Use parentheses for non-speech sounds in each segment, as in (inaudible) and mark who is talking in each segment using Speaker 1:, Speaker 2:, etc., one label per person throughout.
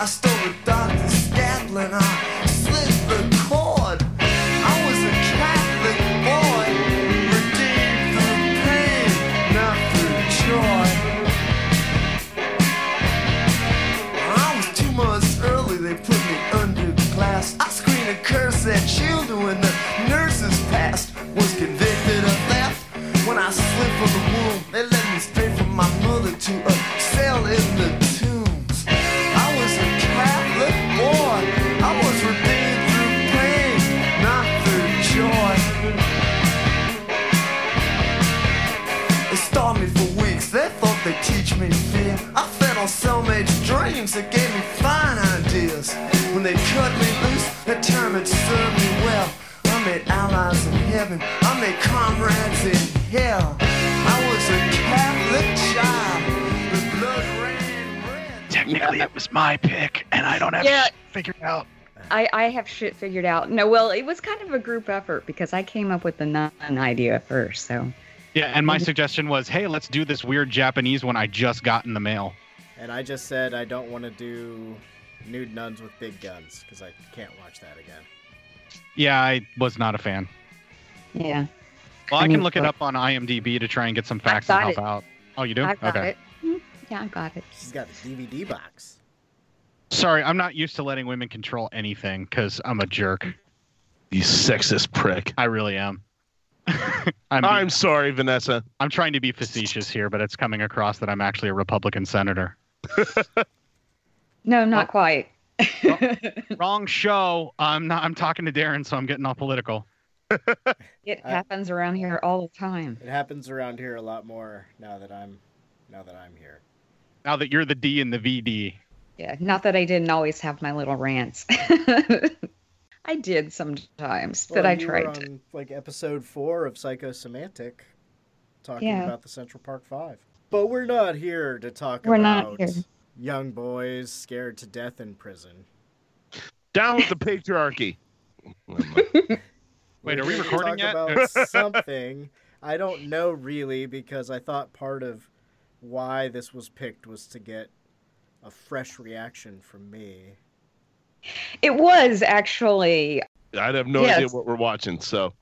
Speaker 1: I stole the doctor's scalpel and I slid the cord. I was a Catholic boy, redeemed through pain, not through joy. When I was two months early, they put me under glass. I screamed a curse at children when the nurses passed. Was convicted of theft when I slipped from the womb. They led me straight from my mother to a cell in the tombs. I was a Catholic boy. I was redeemed through pain, not through joy. They starved me for weeks. They thought they'd teach me fear. I fed on cellmates' dreams that gave me fine ideas. When they cut me loose, that time had served me well. I made allies in heaven. I made comrades in hell. I was a Catholic child. The blood ran red.
Speaker 2: Technically, it was my pick, and I don't have
Speaker 3: Yeah.
Speaker 2: shit figured out.
Speaker 3: I, I have shit figured out. No, well, it was kind of a group effort because I came up with the nun idea first. So
Speaker 4: Yeah, and
Speaker 3: Mm-hmm.
Speaker 4: my suggestion was, hey, let's do this weird Japanese one I just got in the mail.
Speaker 5: And I just said I don't want to do nude nuns with big guns because I can't watch that again.
Speaker 4: Yeah, I was not a fan.
Speaker 3: yeah,
Speaker 4: Well, I,
Speaker 3: I
Speaker 4: can
Speaker 3: mean,
Speaker 4: look it
Speaker 3: but-
Speaker 4: up on IMDb to try and get some facts
Speaker 3: got
Speaker 4: and help
Speaker 3: it.
Speaker 4: out. Oh, you do?
Speaker 3: I got
Speaker 4: okay.
Speaker 3: it. Mm, Yeah, I got it.
Speaker 5: She's got a DVD box.
Speaker 4: Sorry, I'm not used to letting women control anything because I'm a jerk.
Speaker 6: You sexist prick.
Speaker 4: I really am. (laughs) I'm, I'm
Speaker 6: I'm sorry, Vanessa.
Speaker 4: I'm trying to be facetious here, but it's coming across that I'm actually a Republican senator.
Speaker 3: No, not quite.
Speaker 4: Wrong show. I'm not. I'm talking to Darren, so I'm getting all political.
Speaker 3: (laughs) It
Speaker 5: I-
Speaker 3: happens around here all the time.
Speaker 5: It happens around here a lot more now that I'm now that I'm here.
Speaker 4: Now that you're the D and the VD,
Speaker 3: Yeah, not that I didn't always have my little rants. (laughs) I did sometimes, but
Speaker 5: Well,
Speaker 3: I
Speaker 5: you were
Speaker 3: tried to.
Speaker 5: on, like episode four of Psychosemantic, talking
Speaker 3: Yeah.
Speaker 5: about the Central Park Five. But we're not here to talk
Speaker 3: We're not
Speaker 5: about
Speaker 3: here.
Speaker 5: young boys scared to death in prison.
Speaker 6: Down with the patriarchy.
Speaker 4: Wait, are we
Speaker 5: (laughs) We're here to
Speaker 4: recording yet? (laughs)
Speaker 5: talk About something I don't know really because I thought part of why this was picked was to get a fresh reaction from me.
Speaker 3: It was actually.
Speaker 6: I'd have no
Speaker 3: Yes.
Speaker 6: idea what we're watching. So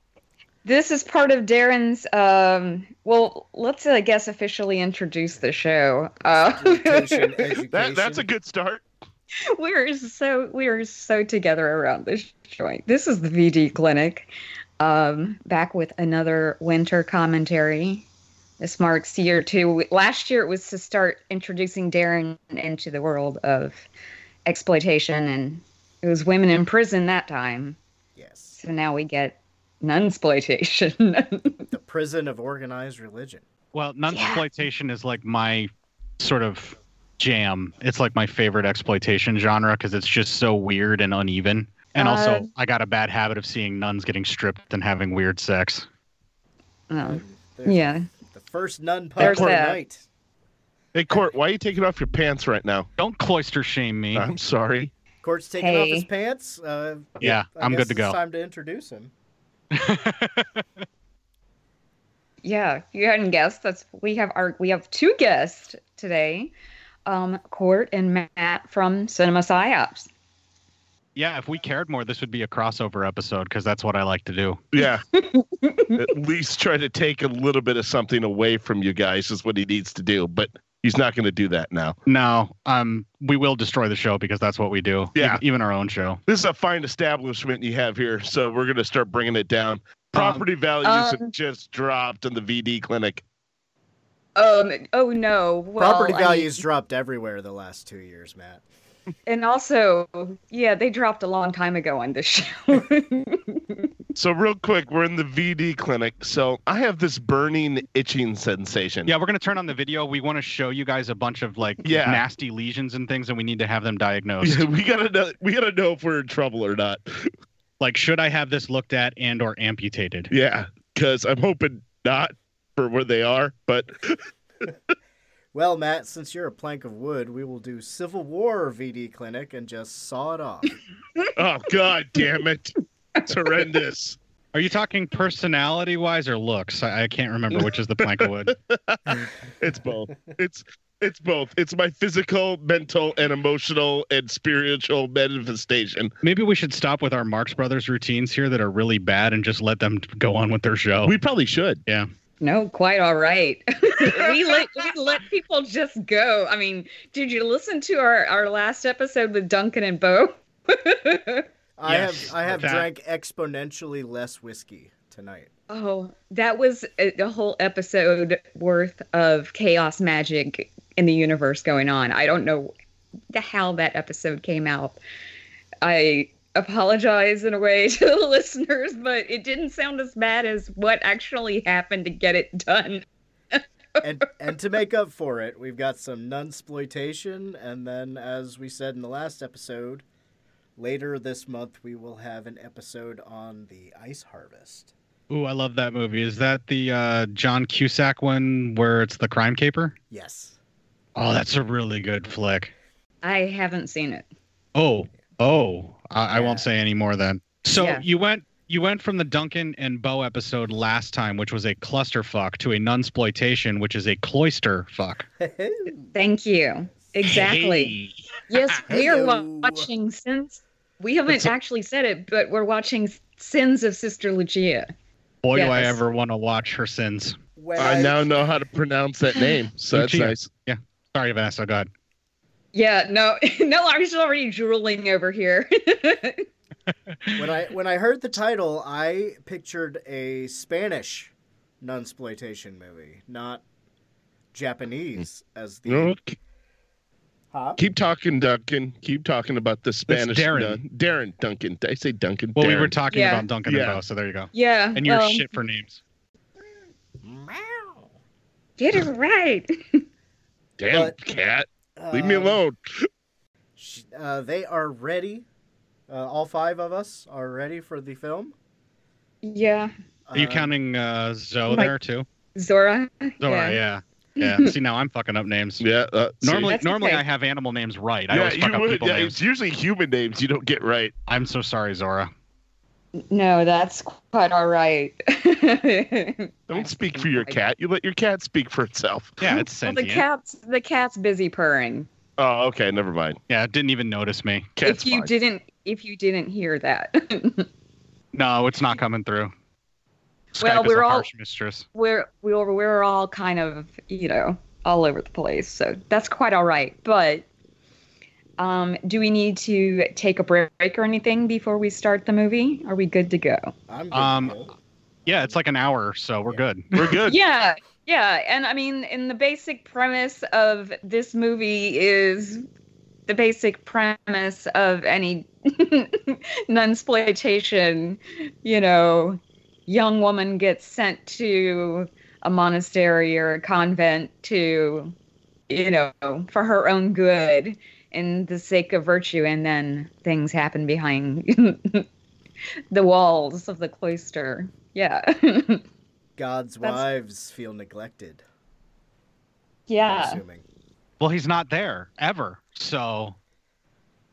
Speaker 3: This is part of Darren's. Um, well, let's, I guess, officially introduce the show. (laughs) Uh,
Speaker 5: Education, education.
Speaker 6: that, that's a good start.
Speaker 3: (laughs) we're so we're so together around this joint. This is the VD clinic. Um, back with another winter commentary. This marks year two. Last year it was to start introducing Darren into the world of exploitation, and it was women in prison that time.
Speaker 5: yes.
Speaker 3: So now we get (laughs) nunsploitation.
Speaker 5: The prison of organized religion.
Speaker 4: Well, nunsploitation is like my sort of jam. It's like my favorite exploitation genre because it's just so weird and uneven. And
Speaker 3: Uh,
Speaker 4: also, I got a bad habit of seeing nuns getting stripped and having weird sex.
Speaker 3: oh,
Speaker 5: There's
Speaker 3: yeah.
Speaker 5: The first nun pub
Speaker 3: There's that.
Speaker 5: tonight.
Speaker 6: Hey, Court, why are you taking off your pants right now?
Speaker 4: Don't cloister shame me.
Speaker 6: I'm sorry.
Speaker 5: Court's taking off his
Speaker 3: Hey.
Speaker 5: pants. Uh,
Speaker 4: Yeah,
Speaker 5: I
Speaker 4: I'm
Speaker 5: guess
Speaker 4: good to
Speaker 5: it's
Speaker 4: go.
Speaker 5: Time to introduce him.
Speaker 3: Yeah, if you hadn't guessed. That's we have our we have two guests today, um, Court and Matt from Cinema Psyops.
Speaker 4: yeah, if we cared more, this would be a crossover episode because that's what I like to do.
Speaker 6: Yeah. At least try to take a little bit of something away from you guys is what he needs to do, but he's not going to do that now.
Speaker 4: No, um, we will destroy the show because that's what we do.
Speaker 6: Yeah.
Speaker 4: Ev- even our own show.
Speaker 6: This is a fine establishment you have here, so we're going to start bringing it down. Property values have
Speaker 3: um,
Speaker 6: just dropped in the VD clinic.
Speaker 3: Um, oh no, well,
Speaker 5: Property
Speaker 3: I
Speaker 5: values dropped everywhere the last two years, Matt.
Speaker 3: mean- and also, yeah, they dropped a long time ago on this (laughs) show.
Speaker 6: So, real quick, we're in the VD clinic. So, I have this burning, itching sensation.
Speaker 4: Yeah, we're gonna turn on the video. We want to show you guys a bunch of like
Speaker 6: Yeah.
Speaker 4: nasty lesions and things, and we need to have them diagnosed.
Speaker 6: (laughs) Yeah, we gotta know. We gotta know if we're in trouble or not.
Speaker 4: like, should I have this looked at and or amputated?
Speaker 6: Yeah, because I'm hoping not for where they are. But
Speaker 5: Well, Matt, since you're a plank of wood, we will do Civil War VD clinic and just saw it
Speaker 6: (laughs)
Speaker 5: off.
Speaker 6: oh god, damn it! It's horrendous.
Speaker 4: Are you talking
Speaker 6: (laughs)
Speaker 4: personality wise or looks? I, I can't remember which is the plank of wood.
Speaker 6: It's both. It's It's both. It's my physical, mental, and emotional and spiritual manifestation.
Speaker 4: Maybe we should stop with our Marx Brothers routines here that are really bad and just let them go on with their show.
Speaker 6: We probably should.
Speaker 3: No, quite all right. (laughs) we let we let people just go. I mean, did you listen to our our last episode with Duncan and Bo? (laughs)
Speaker 5: I
Speaker 4: Yes,
Speaker 5: have I have
Speaker 4: that-
Speaker 5: drank exponentially less whiskey tonight.
Speaker 3: oh, that was a, a whole episode worth of chaos magic in the universe going on. I don't know the how that episode came out. I apologize in a way (laughs) to the listeners, but it didn't sound as bad as what actually happened to get it done.
Speaker 5: and and to make up for it, we've got some nunsploitation, and then as we said in the last episode, later this month we will have an episode on the ice harvest.
Speaker 4: Ooh, I love that movie. Is that the uh, John Cusack one where it's the crime caper?
Speaker 5: Yes. (laughs)
Speaker 4: Oh, that's a really good flick.
Speaker 3: I haven't seen it.
Speaker 4: Oh, oh, I, I won't
Speaker 5: Yeah.
Speaker 4: say any more then. So
Speaker 3: Yeah.
Speaker 4: you went you went from the Duncan and Bo episode last time, which was a clusterfuck, to a nunsploitation, which is a cloister fuck.
Speaker 3: Thank you. Exactly. Yes, we are wa-
Speaker 5: Hello.
Speaker 3: watching Sins. We haven't
Speaker 4: It's a-
Speaker 3: actually said it, but we're watching Sins of Sister Lucia.
Speaker 4: Boy, do I
Speaker 3: Yes.
Speaker 4: ever want to watch her sins.
Speaker 5: When
Speaker 6: I now know how to pronounce that name, so that's
Speaker 4: Lucia.
Speaker 6: nice.
Speaker 4: Sorry, Vanessa. Go ahead.
Speaker 3: Yeah, no, (laughs) no, I was already drooling over here. (laughs)
Speaker 5: when I when I heard the title, I pictured a Spanish nunsploitation movie, not Japanese
Speaker 4: Mm.
Speaker 5: as the
Speaker 6: No, k-
Speaker 5: Huh?
Speaker 6: keep talking, Duncan. Keep talking about the Spanish
Speaker 4: Darren.
Speaker 6: nun. Darren Duncan. Did I say Duncan?
Speaker 4: Well, we
Speaker 6: Darren.
Speaker 4: were talking
Speaker 3: Yeah.
Speaker 4: about Duncan
Speaker 6: Yeah.
Speaker 4: and Bo, so there you go.
Speaker 3: yeah.
Speaker 4: And you're
Speaker 3: well,
Speaker 4: shit for names.
Speaker 3: Get it right.
Speaker 6: Damn
Speaker 5: but-
Speaker 6: cat. Leave me
Speaker 5: Um,
Speaker 6: alone.
Speaker 5: Sh- Uh, they are ready. Uh, all five of us are ready for the film.
Speaker 3: Yeah.
Speaker 4: Are you
Speaker 5: Uh,
Speaker 4: counting uh, Zoe
Speaker 3: Oh my-
Speaker 4: there
Speaker 3: (laughs)
Speaker 4: too?
Speaker 3: Zora.
Speaker 4: Zoe,
Speaker 3: yeah.
Speaker 4: yeah, yeah.
Speaker 3: (laughs)
Speaker 4: See, now I'm fucking up names.
Speaker 6: Yeah. Uh, see.
Speaker 4: Normally,
Speaker 3: That's
Speaker 4: normally
Speaker 3: okay.
Speaker 4: I have animal names right. I
Speaker 6: yeah,
Speaker 4: always fuck
Speaker 6: you
Speaker 4: up
Speaker 6: would.
Speaker 4: people
Speaker 6: Yeah,
Speaker 4: names.
Speaker 6: it's usually human names you don't get right.
Speaker 4: I'm so sorry,
Speaker 3: (laughs)
Speaker 4: Zora.
Speaker 3: No, that's quite all right. well,
Speaker 6: Don't speak for your cat. You let your cat speak for itself.
Speaker 4: Yeah, it's
Speaker 3: the
Speaker 4: sentient.
Speaker 3: cat's the cat's busy purring.
Speaker 6: (laughs) Oh, okay. Never mind.
Speaker 4: yeah, it didn't even notice me.
Speaker 6: Cat's
Speaker 3: if you
Speaker 6: fine.
Speaker 3: didn't if you didn't hear that. (laughs)
Speaker 4: No, it's not coming through. Skype
Speaker 3: Well,
Speaker 4: is
Speaker 3: we're
Speaker 4: a
Speaker 3: all-
Speaker 4: harsh mistress.
Speaker 3: we're we we're, we're all kind of you know all over the place so that's quite all right but um, do we need to take a break or anything before we start the movie are we good to go
Speaker 5: I'm good
Speaker 4: Um,
Speaker 5: to go.
Speaker 4: Yeah, it's like an hour, so we're
Speaker 5: Yeah.
Speaker 4: good.
Speaker 6: We're
Speaker 3: (laughs)
Speaker 6: good.
Speaker 3: yeah yeah and i mean and the basic premise of this movie is the basic premise of any (laughs) nunsploitation you know young woman gets sent to a monastery or a convent to you know for her own good and the sake of virtue and then things happen behind (laughs) the walls of the cloister yeah (laughs)
Speaker 5: God's
Speaker 3: that's-
Speaker 5: wives feel neglected. I'm
Speaker 3: yeah
Speaker 5: assuming.
Speaker 4: Well, he's not there ever, so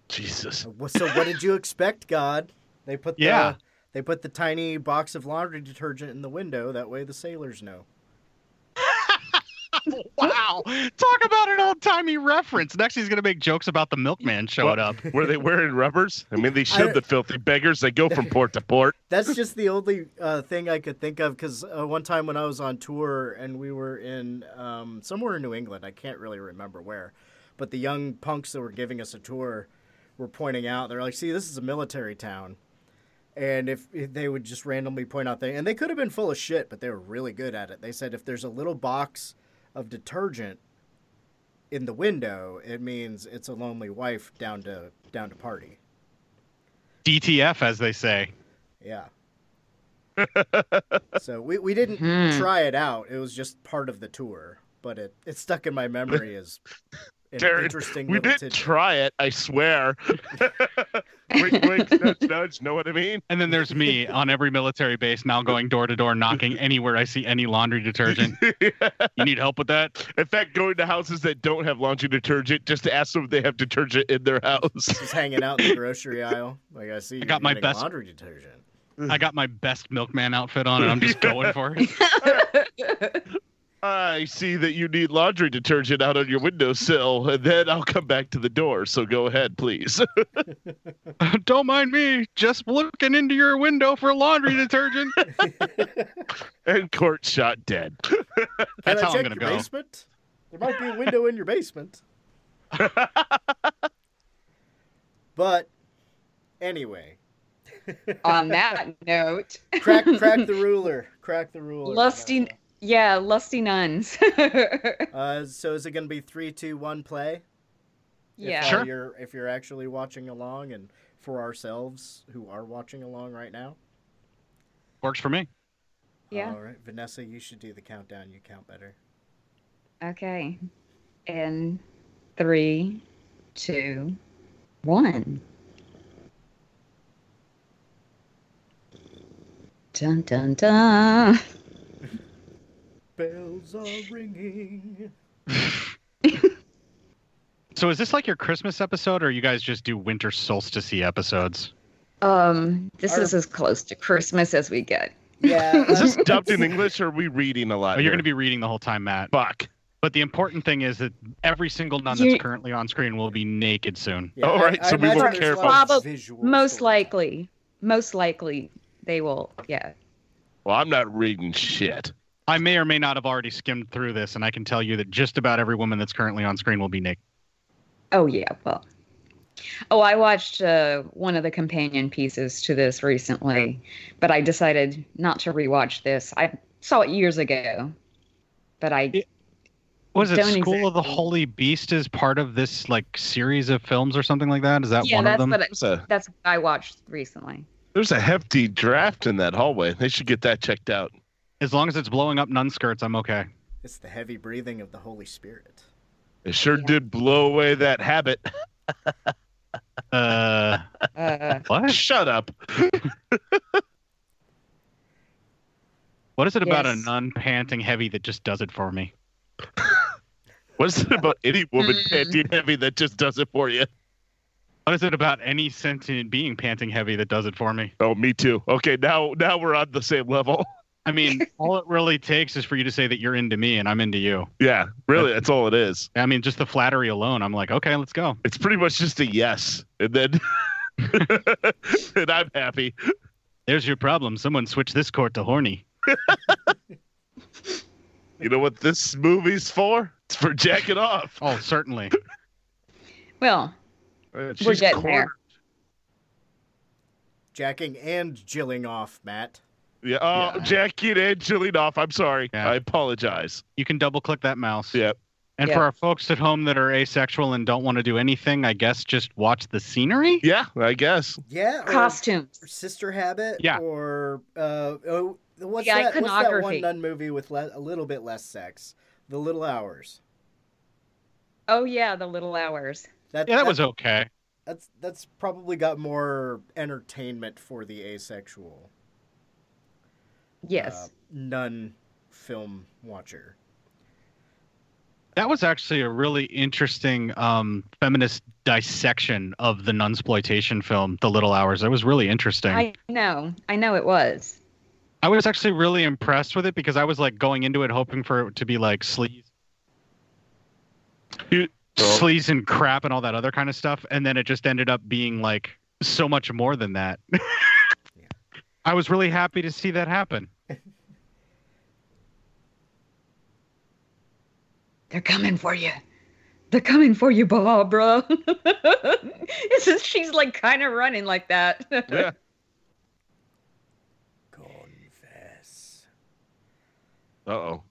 Speaker 6: Jesus.
Speaker 5: Uh, Wha- So what did you expect, God? They put the,
Speaker 4: Yeah.
Speaker 5: they put the tiny box of laundry detergent in the window. That way the sailors know.
Speaker 4: wow. Talk about an old timey reference. Next, he's gonna make jokes about the milkman showing
Speaker 6: Well-
Speaker 4: up.
Speaker 6: Were they wearing rubbers? I mean, they
Speaker 5: I-
Speaker 6: shove the filthy beggars. They go from port to port.
Speaker 5: That's just the only uh, thing I could think of because uh, one time when I was on tour and we were in um, somewhere in New England, I can't really remember where, but the young punks that were giving us a tour were pointing out, they're like, see, this is a military town. And if, if they would just randomly point out things, and they could have been full of shit, but they were really good at it. They said if there's a little box of detergent in the window, it means it's a lonely wife down to down to party.
Speaker 4: DTF, as they say. (laughs)
Speaker 5: Yeah. so we, we didn't
Speaker 3: Hmm.
Speaker 5: try it out. It was just part of the tour, but it, it stuck in my memory as
Speaker 4: (laughs)
Speaker 5: an
Speaker 6: Darren,
Speaker 5: interesting.
Speaker 6: We
Speaker 5: little
Speaker 6: did
Speaker 5: tidbit.
Speaker 6: try it. I swear. (laughs) wink, wink, nudge, nudge. Know what I mean?
Speaker 4: And then there's me on every military base now going door to door knocking anywhere I see any laundry detergent. You need help with that?
Speaker 6: In fact, going to houses that don't have laundry detergent just to ask them if they have detergent in their house. (laughs)
Speaker 5: Just hanging out in the grocery aisle. Like I see,
Speaker 4: I got
Speaker 5: you're
Speaker 4: my
Speaker 5: getting
Speaker 4: best-
Speaker 5: laundry detergent.
Speaker 4: I got my best milkman outfit on and I'm just going for it.
Speaker 6: I see that you need laundry detergent out on your windowsill, and then I'll come back to the door. So go ahead, please. (laughs)
Speaker 4: Don't mind me, just looking into your window for laundry detergent.
Speaker 6: (laughs) and court shot dead.
Speaker 5: Can
Speaker 4: That's
Speaker 5: I
Speaker 4: how I'm
Speaker 5: check
Speaker 4: gonna
Speaker 5: your
Speaker 4: go.
Speaker 5: basement? There might be a window in
Speaker 4: (laughs)
Speaker 5: your basement. but anyway,
Speaker 3: On that note, (laughs)
Speaker 5: crack crack the ruler. Crack the ruler.
Speaker 3: lusty, yeah, lusty nuns. (laughs)
Speaker 5: Uh, so is it going to be three, two, one, play?
Speaker 3: yeah,
Speaker 5: If, uh,
Speaker 4: Sure.
Speaker 5: You're, if you're actually watching along, and for ourselves who are watching along right now.
Speaker 4: Works for me.
Speaker 3: yeah.
Speaker 5: All right, Vanessa, you should do the countdown. You count better.
Speaker 3: Okay, and three, two, one. Dun dun dun.
Speaker 5: Bells are ringing.
Speaker 4: So is this like your Christmas episode, or you guys just do winter solstice episodes?
Speaker 3: Um, this
Speaker 5: Our-
Speaker 3: is as close to Christmas as we get.
Speaker 5: (laughs) Yeah.
Speaker 6: Is
Speaker 3: (laughs)
Speaker 6: this dubbed in English, or are we reading a lot?
Speaker 4: Oh, you're going to be reading the whole time, Matt.
Speaker 6: fuck.
Speaker 4: But the important thing is that every single nun
Speaker 3: You-
Speaker 4: that's currently on screen will be naked soon.
Speaker 5: Yeah, Oh.
Speaker 6: All right, so we
Speaker 5: imagine
Speaker 6: won't
Speaker 5: there's
Speaker 6: care
Speaker 5: a lot
Speaker 3: about-
Speaker 5: of visual
Speaker 3: Most
Speaker 5: story.
Speaker 3: likely, most likely they will. Yeah.
Speaker 6: Well, I'm not reading shit.
Speaker 4: I may or may not have already skimmed through this, and I can tell you that just about every woman that's currently on screen will be naked.
Speaker 3: Oh yeah. Well. Oh, I watched uh, one of the companion pieces to this recently, but I decided not to rewatch this. I saw it years ago, but I
Speaker 4: It- Was it
Speaker 3: Don't
Speaker 4: School of the
Speaker 3: exactly.
Speaker 4: Holy Beast is part of this like series of films or something like that? Is that
Speaker 3: yeah,
Speaker 4: one of
Speaker 3: that's
Speaker 4: them?
Speaker 3: what I,
Speaker 6: There's a
Speaker 3: that's what I watched recently.
Speaker 6: there's a hefty draft in that hallway. They should get that checked out.
Speaker 4: As long as it's blowing up nun skirts, I'm
Speaker 3: (laughs)
Speaker 4: okay.
Speaker 5: It's the heavy breathing of the Holy Spirit.
Speaker 6: It sure
Speaker 3: Yeah.
Speaker 6: did blow away that habit. (laughs)
Speaker 4: Uh,
Speaker 3: Uh,
Speaker 4: what?
Speaker 6: Shut up.
Speaker 4: What is it about a
Speaker 3: Yes.
Speaker 4: nun panting heavy that just does it for me?
Speaker 6: What's
Speaker 3: (laughs)
Speaker 6: it about any woman
Speaker 3: Mm.
Speaker 6: panting heavy that just does it for you?
Speaker 4: What is it about any sentient being panting heavy that does it for me?
Speaker 6: Oh, me too. Okay, now now we're on the same level. (laughs)
Speaker 4: I mean, all it really takes is for you to say that you're into me and I'm into you.
Speaker 6: Yeah, really, that's all it is.
Speaker 4: I mean, just the flattery alone, I'm like, okay, let's go.
Speaker 6: It's pretty much just a yes, and then (laughs) and I'm happy.
Speaker 4: There's your problem. Someone switched this court to horny.
Speaker 6: You know what this movie's for? It's for jacking off.
Speaker 4: Oh, certainly.
Speaker 3: well,
Speaker 6: Uh,
Speaker 4: Oh,
Speaker 3: we're
Speaker 6: she's
Speaker 3: getting
Speaker 6: cornered.
Speaker 5: Jacking and jilling off, Matt.
Speaker 6: Yeah. Oh,
Speaker 4: Yeah.
Speaker 6: jacking and chilling off. I'm sorry.
Speaker 4: Yeah.
Speaker 6: I apologize.
Speaker 4: You can double click that mouse.
Speaker 6: Yeah.
Speaker 4: And
Speaker 3: Yeah.
Speaker 4: for our folks at home that are asexual and don't want to do anything, I guess just watch the scenery.
Speaker 6: Yeah, I guess.
Speaker 5: Yeah. or
Speaker 3: costumes.
Speaker 5: Sister Habit.
Speaker 4: Yeah.
Speaker 5: Or uh, oh, what's
Speaker 3: The
Speaker 5: that? What's that one
Speaker 3: iconography.
Speaker 5: nun movie with le- a little bit less sex? The Little Hours.
Speaker 3: Oh yeah, the little hours.
Speaker 5: That,
Speaker 4: Yeah, that was okay.
Speaker 5: That's that's probably got more entertainment for the asexual
Speaker 3: Yes.
Speaker 5: uh, nun film watcher.
Speaker 4: That was actually a really interesting um, feminist dissection of the nunsploitation film, The Little Hours. That was really interesting.
Speaker 3: I know. I know it was.
Speaker 4: I was actually really impressed with it because I was like going into it hoping for it to be like sleaze, sleaze and crap and all that other kind of stuff, and then it just ended up being like so much more than that. (laughs) I was really happy to see that happen.
Speaker 3: They're coming for you. They're coming for you, Barbara. It's just- (laughs) she's like kind of running like that. (laughs)
Speaker 6: Yeah.
Speaker 5: Confess.
Speaker 6: Uh oh.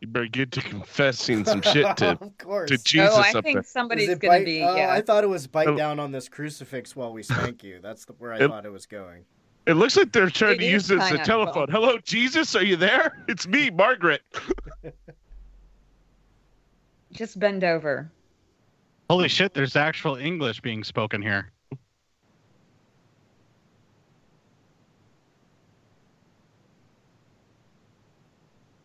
Speaker 6: You better get to confessing some shit to,
Speaker 5: of course.
Speaker 3: (laughs)
Speaker 6: to
Speaker 3: Oh,
Speaker 6: Jesus
Speaker 3: I
Speaker 6: up
Speaker 3: think
Speaker 6: there.
Speaker 5: Is
Speaker 3: somebody's
Speaker 5: it
Speaker 3: gonna
Speaker 5: bite-
Speaker 3: be.
Speaker 5: oh,
Speaker 3: yeah.
Speaker 5: I thought it was bite
Speaker 6: Oh.
Speaker 5: down on this crucifix while we spank you. That's the, where I
Speaker 6: It-
Speaker 5: thought it was going.
Speaker 6: It looks like they're trying
Speaker 3: It
Speaker 6: to
Speaker 3: is
Speaker 6: use it as a
Speaker 3: kinda-
Speaker 6: telephone. Hello, Jesus, are you there? (laughs) It's me, Margaret.
Speaker 3: Just bend over.
Speaker 4: Holy shit, there's actual English being spoken here.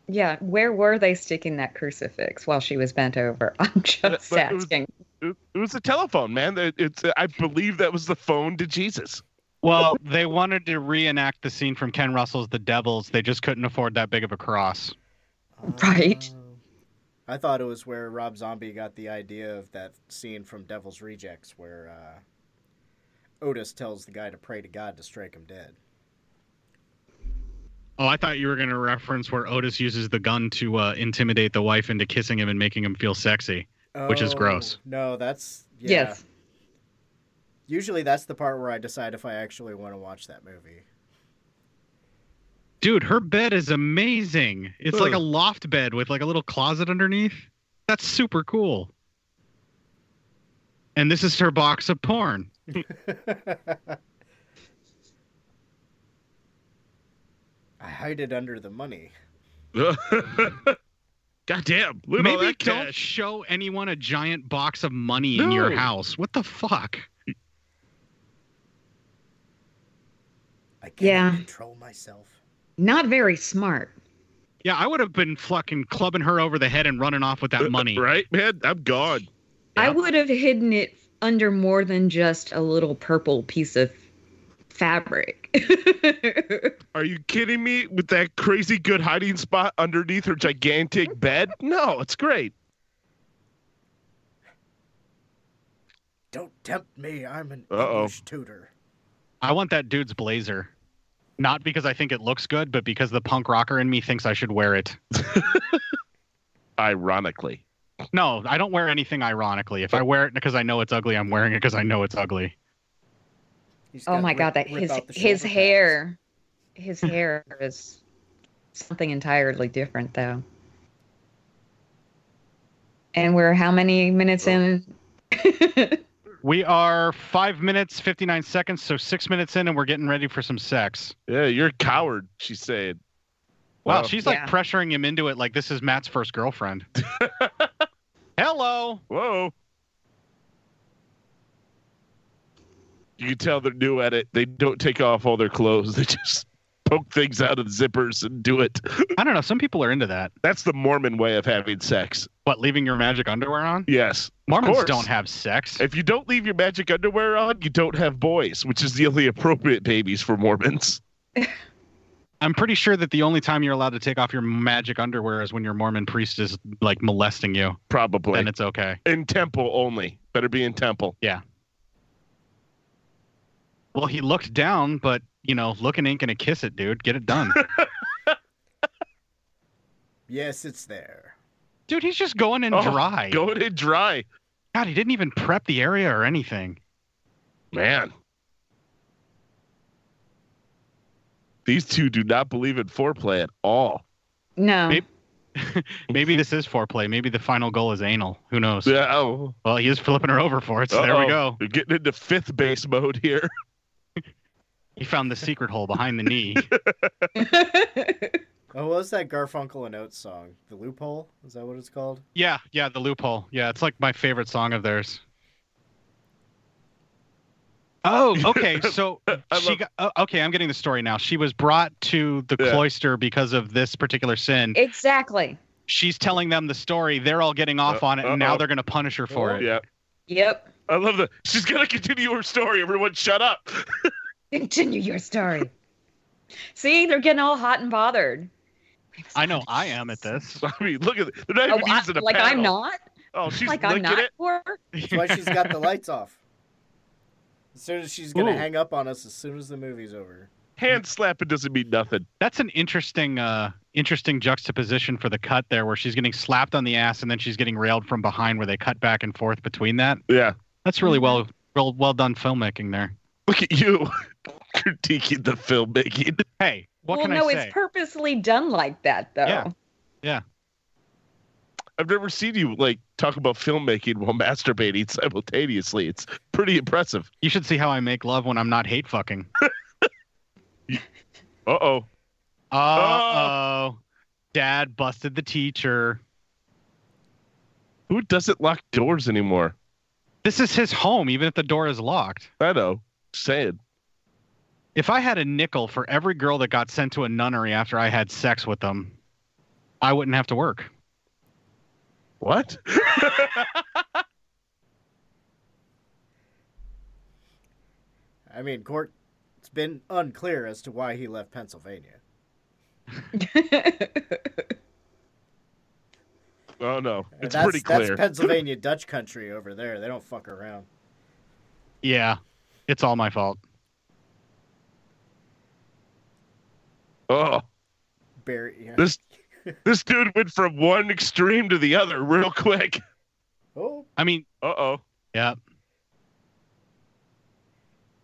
Speaker 3: Yeah, where were they sticking that crucifix while she was bent over? (laughs) I'm just
Speaker 6: but it was-
Speaker 3: asking.
Speaker 6: It, it was a telephone, man. It- It's I believe that was the phone to (laughs) Jesus.
Speaker 4: Well, they wanted to reenact the scene from Ken Russell's The Devils. They just couldn't afford that big of a cross.
Speaker 3: Right.
Speaker 5: Oh. I thought it was where Rob Zombie got the idea of that scene from Devil's Rejects where uh, Otis tells the guy to pray to God to strike him dead.
Speaker 4: Oh, I thought you were going to reference where Otis uses the gun to uh, intimidate the wife into kissing him and making him feel sexy. Which is
Speaker 5: Oh,
Speaker 4: gross.
Speaker 5: No, that's yeah.
Speaker 3: Yes.
Speaker 5: Usually that's the part where I decide if I actually want to watch that movie.
Speaker 4: Dude, her bed is amazing. It's like a
Speaker 6: Ugh.
Speaker 4: loft bed with like a little closet underneath. That's super cool. And this is her box of porn.
Speaker 5: I hide it under the money.
Speaker 6: God damn. Look at all
Speaker 4: Maybe
Speaker 6: that
Speaker 4: don't
Speaker 6: cash.
Speaker 4: show anyone a giant box of money in your
Speaker 6: No.
Speaker 4: house. What the fuck?
Speaker 5: I can't
Speaker 3: Yeah.
Speaker 5: control myself.
Speaker 3: Not very smart.
Speaker 4: Yeah, I would have been fucking clubbing her over the head and running off with
Speaker 6: (laughs)
Speaker 4: that money.
Speaker 6: Uh, Right, man? I'm gone.
Speaker 3: I
Speaker 6: Yeah.
Speaker 3: would have hidden it under more than just a little purple piece of fabric. (laughs)
Speaker 6: Are you kidding me with that crazy good hiding spot underneath her gigantic bed? No, it's great.
Speaker 5: Don't tempt me. I'm an
Speaker 6: Uh-oh.
Speaker 5: English tutor.
Speaker 4: I want that dude's blazer. Not because I think it looks good, but because the punk rocker in me thinks I should wear it.
Speaker 6: Ironically.
Speaker 4: No, I don't wear anything ironically. If I wear it because I know it's ugly, I'm wearing it because I know it's ugly.
Speaker 5: He's
Speaker 3: oh
Speaker 5: gotta
Speaker 3: my
Speaker 5: rip-
Speaker 3: god, that
Speaker 5: rip
Speaker 3: his
Speaker 5: out the
Speaker 3: his
Speaker 5: shoulder pads.
Speaker 3: hair,
Speaker 5: (laughs)
Speaker 3: his hair is something entirely different though. And we're how many minutes in? (laughs)
Speaker 4: We are five minutes, 59 seconds, so six minutes in, and we're getting ready for some sex.
Speaker 6: Yeah, you're a coward, she's saying.
Speaker 4: Wow,
Speaker 6: Wow.
Speaker 4: she's like
Speaker 3: Yeah.
Speaker 4: pressuring him into it like this is Matt's first girlfriend. Hello.
Speaker 6: Whoa. You can tell they're new at it. They don't take off all their clothes. (laughs) They just poke things out of zippers and do it.
Speaker 4: I don't know. Some people are into that.
Speaker 6: That's the Mormon way of having sex.
Speaker 4: What, leaving your magic underwear on?
Speaker 6: Yes.
Speaker 4: Mormons
Speaker 6: course.
Speaker 4: don't have sex.
Speaker 6: If you don't leave your magic underwear on, you don't have boys, which is the only appropriate babies for Mormons.
Speaker 4: I'm pretty sure that the only time you're allowed to take off your magic underwear is when your Mormon priest is like molesting you.
Speaker 6: Probably.
Speaker 4: Then it's okay.
Speaker 6: in temple only. Better be in temple.
Speaker 4: Well, he looked down, but you know, looking ain't gonna kiss it, dude. Get it
Speaker 6: (laughs)
Speaker 4: done.
Speaker 5: Yes, it's there.
Speaker 4: dude, he's just going in
Speaker 6: Oh,
Speaker 4: dry.
Speaker 6: Go in dry.
Speaker 4: God, he didn't even prep the area or anything.
Speaker 6: Man. These two do not believe in foreplay at all.
Speaker 3: No.
Speaker 4: Maybe- Maybe this is foreplay. Maybe the final goal is anal. Who knows?
Speaker 6: Yeah, oh,
Speaker 4: Well, he is flipping her over for it, so there we
Speaker 6: Uh-oh.
Speaker 4: go.
Speaker 6: They're getting into fifth base mode here. (laughs)
Speaker 4: He found the secret hole behind the
Speaker 6: (laughs)
Speaker 4: knee.
Speaker 5: Oh, what was that Garfunkel and Oates song? The Loophole? Is that what it's called?
Speaker 4: Yeah, yeah, the loophole. Yeah, it's like my favorite song of theirs. Oh,
Speaker 6: (laughs)
Speaker 4: okay. So
Speaker 6: I
Speaker 4: she
Speaker 6: love-
Speaker 4: got, oh, okay, I'm getting the story now. She was brought to the
Speaker 6: Yeah.
Speaker 4: cloister because of this particular sin.
Speaker 3: (laughs) exactly.
Speaker 4: She's telling them the story. They're all getting off
Speaker 6: Uh,
Speaker 4: on it, and
Speaker 6: uh-oh. Oh,
Speaker 4: now they're going to punish her for it.
Speaker 6: Yeah.
Speaker 3: Yep.
Speaker 6: I love the she's gonna continue her story. Everyone shut up. (laughs)
Speaker 3: Continue your story. See, they're getting all hot and bothered.
Speaker 4: I know I am at
Speaker 6: (laughs)
Speaker 4: this.
Speaker 6: I mean, look at it. They're not
Speaker 3: Oh,
Speaker 6: even
Speaker 3: I-
Speaker 6: using a
Speaker 3: like I'm
Speaker 6: paddle.
Speaker 3: not.
Speaker 6: Oh, she's
Speaker 3: like I'm
Speaker 6: licking
Speaker 3: not.
Speaker 6: it.
Speaker 3: Or
Speaker 5: That's why she's got the lights off. As soon as she's gonna
Speaker 4: Ooh.
Speaker 5: hang up on us as soon as the movie's over.
Speaker 6: Hand slapping doesn't mean nothing.
Speaker 4: That's an interesting, uh, interesting juxtaposition for the cut there, where she's getting slapped on the ass and then she's getting railed from behind, where they cut back and forth between that.
Speaker 6: Yeah.
Speaker 4: That's
Speaker 3: Mm-hmm.
Speaker 4: really well, well, well done filmmaking there.
Speaker 6: Look at you (laughs) critiquing the filmmaking.
Speaker 4: Hey, what
Speaker 3: well,
Speaker 4: can
Speaker 3: no,
Speaker 4: I say?
Speaker 3: it's purposely done like that though.
Speaker 4: Yeah.
Speaker 6: I've never seen you like talk about filmmaking while masturbating simultaneously. It's pretty impressive.
Speaker 4: you should see how I make love when I'm not hate
Speaker 3: (laughs)
Speaker 4: fucking.
Speaker 6: Uh oh.
Speaker 4: Uh oh, dad busted the teacher.
Speaker 6: Who doesn't lock doors anymore?
Speaker 4: This is his home, even if the door is locked.
Speaker 6: I know. Saying.
Speaker 4: If I had a nickel for every girl that got sent to a nunnery after I had sex with them, I wouldn't have to work.
Speaker 6: What? (laughs)
Speaker 5: I mean, court it's been
Speaker 3: (laughs)
Speaker 5: unclear as to why he left Pennsylvania.
Speaker 6: Oh no, it's
Speaker 5: that's,
Speaker 6: pretty clear.
Speaker 5: That's
Speaker 6: (laughs)
Speaker 5: Pennsylvania Dutch country over there. They don't fuck around.
Speaker 4: Yeah, it's all my fault.
Speaker 6: oh,
Speaker 5: Barry, yeah.
Speaker 6: this this dude went from one extreme to the other real quick.
Speaker 5: oh,
Speaker 4: I mean,
Speaker 6: Uh oh.
Speaker 4: yeah.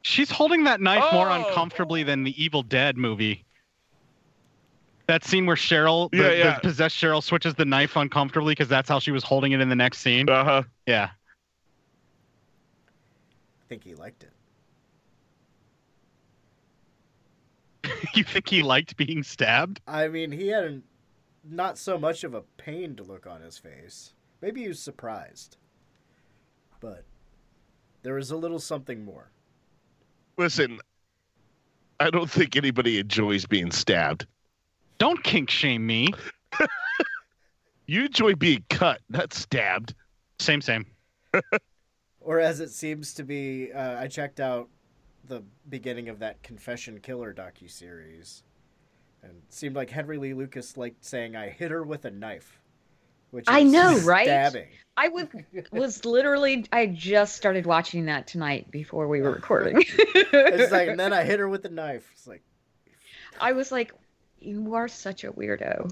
Speaker 4: She's holding that knife more
Speaker 6: Oh!
Speaker 4: uncomfortably than the Evil Dead movie. That scene where Cheryl, the,
Speaker 6: Yeah,
Speaker 4: the
Speaker 6: yeah.
Speaker 4: possessed Cheryl, switches the knife uncomfortably because that's how she was holding it in the next scene.
Speaker 6: Uh huh.
Speaker 4: Yeah. (laughs)
Speaker 5: I think he liked it.
Speaker 4: you think he liked being stabbed?
Speaker 5: I mean, he had an, not so much of a pained look on his face. Maybe he was surprised, but there was a little something more.
Speaker 6: Listen, I don't think anybody enjoys being stabbed.
Speaker 4: Don't kink shame me.
Speaker 6: You enjoy being cut, not stabbed.
Speaker 4: Same, same.
Speaker 5: Or as it seems to be, uh, I checked out the beginning of that Confession Killer docu series, and it seemed like Henry Lee Lucas liked saying, "I hit her with a knife," which
Speaker 3: I
Speaker 5: is (laughs)
Speaker 3: know, right?
Speaker 5: Stabbing.
Speaker 3: I
Speaker 5: (laughs)
Speaker 3: was was literally I just started watching that tonight before we were recording.
Speaker 5: Oh. It's like, and then I hit her with a knife. It's like,
Speaker 3: (laughs) I was like, you are such a weirdo.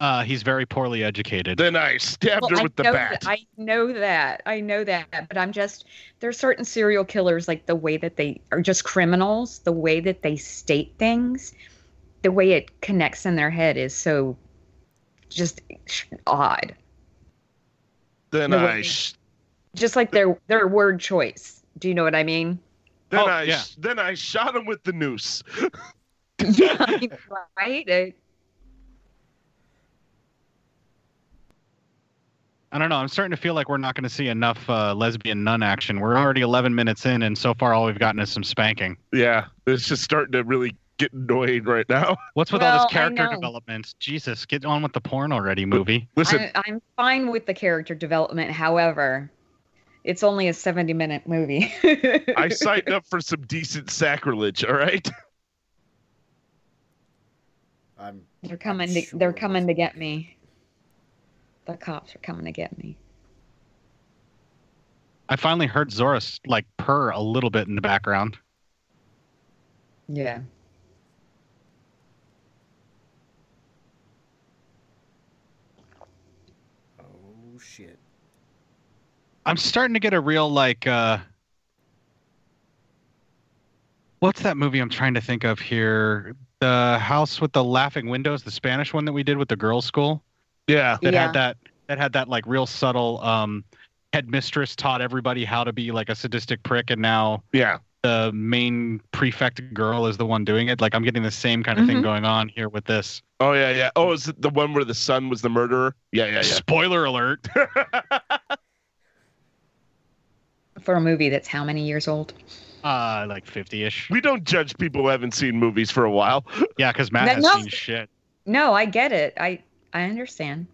Speaker 4: Uh, he's very poorly educated.
Speaker 6: Then I stabbed
Speaker 3: Well,
Speaker 6: her
Speaker 3: I
Speaker 6: with the
Speaker 3: know
Speaker 6: bat.
Speaker 3: That, I know that. I know that. But I'm just there's certain serial killers like the way that they are just criminals, the way that they state things, the way it connects in their head is so just odd.
Speaker 6: Then
Speaker 3: No,
Speaker 6: I
Speaker 3: wait.
Speaker 6: sh-
Speaker 3: Just like their their word choice. Do you know what I mean?
Speaker 6: (laughs) then
Speaker 4: Oh,
Speaker 6: I
Speaker 4: yeah.
Speaker 6: sh- then I shot him with the noose.
Speaker 3: yeah, I mean, (laughs) right. It-
Speaker 4: I don't know. I'm starting to feel like we're not going to see enough uh, lesbian nun action. We're already 11 minutes in, and so far all we've gotten is some spanking.
Speaker 6: Yeah, it's just starting to really get annoying right now. (laughs)
Speaker 4: What's with all
Speaker 3: Well,
Speaker 4: this
Speaker 3: I
Speaker 4: character
Speaker 3: know.
Speaker 4: development? Jesus, get on with the porn already, movie.
Speaker 6: Listen,
Speaker 3: I, I'm fine with the character development. However, it's only a 70 minute movie. (laughs)
Speaker 6: I signed up for some decent sacrilege. All right. (laughs)
Speaker 5: I'm
Speaker 3: They're coming.
Speaker 5: I'm
Speaker 3: To,
Speaker 5: sure
Speaker 3: They're
Speaker 5: it
Speaker 3: coming
Speaker 5: was-
Speaker 3: to get me. The cops are coming to get me.
Speaker 4: I finally heard Zora s- like purr a little bit in the background.
Speaker 3: Yeah.
Speaker 5: Oh shit!
Speaker 4: I'm starting to get a real like. uh What's that movie I'm trying to think of here? The house with the laughing windows, the Spanish one that we did with the girls' school.
Speaker 6: Yeah.
Speaker 4: that
Speaker 3: yeah.
Speaker 4: had that that had that like real subtle um headmistress taught everybody how to be like a sadistic prick and now
Speaker 6: Yeah.
Speaker 4: the main prefect girl is the one doing it like i'm getting the same kind of thing
Speaker 3: Mhm.
Speaker 4: going on here with this
Speaker 6: Oh yeah, yeah. Oh, is it the one where the son was the murderer? Yeah, yeah, yeah.
Speaker 4: spoiler alert (laughs)
Speaker 3: For a movie that's how many years old?
Speaker 4: uh like 50ish
Speaker 6: We don't judge people who haven't seen movies for a while.
Speaker 4: yeah because matt
Speaker 3: No,
Speaker 4: has
Speaker 3: no.
Speaker 4: seen shit
Speaker 3: No, I get it. I I understand.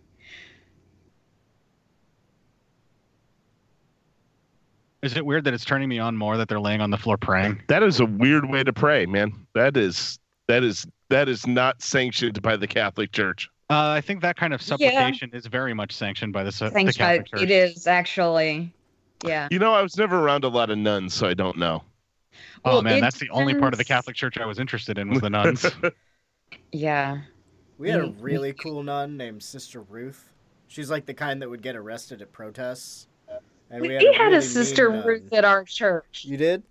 Speaker 4: is it weird that it's turning me on more that they're laying on the floor praying
Speaker 6: That is a weird way to pray, man. That is that is that is not sanctioned by the Catholic Church.
Speaker 4: uh, i think that kind of
Speaker 3: Yeah.
Speaker 4: supplication is very much sanctioned by the, sa- the
Speaker 3: Thanks,
Speaker 4: catholic
Speaker 3: but
Speaker 4: church
Speaker 3: it is actually. Yeah.
Speaker 6: You know, I was never around a lot of nuns, so I don't know.
Speaker 4: oh
Speaker 3: Well,
Speaker 4: man
Speaker 3: it
Speaker 4: that's the only part of the
Speaker 3: depends-
Speaker 4: catholic church i was interested in was the nuns
Speaker 3: Yeah.
Speaker 5: We had a
Speaker 3: Me-
Speaker 5: really cool nun named Sister Ruth. She's like the kind that would get arrested at protests. And
Speaker 3: We,
Speaker 5: a
Speaker 3: had
Speaker 5: really
Speaker 3: a sister
Speaker 5: mean uh, nun.
Speaker 3: Ruth at our church.
Speaker 5: You did?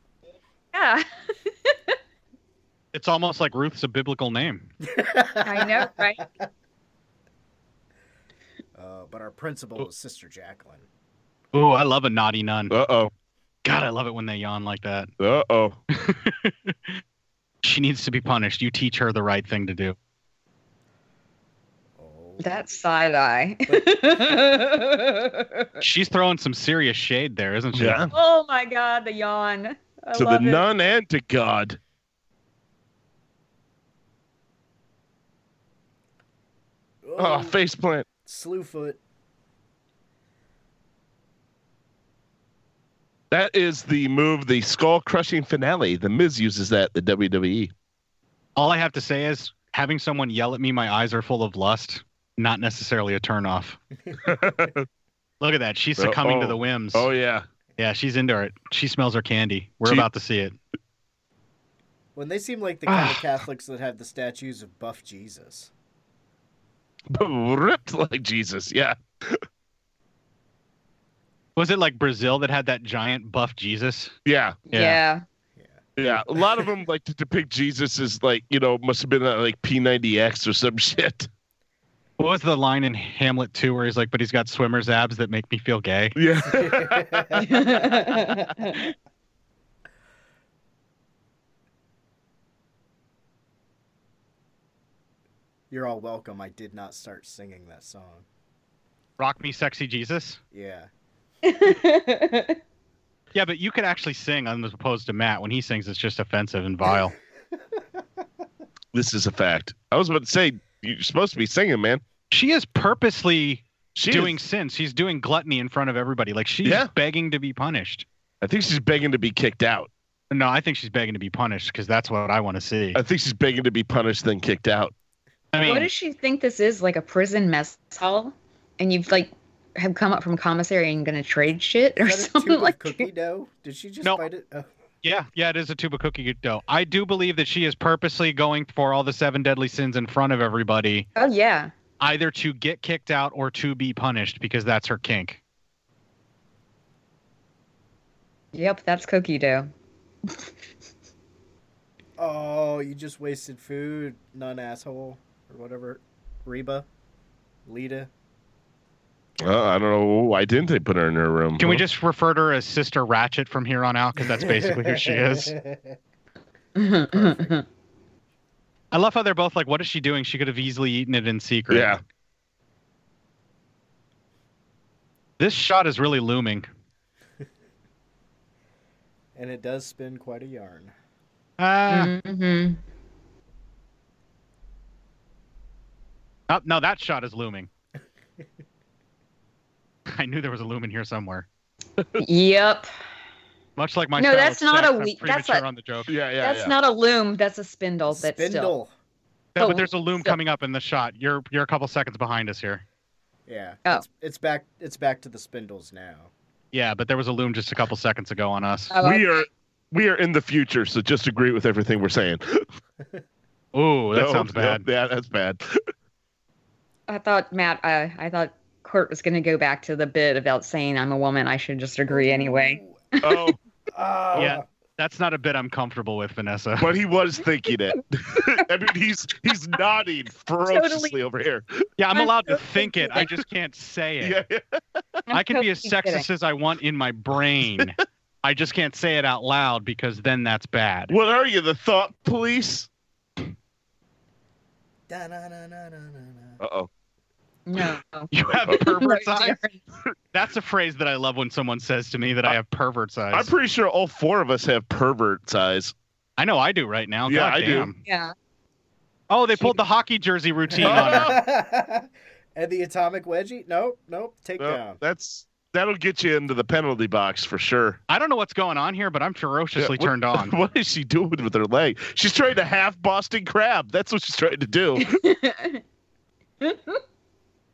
Speaker 3: Yeah.
Speaker 4: it's almost like ruth's a biblical name
Speaker 3: I know, (laughs) right?
Speaker 5: (laughs) Uh, but our principal was Sister Jacqueline.
Speaker 4: Ooh, i love a naughty nun
Speaker 6: Uh oh.
Speaker 4: God, I love it when they yawn like that.
Speaker 6: Uh oh.
Speaker 4: She needs to be punished. You teach her the right thing to do.
Speaker 5: Oh.
Speaker 3: That's side eye.
Speaker 4: She's throwing some serious shade there, isn't she?
Speaker 6: (laughs) Yeah.
Speaker 3: oh my God, the yawn. I
Speaker 6: to the
Speaker 3: love it.
Speaker 6: nun and to God. Oh, faceplant.
Speaker 5: Slewfoot.
Speaker 6: That is the move, the skull crushing finale. The Miz uses that at the E. WWE.
Speaker 4: All I have to say is having someone yell at me, my eyes are full of lust. not necessarily a
Speaker 6: (laughs)
Speaker 4: turnoff. Look at that. She's
Speaker 6: Well,
Speaker 4: succumbing to
Speaker 6: oh.
Speaker 4: the whims.
Speaker 6: Oh yeah.
Speaker 4: Yeah, she's into it. She smells her candy. We're
Speaker 6: She-
Speaker 4: about to see it.
Speaker 5: When they seem like the kind
Speaker 4: (sighs)
Speaker 5: of Catholics that have the statues of buff Jesus.
Speaker 6: Ripped like Jesus. Yeah.
Speaker 4: Was it like Brazil that had that giant buff Jesus?
Speaker 6: Yeah.
Speaker 3: Yeah.
Speaker 6: Yeah. A lot of them like to depict Jesus as like, you know, must have been uh, like P90X or some (laughs) shit.
Speaker 4: What was the line in Hamlet 2 where he's like, but he's got swimmer's abs that make me feel gay? (laughs)
Speaker 6: Yeah.
Speaker 3: (laughs)
Speaker 5: You're all welcome. I did not start singing that song.
Speaker 4: Rock me, sexy Jesus? (laughs)
Speaker 5: Yeah.
Speaker 4: Yeah, but you could actually sing as opposed to Matt. When he sings, it's just offensive and vile.
Speaker 6: This is a fact. I was about to say, you're supposed to be singing, man.
Speaker 4: she is purposely
Speaker 6: She
Speaker 4: doing
Speaker 6: is-
Speaker 4: sin. She's doing gluttony in front of everybody. Like she's
Speaker 6: Yeah.
Speaker 4: begging to be punished.
Speaker 6: I think she's begging to be kicked out.
Speaker 4: No, I think she's begging to be punished because that's what I want to see.
Speaker 6: I think she's begging to be punished, then kicked out.
Speaker 4: I mean,
Speaker 3: Uh, what does she think this is? Like a prison mess hall? And you've like have come up from commissary and gonna trade shit or
Speaker 5: Is that a
Speaker 3: something
Speaker 5: tube of
Speaker 3: like
Speaker 5: cookie dough? Did she just
Speaker 4: No.
Speaker 5: bite it? Oh.
Speaker 4: yeah, yeah, it is a tuba cookie dough. I do believe that she is purposely going for all the seven deadly sins in front of everybody,
Speaker 3: Oh yeah.
Speaker 4: either to get kicked out or to be punished because that's her kink.
Speaker 3: Yep, that's cookie dough.
Speaker 5: Oh, you just wasted food, non asshole, or whatever. Reba, Lita.
Speaker 6: Oh, I don't know. Why didn't they put her in her room?
Speaker 3: Mm-hmm.
Speaker 4: Can we just refer to her as Sister Ratchet from here on out? Because that's basically who she
Speaker 3: (laughs)
Speaker 5: (laughs)
Speaker 4: is. I love how they're both like, what is she doing? She could have easily eaten it in secret.
Speaker 6: Yeah.
Speaker 4: This shot is really looming.
Speaker 5: and it does spin quite a yarn.
Speaker 4: Ah,
Speaker 3: hmm
Speaker 4: oh, no, that shot is looming. (laughs) I knew there was a loom in here somewhere.
Speaker 3: Yep.
Speaker 4: Much like my
Speaker 3: No,
Speaker 4: style
Speaker 3: that's
Speaker 4: of
Speaker 3: not
Speaker 4: sex,
Speaker 3: a
Speaker 4: I'm
Speaker 3: weak- that's
Speaker 4: premature
Speaker 3: a-
Speaker 4: on the joke.
Speaker 6: Yeah, yeah.
Speaker 3: that's
Speaker 6: yeah.
Speaker 3: not a loom, that's a spindle. That's still
Speaker 5: Spindle.
Speaker 4: No,
Speaker 3: Oh,
Speaker 4: but there's a loom
Speaker 3: so-
Speaker 4: coming up in the shot. You're you're a couple seconds behind us here.
Speaker 5: Yeah.
Speaker 3: Oh.
Speaker 5: It's, it's back. It's back to the spindles now.
Speaker 4: Yeah, but there was a loom just a couple seconds ago on us.
Speaker 3: Oh,
Speaker 6: we are we are in the future, so just agree with everything we're saying.
Speaker 3: Oh.
Speaker 4: Ooh, that
Speaker 6: No,
Speaker 4: sounds
Speaker 6: no,
Speaker 4: bad.
Speaker 6: yeah, that's bad.
Speaker 3: I thought Matt uh, I thought Kurt was gonna go back to the bit about saying I'm a woman, I should just agree anyway.
Speaker 6: Oh,
Speaker 5: Ah.
Speaker 4: Yeah. That's not a bit I'm comfortable with, Vanessa.
Speaker 6: but he was thinking it. (laughs) I mean, he's he's nodding ferociously over here.
Speaker 4: (laughs) Yeah, I'm
Speaker 3: I'm
Speaker 4: allowed to
Speaker 3: so
Speaker 4: think it. I just can't say it.
Speaker 6: Yeah, yeah.
Speaker 3: I'm
Speaker 4: I can
Speaker 3: (laughs)
Speaker 4: be as
Speaker 3: totally kidding.
Speaker 4: sexist as I want in my
Speaker 6: (laughs)
Speaker 4: brain. I just can't say it out loud because then that's bad.
Speaker 6: What are you, the thought police?
Speaker 5: Da-na-na-na-na-na-na.
Speaker 6: Uh oh.
Speaker 5: (laughs)
Speaker 3: No.
Speaker 4: You have
Speaker 6: Oh.
Speaker 4: pervert's eyes? That's a phrase that I love when someone says to me that I have pervert's eyes. i
Speaker 6: I'm pretty sure all four of us have pervert eyes.
Speaker 4: know I do right now.
Speaker 6: Yeah,
Speaker 4: God
Speaker 6: I do.
Speaker 4: damn.
Speaker 3: Yeah.
Speaker 4: Oh, they pulled the hockey jersey
Speaker 6: (laughs)
Speaker 4: routine on her.
Speaker 5: (laughs) and the atomic wedgie? Nope, nope.
Speaker 6: No,
Speaker 5: Takedown.
Speaker 6: that's that'll get you into the penalty box for sure.
Speaker 4: I don't know what's going on here, but I'm ferociously
Speaker 6: Yeah, what-
Speaker 4: turned on.
Speaker 6: (laughs) What is she doing with her leg? She's trying to half Boston crab. That's what she's trying to do.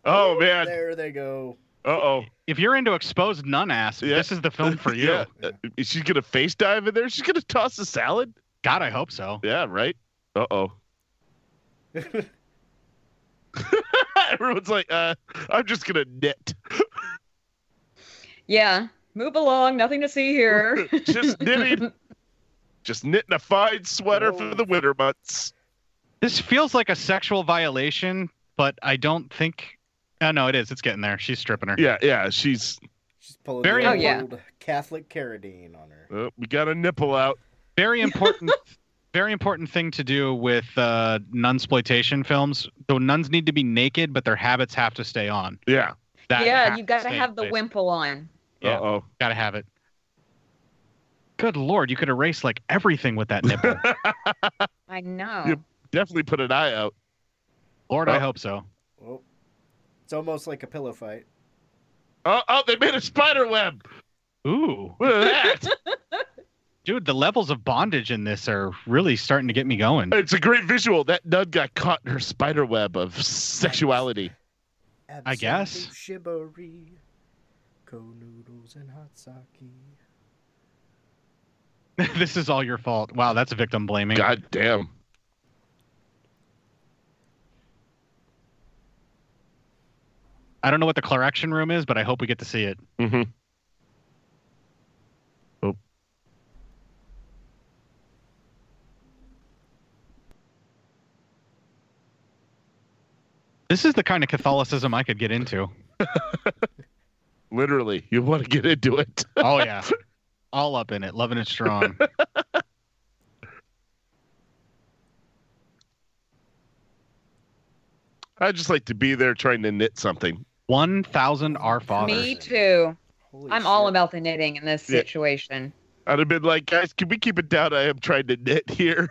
Speaker 6: Oh man.
Speaker 5: There they go.
Speaker 6: Uh oh.
Speaker 4: If you're into exposed nun ass,
Speaker 6: Yeah.
Speaker 4: this is the film
Speaker 6: (laughs)
Speaker 4: for you.
Speaker 6: Yeah. Uh, Is she gonna face dive in there? She's gonna toss a salad?
Speaker 4: God, I hope so.
Speaker 6: Yeah, right. Uh oh. (laughs) Everyone's like, uh, I'm just gonna knit.
Speaker 3: Yeah. Move along, nothing to see
Speaker 6: (laughs)
Speaker 3: here.
Speaker 6: Just knitting. Just knitting a fine sweater for
Speaker 5: Whoa.
Speaker 4: Oh.
Speaker 6: the winter months.
Speaker 4: This feels like a sexual violation, but I don't think. Oh, no, it is. It's getting there. She's stripping her.
Speaker 6: Yeah, yeah. She's
Speaker 5: She's pulling
Speaker 4: Very-
Speaker 5: the
Speaker 3: Oh, yeah.
Speaker 5: old Catholic carradine on her.
Speaker 6: uh, we got a nipple out. (laughs)
Speaker 4: very important very important thing to do with uh nunsploitation films the nuns need to be naked but their habits have to stay on
Speaker 6: Yeah.
Speaker 4: that
Speaker 3: yeah,
Speaker 4: has
Speaker 3: you gotta
Speaker 4: stay in
Speaker 3: have the
Speaker 4: place.
Speaker 3: wimple on.
Speaker 4: Yeah.
Speaker 6: Uh oh.
Speaker 4: gotta have it good lord you could erase like everything with that
Speaker 6: (laughs)
Speaker 4: nipple
Speaker 3: I know.
Speaker 6: Yep. Definitely put an eye out.
Speaker 4: lord i
Speaker 6: Oh.
Speaker 4: hope so
Speaker 5: Oh. It's almost like a pillow fight.
Speaker 6: Oh, oh, they made a spider web.
Speaker 4: ooh
Speaker 6: Look
Speaker 4: (laughs)
Speaker 6: at that.
Speaker 4: dude the levels of bondage in this are really starting to get me going
Speaker 6: it's a great visual. That nun got caught in her spider web of sexuality.
Speaker 4: I guess.
Speaker 5: Absolute Shibori, cold noodles and hot sake.
Speaker 4: (laughs) this is all your fault. Wow, that's victim blaming.
Speaker 6: God damn.
Speaker 4: I don't know what the correction room is, but I hope we get to see it.
Speaker 6: hmm
Speaker 4: This is the kind of Catholicism I could get into.
Speaker 6: Literally, you want to get into it.
Speaker 4: Oh
Speaker 6: (laughs)
Speaker 4: yeah, all up in it, loving it strong.
Speaker 6: I just like to be there trying to knit something.
Speaker 4: One thousand our
Speaker 3: Me
Speaker 4: fathers.
Speaker 3: too.
Speaker 5: Holy
Speaker 3: I'm all
Speaker 5: shit.
Speaker 3: about the knitting in this
Speaker 6: Yeah.
Speaker 3: situation.
Speaker 6: I'd have been like, guys, can we keep it down? I am trying to knit here.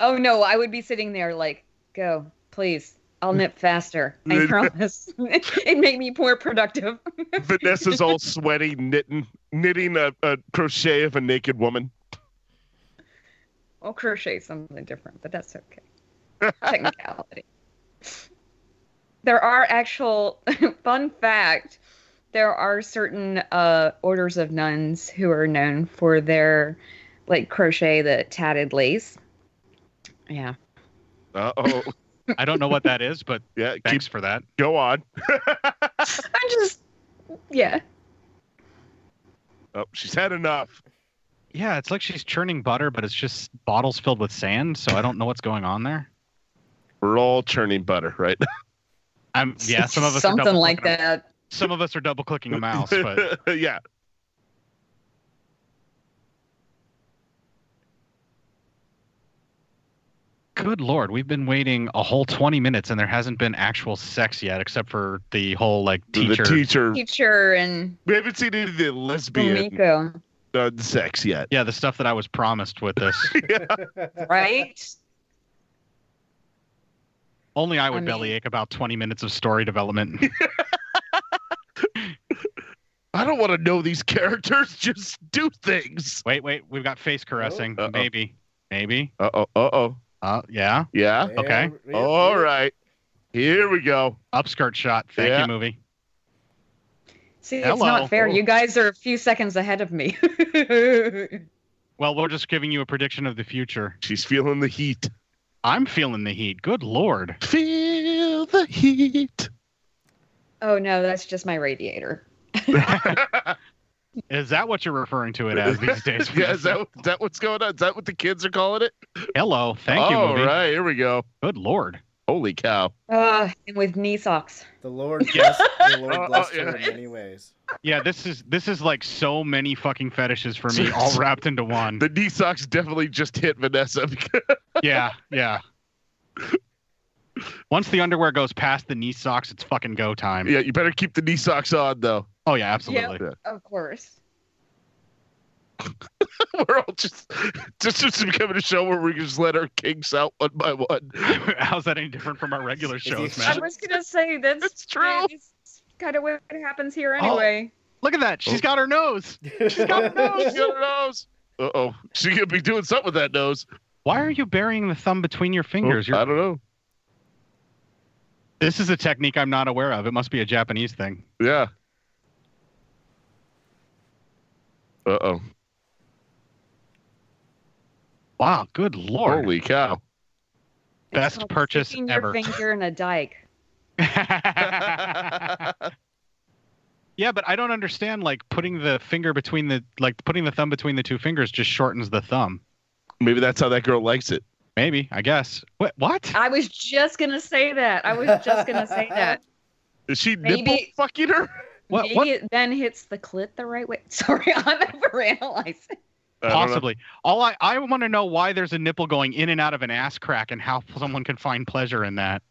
Speaker 3: Oh no, I would be sitting there like, go, please.
Speaker 6: Mm.
Speaker 3: I'll knit faster.
Speaker 6: (laughs)
Speaker 3: I promise. (laughs) it made me more productive. (laughs)
Speaker 6: Vanessa's all sweaty, knitting, knitting a, a crochet of a naked woman.
Speaker 3: I'll crochet something different, but that's okay. Technicality. There are actual (laughs) fun fact. There are certain uh, orders of nuns who are known for their like crochet the tatted lace. Yeah.
Speaker 6: Uh oh.
Speaker 4: I don't know what that is, but
Speaker 6: Yeah, keep
Speaker 4: thanks for that.
Speaker 6: go on.
Speaker 3: I'm just yeah.
Speaker 6: Oh, she's had enough.
Speaker 4: Yeah, it's like she's churning butter, but it's just bottles filled with sand. So I don't know what's going on there.
Speaker 6: We're all churning butter, right?
Speaker 4: I'm yeah. Some of us are
Speaker 3: something
Speaker 4: double
Speaker 3: like
Speaker 4: clicking-
Speaker 3: that.
Speaker 4: Some of us are double clicking a mouse, but
Speaker 6: (laughs) yeah.
Speaker 4: good lord, we've been waiting a whole twenty minutes and there hasn't been actual sex yet, except for the whole like teacher.
Speaker 6: The teacher.
Speaker 3: Teacher and
Speaker 6: We haven't seen any of the lesbian
Speaker 3: Miko,
Speaker 6: uh, sex yet.
Speaker 4: yeah, the stuff that I was promised with
Speaker 6: (laughs)
Speaker 4: this.
Speaker 3: right?
Speaker 4: Only I would
Speaker 3: mean-
Speaker 4: bellyache about twenty minutes of story development.
Speaker 6: I don't want to know these characters. (laughs) Just do things.
Speaker 4: wait, wait, we've got face caressing.
Speaker 6: Uh-oh.
Speaker 4: Maybe, maybe.
Speaker 6: Uh oh. Uh oh.
Speaker 4: Uh, yeah.
Speaker 6: Yeah.
Speaker 5: Yeah,
Speaker 4: Okay.
Speaker 5: yeah,
Speaker 6: All
Speaker 5: yeah.
Speaker 6: right. Here we go.
Speaker 4: Upskirt shot. Thank
Speaker 6: Yeah.
Speaker 4: you, movie.
Speaker 3: See, it's
Speaker 4: Hello.
Speaker 3: not fair. You guys are a few seconds ahead of me. (laughs)
Speaker 4: Well, we're just giving you a prediction of the future.
Speaker 6: She's feeling the heat.
Speaker 4: I'm feeling the heat. Good lord.
Speaker 6: Feel the heat.
Speaker 3: oh no, that's just my radiator.
Speaker 4: Is that what you're referring to it
Speaker 6: (laughs)
Speaker 4: as uh, these days?
Speaker 6: yeah, is that, is that what's going on? Is that what the kids are calling it?
Speaker 4: Hello. Thank you,
Speaker 6: All
Speaker 4: movie.
Speaker 6: Oh, right. Here we go.
Speaker 4: Good lord.
Speaker 6: Holy cow.
Speaker 3: Uh, and with knee socks.
Speaker 5: The Lord
Speaker 6: (laughs)
Speaker 5: blessed, the
Speaker 6: Oh,
Speaker 5: Lord blessed her
Speaker 6: yeah.
Speaker 5: in many
Speaker 6: (laughs)
Speaker 5: ways. (laughs)
Speaker 4: Yeah, this is this is like so many fucking fetishes for me,
Speaker 6: (laughs)
Speaker 4: all wrapped into one.
Speaker 6: The knee socks definitely just hit Vanessa. (laughs) because-
Speaker 4: Yeah, yeah. Once the underwear goes past the knee socks, it's fucking go time.
Speaker 6: yeah, you better keep the knee socks on, though.
Speaker 4: Oh yeah, absolutely.
Speaker 6: Yeah.
Speaker 3: Of course.
Speaker 6: (laughs) We're all just, just, just becoming a show where we just let our kinks out one by one.
Speaker 4: (laughs) How's that any different from our regular
Speaker 5: you-
Speaker 4: shows,
Speaker 3: I
Speaker 4: man?
Speaker 3: was gonna say that's
Speaker 6: It's true.
Speaker 3: It's kind of what happens here
Speaker 4: Oh.
Speaker 3: anyway.
Speaker 4: Look at that.
Speaker 6: Oh.
Speaker 4: She's got her nose.
Speaker 5: She's
Speaker 6: got (laughs) a nose. Uh oh. She's going to be doing something with that nose.
Speaker 4: Why are you burying the thumb between your fingers?
Speaker 6: Oh, I
Speaker 4: You're-
Speaker 6: don't know.
Speaker 4: This is a technique I'm not aware of. It must be a Japanese thing.
Speaker 6: Yeah. Uh oh.
Speaker 4: Wow, good lord.
Speaker 6: Holy cow.
Speaker 4: Best
Speaker 3: It's called
Speaker 4: purchase
Speaker 3: sticking
Speaker 4: ever.
Speaker 3: Your finger in a dike.
Speaker 4: (laughs) yeah, but I don't understand like putting the finger between the like putting the thumb between the two fingers just shortens the thumb.
Speaker 6: Maybe that's how that girl likes it.
Speaker 4: Maybe, I guess. What what?
Speaker 3: I was just gonna say that. I was just gonna say that.
Speaker 6: Is she
Speaker 3: Maybe-
Speaker 6: nipple fucking her?
Speaker 4: (laughs) What-
Speaker 3: Maybe
Speaker 4: what-
Speaker 3: it then hits the clit the right way. (laughs) Sorry, I'm overanalyzing.
Speaker 6: I don't know.
Speaker 4: Possibly. All I I want to know why there's a nipple going in and out of an ass crack and how someone can find pleasure in that.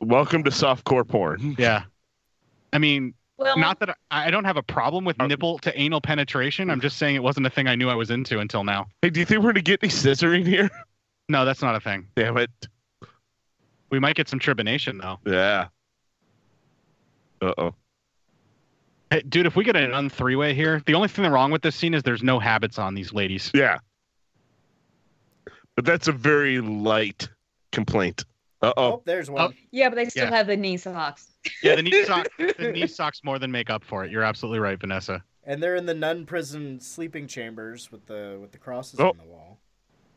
Speaker 6: Welcome to softcore porn.
Speaker 4: Yeah. I mean,
Speaker 3: Well,
Speaker 4: not that I, I don't have a problem with
Speaker 6: Uh,
Speaker 4: nipple to anal penetration. I'm just saying it wasn't a thing I knew I was into until now.
Speaker 6: Hey, do you think we're going to get any scissoring here?
Speaker 4: No, that's not a thing.
Speaker 6: Damn it.
Speaker 4: We might get some tribination though.
Speaker 6: Yeah. Uh oh.
Speaker 4: Hey, dude, if we get an un three way here, the only thing wrong with this scene is there's no habits on these ladies.
Speaker 6: Yeah. But that's a very light complaint. Uh
Speaker 5: Oh,
Speaker 6: oh.
Speaker 5: there's one.
Speaker 3: Yeah, but they still
Speaker 4: Yeah.
Speaker 3: have the knee socks.
Speaker 4: (laughs) Yeah, the knee socks, the (laughs) knee socks more than make up for it. You're absolutely right, Vanessa.
Speaker 5: And they're in the nun prison sleeping chambers with the with the crosses
Speaker 6: Oh.
Speaker 5: on the wall.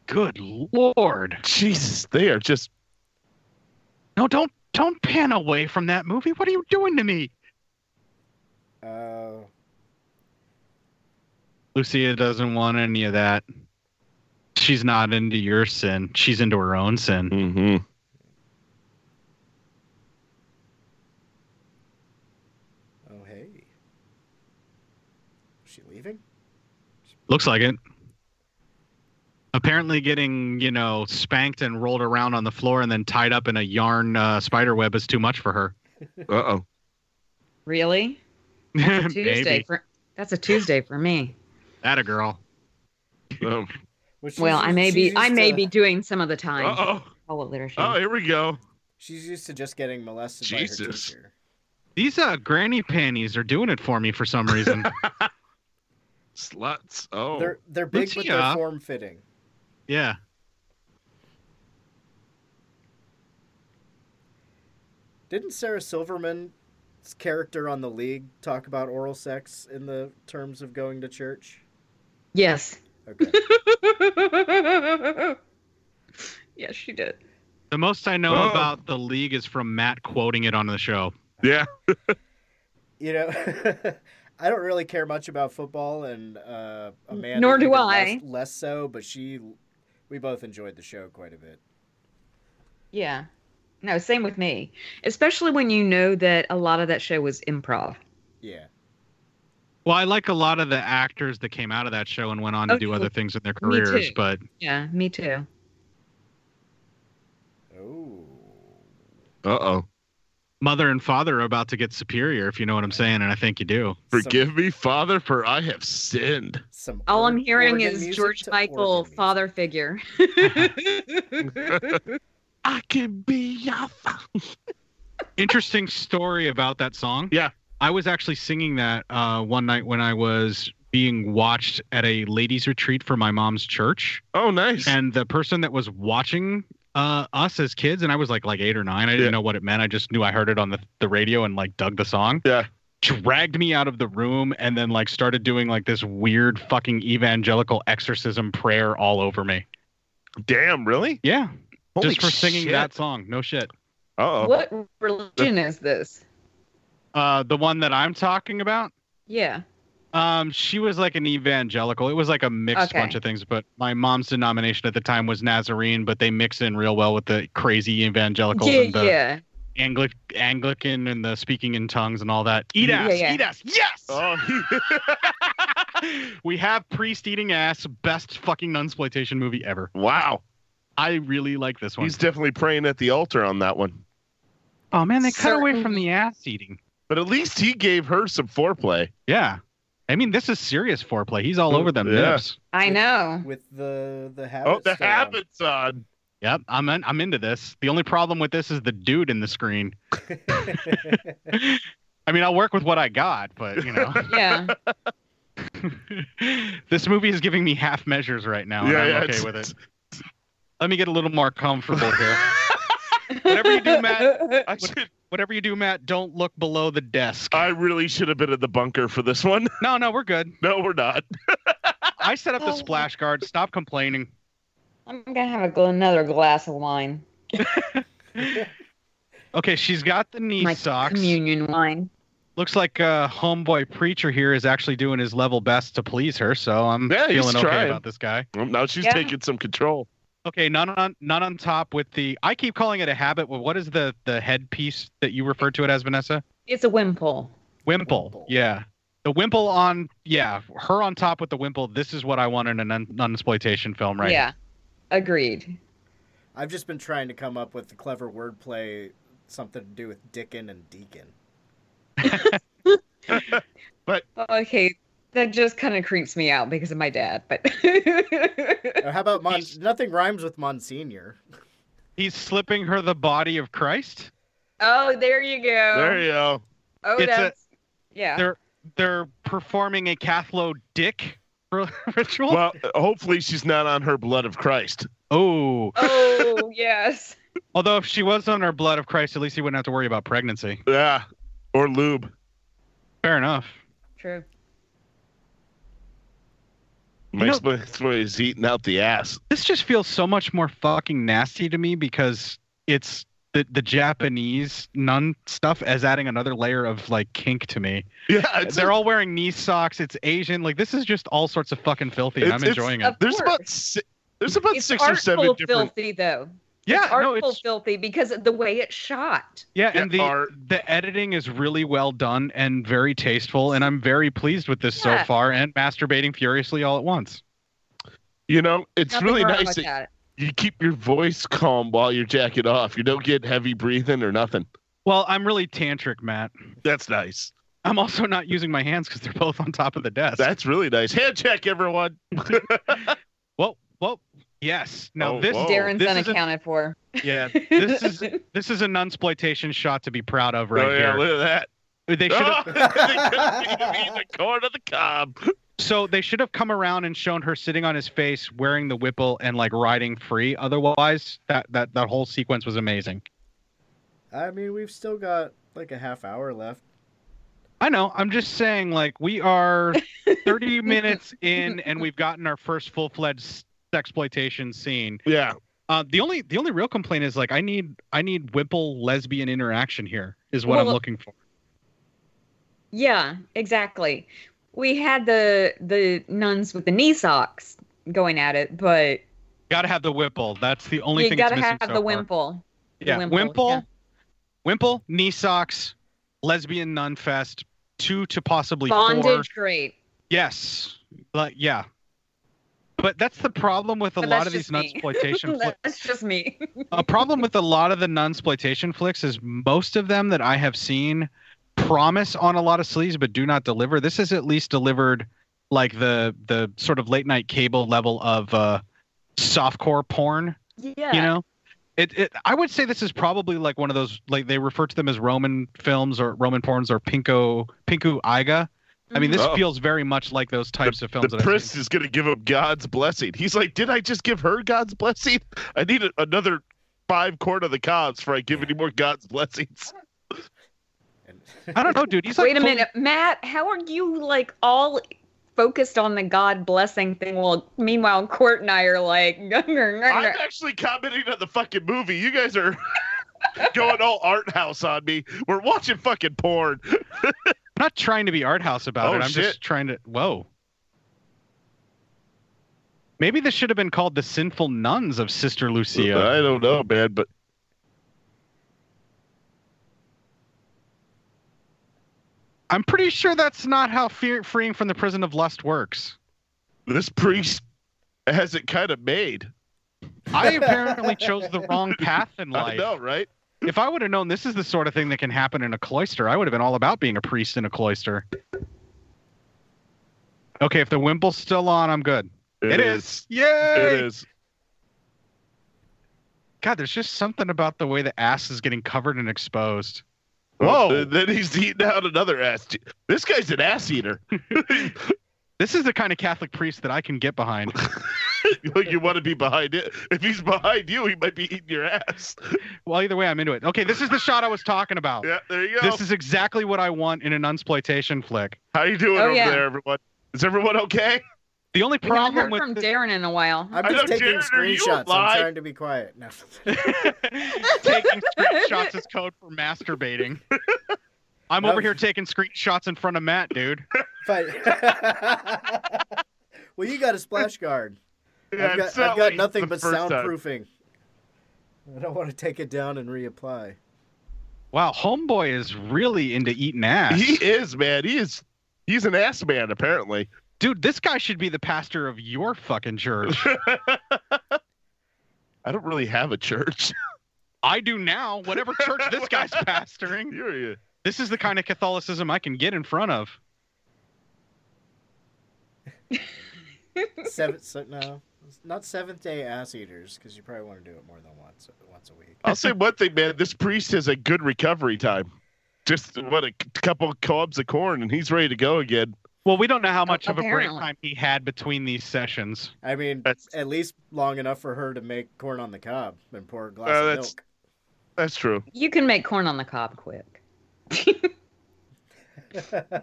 Speaker 4: Good lord!
Speaker 6: Jesus, they are just
Speaker 4: No, don't don't pan away from that movie. What are you doing to me?
Speaker 5: Uh,
Speaker 4: Lucia doesn't want any of that. She's not into your sin. She's into her own sin.
Speaker 6: mm-hmm.
Speaker 5: oh hey. Is she leaving?
Speaker 4: Looks like it. Apparently, getting you know spanked and rolled around on the floor and then tied up in a yarn uh, spider web is too much for her. (laughs)
Speaker 6: Uh oh.
Speaker 3: Really? Tuesday
Speaker 4: Maybe
Speaker 3: for that's a Tuesday for me.
Speaker 4: that a girl.
Speaker 6: Oh.
Speaker 4: (laughs)
Speaker 5: Well, she's
Speaker 3: Well, I
Speaker 5: used-
Speaker 3: may
Speaker 5: she's
Speaker 3: be
Speaker 5: used
Speaker 3: I may
Speaker 5: to-
Speaker 3: be doing some of the time.
Speaker 6: Uh oh.
Speaker 3: Call it literature.
Speaker 6: Oh, here we go.
Speaker 5: She's used to just getting molested by her
Speaker 6: Jesus.
Speaker 5: teacher.
Speaker 4: These uh, granny panties are doing it for me for some reason.
Speaker 6: Sluts. Oh.
Speaker 5: They're they're big, but they're
Speaker 4: Lucia.
Speaker 5: form fitting.
Speaker 4: yeah.
Speaker 5: Didn't Sarah Silverman's character on the League talk about oral sex in the terms of going to church?
Speaker 3: Yes.
Speaker 6: (laughs)
Speaker 5: Okay.
Speaker 3: (laughs) yes, she did.
Speaker 4: The most I know
Speaker 6: Oh.
Speaker 4: about the league is from Matt quoting it on the show.
Speaker 6: yeah.
Speaker 5: you know, (laughs) I don't really care much about football, and uh, Amanda.
Speaker 3: Nor do
Speaker 5: even
Speaker 3: I.
Speaker 5: Less, less so, but she, we both enjoyed the show quite a bit.
Speaker 3: Yeah. No, same with me. Especially when you know that a lot of that show was improv.
Speaker 5: Yeah.
Speaker 4: Well, I like a lot of the actors that came out of that show and went on to
Speaker 3: Oh,
Speaker 4: do
Speaker 3: yeah.
Speaker 4: other things in their
Speaker 3: Me too.
Speaker 4: careers, but
Speaker 3: Yeah, me too.
Speaker 5: Oh.
Speaker 6: Uh oh.
Speaker 4: mother and father are about to get superior, if you know what I'm saying, and I think you do.
Speaker 6: Forgive me, Father, for I have sinned.
Speaker 5: Some.
Speaker 3: All I'm
Speaker 5: org-
Speaker 3: hearing
Speaker 5: organ
Speaker 3: is
Speaker 5: music
Speaker 3: George
Speaker 5: to
Speaker 3: Michael,
Speaker 5: organ music.
Speaker 3: father (laughs) figure.
Speaker 6: I can be your father.
Speaker 4: Interesting story about that song.
Speaker 6: Yeah.
Speaker 4: I was actually singing that uh, one night when I was being watched at a ladies' retreat for my mom's church.
Speaker 6: Oh, nice.
Speaker 4: and the person that was watching uh, us as kids, and I was like like eight or nine. I didn't
Speaker 6: Yeah.
Speaker 4: know what it meant. I just knew I heard it on the, the radio and like dug the song.
Speaker 6: Yeah.
Speaker 4: Dragged me out of the room and then like started doing like this weird fucking evangelical exorcism prayer all over me.
Speaker 6: Damn, really?
Speaker 4: Yeah.
Speaker 6: Holy
Speaker 4: just for singing
Speaker 6: shit.
Speaker 4: that song. No shit.
Speaker 6: Uh oh.
Speaker 3: what religion is this?
Speaker 4: Uh, the one that I'm talking about.
Speaker 3: Yeah.
Speaker 4: Um, she was like an evangelical. It was like a mixed
Speaker 3: Okay.
Speaker 4: bunch of things, but my mom's denomination at the time was Nazarene, but they mix in real well with the crazy evangelicals
Speaker 3: Yeah,
Speaker 4: and the
Speaker 3: yeah.
Speaker 4: Anglic- Anglican and the speaking in tongues and all that. Eat
Speaker 3: Yeah,
Speaker 4: ass,
Speaker 3: yeah.
Speaker 4: eat ass, (laughs) yes.
Speaker 6: Oh,
Speaker 4: we have priest eating ass, best fucking nunsploitation movie ever.
Speaker 6: wow.
Speaker 4: I really like this one.
Speaker 6: He's definitely praying at the altar on that one.
Speaker 4: oh man,
Speaker 3: they cut away from
Speaker 4: the ass eating.
Speaker 6: But at least he gave her some foreplay.
Speaker 4: Yeah, I mean this is serious foreplay. He's all
Speaker 6: Mm,
Speaker 4: over them
Speaker 6: yeah.
Speaker 4: nips.
Speaker 3: I know.
Speaker 5: with the the habit.
Speaker 6: Oh, the
Speaker 5: still on.
Speaker 6: habit's on.
Speaker 4: Yep, I'm in, I'm into this. The only problem with this is the dude in the
Speaker 3: (laughs)
Speaker 4: screen. I mean, I'll work with what I got, but you know, (laughs)
Speaker 3: Yeah.
Speaker 4: this movie is giving me half measures right now, and I'm okay
Speaker 6: it's-
Speaker 4: with it. Let me get a little more comfortable here. Whatever you do, Matt.
Speaker 6: I should.
Speaker 4: whatever you do, Matt, don't look below the desk.
Speaker 6: I really should have been in the bunker for this one. (laughs)
Speaker 4: no, no, we're good.
Speaker 6: No, we're not.
Speaker 4: I set up the
Speaker 3: (laughs) Oh.
Speaker 4: splash guard. Stop complaining.
Speaker 3: (laughs) I'm gonna have a, gl- another glass of wine.
Speaker 4: Okay, she's got the knee
Speaker 3: My
Speaker 4: socks.
Speaker 3: communion wine.
Speaker 4: Looks like uh, homeboy preacher here is actually doing his level best to please her. So I'm
Speaker 6: Yeah, he's
Speaker 4: feeling okay
Speaker 6: trying.
Speaker 4: about this guy.
Speaker 6: Well, Now she's
Speaker 3: Yeah.
Speaker 6: taking some control.
Speaker 4: Okay, none on none on top with the. I keep calling it a habit. Well, What is the the headpiece that you refer to it as, Vanessa?
Speaker 3: It's a wimple.
Speaker 4: Wimple.
Speaker 5: Wimple.
Speaker 4: Yeah. The wimple on, yeah, her on top with the wimple. This is what I want in a non exploitation film, right?
Speaker 3: Yeah. Agreed.
Speaker 5: I've just been trying to come up with the clever wordplay, something to do with Dickon and Deacon.
Speaker 3: Oh, Okay. That just kind of creeps me out because of my dad, but (laughs)
Speaker 5: Or how about Mon-
Speaker 4: He's-
Speaker 5: nothing rhymes with Monsignor?
Speaker 4: He's slipping her the body of Christ.
Speaker 3: Oh, there you go.
Speaker 6: There you go.
Speaker 3: oh,
Speaker 4: It's a-
Speaker 3: that's
Speaker 4: (laughs)
Speaker 3: yeah.
Speaker 4: They're they're performing a Cathlo dick (laughs) r- ritual.
Speaker 6: Well, hopefully she's not on her blood of Christ.
Speaker 4: oh,
Speaker 3: Oh, yes.
Speaker 4: Although if she was on her blood of Christ, at least he wouldn't have to worry about pregnancy.
Speaker 6: Yeah. Or lube.
Speaker 4: Fair enough.
Speaker 3: True.
Speaker 6: Might
Speaker 4: know-
Speaker 6: explain why he's eating out the ass. (laughs)
Speaker 4: This just feels so much more fucking nasty to me because it's the the Japanese nun stuff as adding another layer of like kink to me.
Speaker 6: Yeah, it's
Speaker 4: They're all wearing knee socks. It's Asian. Like this is just all sorts of fucking filthy. and
Speaker 6: It's-
Speaker 4: I'm
Speaker 6: it's-
Speaker 4: enjoying
Speaker 3: Of
Speaker 4: it.
Speaker 6: there's
Speaker 3: course.
Speaker 6: about si- there's about
Speaker 3: it's
Speaker 6: six or
Speaker 3: artful
Speaker 6: seven different.
Speaker 3: filthy though.
Speaker 4: Yeah,
Speaker 3: it's
Speaker 4: no,
Speaker 3: artful
Speaker 4: it's
Speaker 3: filthy because of the way it's shot.
Speaker 4: yeah,
Speaker 6: Yeah,
Speaker 4: and the
Speaker 6: art.
Speaker 4: the editing is really well done and very tasteful, and I'm very pleased with this
Speaker 3: Yeah.
Speaker 4: so far. And masturbating furiously all at once.
Speaker 6: You know, it's
Speaker 3: Nothing
Speaker 6: really
Speaker 3: wrong
Speaker 6: nice
Speaker 3: with
Speaker 6: that
Speaker 3: that.
Speaker 6: you keep your voice calm while you're jacking off. You don't get heavy breathing or nothing.
Speaker 4: Well, I'm really tantric, Matt.
Speaker 6: That's nice.
Speaker 4: I'm also not using my hands because they're both on top of the desk.
Speaker 6: That's really nice. Hand check, everyone.
Speaker 4: well, well, yes. Now
Speaker 6: Oh,
Speaker 4: this,
Speaker 6: whoa.
Speaker 3: Darren's
Speaker 4: this is a-
Speaker 3: unaccounted for.
Speaker 4: yeah, this is this is a nunsploitation shot to be proud of right
Speaker 6: oh, yeah,
Speaker 4: here.
Speaker 6: look at
Speaker 4: They should have
Speaker 6: that. Oh, (laughs) they couldn't be in
Speaker 4: (laughs)
Speaker 6: the corn of the cob.
Speaker 4: so they should have come around and shown her sitting on his face, wearing the whipple and like riding free. Otherwise, that that that whole sequence was amazing.
Speaker 5: I mean, we've still got like a half hour left.
Speaker 4: I know. I'm just saying, like, we
Speaker 3: (laughs)
Speaker 4: are 30 minutes in, and we've gotten our first full-fledged exploitation scene.
Speaker 6: Yeah.
Speaker 4: Uh, the only the only real complaint is like, I need I need Whipple lesbian interaction here is what I'm
Speaker 3: Well,
Speaker 4: looking for.
Speaker 3: (laughs) Yeah, exactly. We had the the nuns with the knee socks going at it, but
Speaker 4: Got to have the Whipple. That's the only
Speaker 3: you
Speaker 4: thing.
Speaker 3: gotta
Speaker 4: that's missing
Speaker 3: have
Speaker 4: so
Speaker 3: the
Speaker 4: far.
Speaker 3: wimple. The
Speaker 4: Yeah,
Speaker 3: wimple,
Speaker 4: Wimple,
Speaker 3: yeah.
Speaker 4: Wimple, knee socks, lesbian nun fest, two to possibly four.
Speaker 3: Bondage great.
Speaker 4: Yes. Like yeah. But that's the problem with a
Speaker 3: But
Speaker 4: lot
Speaker 3: that's
Speaker 4: of these
Speaker 3: just me. (laughs)
Speaker 4: nunsploitation flicks.
Speaker 3: That's just me.
Speaker 4: A problem with a lot of the nunsploitation flicks is most of them that I have seen promise on a lot of sleaze but do not deliver. This is at least delivered like the the sort of late night cable level of uh softcore porn
Speaker 3: Yeah.
Speaker 4: you know it, it i would say this is probably like one of those like they refer to them as roman films or roman porns or pinko pinku aiga i mean this
Speaker 6: Mhm. Oh.
Speaker 4: feels very much like those types of films
Speaker 6: The
Speaker 4: that I've
Speaker 6: prince
Speaker 4: seen.
Speaker 6: is going to give him God's blessing. He's like, did I just give her God's blessing? I need a- another five corn of the cobs for I give any more God's blessings. (laughs)
Speaker 5: And
Speaker 4: i don't know dude he's like
Speaker 3: Wait a
Speaker 4: fully-
Speaker 3: minute, Matt. How are you like all focused on the God blessing thing? Well, meanwhile, Court and I are like, (laughs)
Speaker 6: I'm actually commenting on the fucking movie. You guys are (laughs) going all art house on me. We're watching fucking porn.
Speaker 4: i'm not trying to be art house about it
Speaker 6: Oh,
Speaker 4: i'm just
Speaker 6: shit.
Speaker 4: trying to whoa maybe this should have been called the sinful nuns of sister lucia
Speaker 6: I don't know, man, but
Speaker 4: i'm pretty sure that's not how fear, freeing from the prison of lust works
Speaker 6: this priest has it kind of made. (laughs)
Speaker 4: i apparently chose the wrong path in
Speaker 6: I
Speaker 4: life
Speaker 6: know, right?
Speaker 4: if I would have known this is the sort of thing that can happen in a cloister, I would have been all about being a priest in a cloister. Okay, if the wimple's still on, I'm good. it is. Yay!
Speaker 6: It is.
Speaker 4: God, there's just something about the way the ass is getting covered and exposed.
Speaker 6: Whoa!
Speaker 4: Whoa.
Speaker 6: then he's eating out another ass. This guy's an ass eater. (laughs)
Speaker 4: This is the kind of Catholic priest that I can get behind.
Speaker 6: like you want to be behind it. If he's behind you, he might be eating your ass.
Speaker 4: well, either way, I'm into it. Okay, this is the shot I was talking about.
Speaker 6: Yeah, there you go.
Speaker 4: This is exactly what I want in an unsploitation flick.
Speaker 6: How you doing
Speaker 3: Oh,
Speaker 6: over
Speaker 3: yeah.
Speaker 6: there, everyone? Is everyone okay?
Speaker 4: The only
Speaker 3: We haven't
Speaker 4: problem
Speaker 3: heard (laughs)
Speaker 4: with
Speaker 3: from
Speaker 4: the-
Speaker 3: Darren in a while.
Speaker 5: I'm
Speaker 6: I
Speaker 5: just
Speaker 6: know,
Speaker 5: taking
Speaker 6: Jared, are you
Speaker 5: screenshots.
Speaker 6: alive?
Speaker 5: I'm trying to be quiet. No. (laughs)
Speaker 4: taking screenshots is code for masturbating. I'm over
Speaker 5: Um,
Speaker 4: here taking screenshots in front of Matt, dude.
Speaker 5: but (laughs) well, you got a splash
Speaker 6: (laughs)
Speaker 5: guard.
Speaker 6: Yeah,
Speaker 5: I've got,
Speaker 6: it's not
Speaker 5: I've got
Speaker 6: like
Speaker 5: nothing
Speaker 6: the
Speaker 5: but
Speaker 6: first time.
Speaker 5: soundproofing. I don't want to take it down and reapply.
Speaker 4: Wow, homeboy is really into eating ass.
Speaker 6: He is, man. He is. He's an ass man, apparently.
Speaker 4: dude, this guy should be the pastor of your fucking church.
Speaker 6: (laughs) I don't really have a church. (laughs)
Speaker 4: I do now, whatever church this guy's pastoring.
Speaker 6: You're you.
Speaker 4: This is the kind of Catholicism I can get in front of.
Speaker 5: Seventh, so, no, not Seventh Day Ass Eaters, because you probably want to do it more than once once a week.
Speaker 6: I'll say one thing, man. This priest has a good recovery time. Just what a c- couple cobs of corn, and he's ready to go again.
Speaker 4: Well, we don't know how much of a break
Speaker 3: Apparently.
Speaker 4: time he had between these sessions.
Speaker 5: I mean,
Speaker 6: That's-
Speaker 5: at least long enough for her to make corn on the cob and pour a glass
Speaker 6: Uh,
Speaker 5: of
Speaker 6: that's-
Speaker 5: milk.
Speaker 6: That's true.
Speaker 3: You can make corn on the cob quick. (laughs)
Speaker 5: (laughs) Are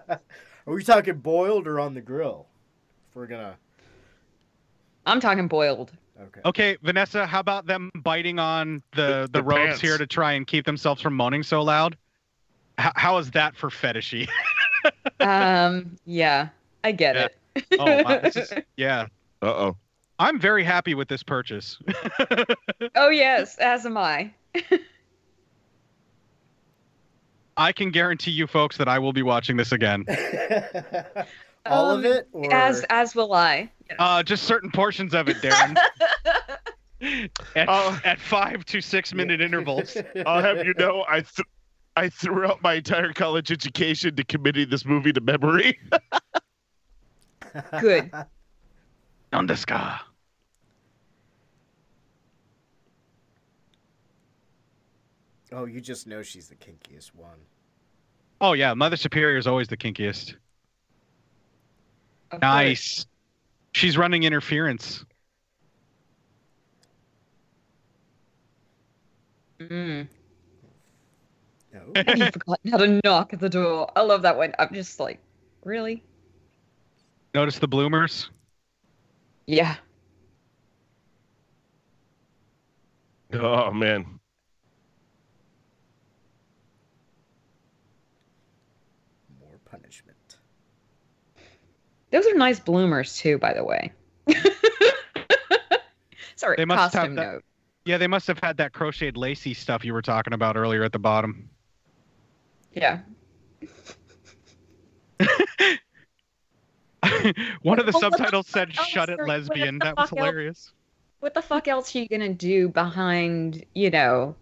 Speaker 5: we talking boiled or on the grill? If we're gonna.
Speaker 3: I'm talking boiled.
Speaker 5: Okay.
Speaker 4: Okay, Vanessa, how about them biting on the,
Speaker 6: The-
Speaker 4: the,
Speaker 6: the
Speaker 4: ropes
Speaker 6: pants.
Speaker 4: here to try and keep themselves from moaning so loud? H- how is that for
Speaker 3: (laughs)
Speaker 4: fetishy?
Speaker 3: Um, yeah, I get
Speaker 4: Yeah.
Speaker 3: it.
Speaker 4: oh, wow, this
Speaker 3: (laughs)
Speaker 4: is, yeah.
Speaker 6: Uh oh.
Speaker 4: I'm very happy with this purchase.
Speaker 3: Oh yes, as am I.
Speaker 4: I can guarantee you folks that I will be watching this
Speaker 3: (laughs)
Speaker 4: again.
Speaker 5: (laughs) All
Speaker 3: Um,
Speaker 5: of it, or
Speaker 3: As as will I. Yes.
Speaker 4: Uh, just certain portions of it,
Speaker 3: (laughs)
Speaker 4: Darren. at,
Speaker 6: Oh.
Speaker 4: at five to six minute
Speaker 3: (laughs)
Speaker 4: intervals.
Speaker 6: I'll have you know, I th- I threw out my entire college education to committing this movie to memory. (laughs)
Speaker 4: (laughs)
Speaker 3: Good.
Speaker 4: Nondeska.
Speaker 5: oh, you just know she's the kinkiest one.
Speaker 4: Oh yeah, Mother Superior is always the kinkiest.
Speaker 3: Of course.
Speaker 4: Nice. She's running interference.
Speaker 3: Mm.
Speaker 5: No.
Speaker 4: (laughs)
Speaker 3: You've forgotten how to knock at the door. I love that one. I'm just like, really?
Speaker 4: Notice the bloomers.
Speaker 3: Yeah.
Speaker 6: oh man.
Speaker 5: More punishment.
Speaker 3: Those are nice bloomers too, by the way. (laughs) Sorry,
Speaker 4: They must have
Speaker 3: costume
Speaker 4: that-
Speaker 3: note.
Speaker 4: Yeah, they must have had that crocheted lacy stuff you were talking about earlier at the bottom. (laughs)
Speaker 3: Yeah.
Speaker 4: One of the
Speaker 3: Oh, what the
Speaker 4: subtitles said
Speaker 3: fuck
Speaker 4: "Shut
Speaker 3: else
Speaker 4: it,
Speaker 3: are-
Speaker 4: lesbian."
Speaker 3: what the
Speaker 4: That was
Speaker 3: fuck else?
Speaker 4: hilarious.
Speaker 3: What the fuck else are you gonna do behind, you know?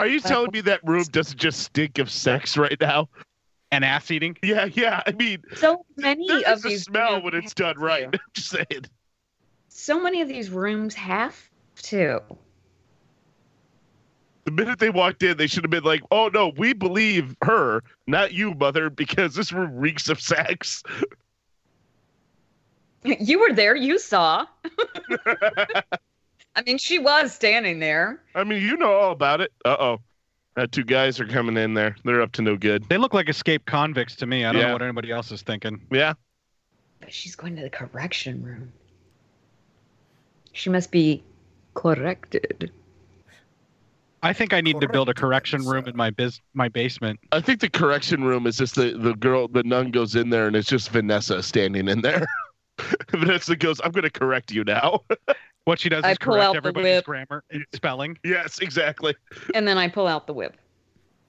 Speaker 6: Are you telling me that room doesn't just stink of sex right now?
Speaker 4: And ass eating.
Speaker 6: Yeah, yeah. I mean,
Speaker 3: So many
Speaker 6: there
Speaker 3: of
Speaker 6: is a
Speaker 3: these
Speaker 6: smell
Speaker 3: rooms
Speaker 6: when it's
Speaker 3: have
Speaker 6: done
Speaker 3: to.
Speaker 6: right. (laughs) I'm just saying.
Speaker 3: So many of these rooms have to. (laughs)
Speaker 6: The minute they walked in, they should have been like, "Oh no, we believe her, not you, mother, because this room reeks of sex."
Speaker 3: You were there, you saw. (laughs) I mean, she was standing there.
Speaker 6: I mean, you know all about it. Uh oh, that two guys are coming in there. They're up to no good.
Speaker 4: They look like escaped convicts to me. I don't
Speaker 6: Yeah.
Speaker 4: know what anybody else is thinking.
Speaker 6: Yeah,
Speaker 3: But she's going to the correction room. She must be corrected.
Speaker 4: I think I need to build a correction room in
Speaker 5: Correct.
Speaker 4: my biz- my basement.
Speaker 6: I think the correction room is just the the girl, the nun goes in there, and it's just Vanessa standing in there. (laughs) Vanessa goes, "I'm going to correct you now." (laughs)
Speaker 4: What she does
Speaker 3: I
Speaker 4: is
Speaker 3: pull out
Speaker 4: correct
Speaker 3: the
Speaker 4: everybody's
Speaker 3: whip.
Speaker 4: grammar and spelling.
Speaker 6: yes, exactly. (laughs)
Speaker 3: And then I pull out the whip.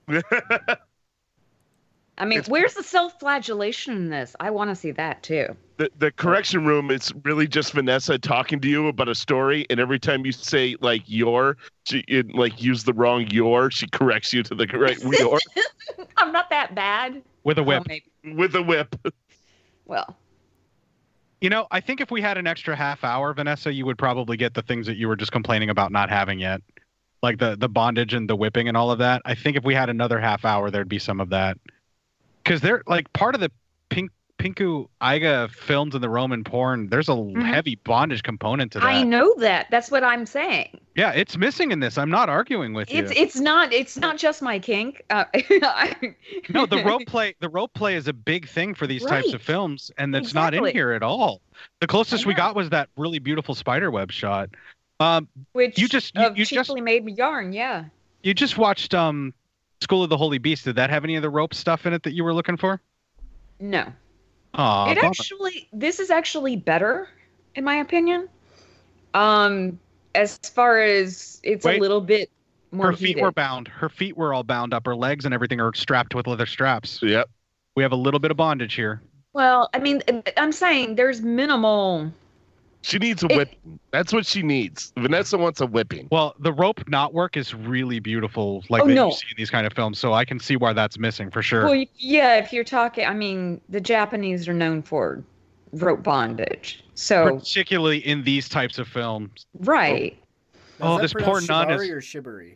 Speaker 6: Th-
Speaker 3: I mean,
Speaker 6: It's-
Speaker 3: where's the self flagellation in this? I want to see that too.
Speaker 6: The, the correction room is really just Vanessa talking to you about a story, and every time you say like "your," she it, like use the wrong "your," she corrects you to the correct "your"
Speaker 3: I'm not that bad.
Speaker 4: With a whip.
Speaker 3: Well, maybe.
Speaker 6: with a whip. (laughs)
Speaker 3: Well,
Speaker 4: You know, I think if we had an extra half hour, Vanessa, you would probably get the things that you were just complaining about not having yet. Like the the bondage and the whipping and all of that. I think if we had another half hour, there'd be some of that. Cuz they're like part of the Pink Pinku Iga films in the Roman porn, there's a
Speaker 3: Mhm.
Speaker 4: heavy bondage component to that.
Speaker 3: I know that. That's what I'm saying.
Speaker 4: Yeah, it's missing in this. I'm not arguing with you.
Speaker 3: It's it's not it's not just my kink. Uh, (laughs) I-
Speaker 4: no,
Speaker 3: (laughs)
Speaker 4: the role play the role play is a big thing for these types of
Speaker 3: Right.
Speaker 4: films, and that's not
Speaker 3: Exactly.
Speaker 4: in here at all. The closest we
Speaker 3: know.
Speaker 4: got was that really beautiful spider web shot. Um,
Speaker 3: which
Speaker 4: you just- you-
Speaker 3: of
Speaker 4: you just-
Speaker 3: cheaply made me yarn. Yeah.
Speaker 4: you just watched um, School of the Holy Beast. Did that have any of the rope stuff in it that you were looking for?
Speaker 3: No.
Speaker 4: Aw,
Speaker 3: it
Speaker 4: Ah, bummer.
Speaker 3: actually this is actually better in my opinion. Um as far as it's
Speaker 4: Wait.
Speaker 3: a little bit more
Speaker 4: her feet
Speaker 3: heated.
Speaker 4: were bound. Her feet were all bound up. Her legs and everything are strapped with leather straps.
Speaker 6: Yep.
Speaker 4: We have a little bit of bondage here.
Speaker 3: Well, I mean I'm saying there's minimal
Speaker 6: She needs a
Speaker 3: It-
Speaker 6: whip. That's what she needs. Vanessa wants a whipping.
Speaker 4: Well, the rope knot work is really beautiful, like
Speaker 3: Oh,
Speaker 4: that
Speaker 3: no.
Speaker 4: you see in these kind of films. So I can see why that's missing for sure.
Speaker 3: Well, yeah, if you're talking I mean the Japanese are known for rope bondage. So
Speaker 4: particularly in these types of films.
Speaker 3: right.
Speaker 5: Now,
Speaker 4: Oh,
Speaker 5: is that
Speaker 4: this poor
Speaker 5: pronounced
Speaker 4: nun is-
Speaker 5: shibari or shibari.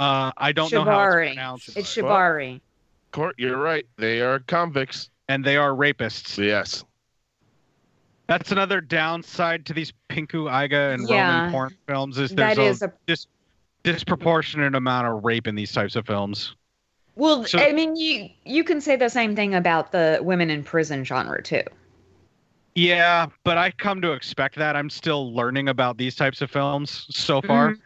Speaker 4: Uh, I don't know how
Speaker 3: Shibari.
Speaker 4: it's pronounced,
Speaker 3: It's
Speaker 6: Well-
Speaker 3: shibari.
Speaker 6: Court, you're right. They are convicts.
Speaker 4: and they are rapists.
Speaker 6: Yes.
Speaker 4: That's another downside to these Pinku Iga and
Speaker 3: Yeah.
Speaker 4: Roman porn films is there's
Speaker 3: That
Speaker 4: a,
Speaker 3: is a
Speaker 4: just disproportionate amount of rape in these types of films.
Speaker 3: Well,
Speaker 4: So-
Speaker 3: I mean, you you can say the same thing about the women in prison genre too.
Speaker 4: Yeah, but I come to expect that. I'm still learning about these types of films so far,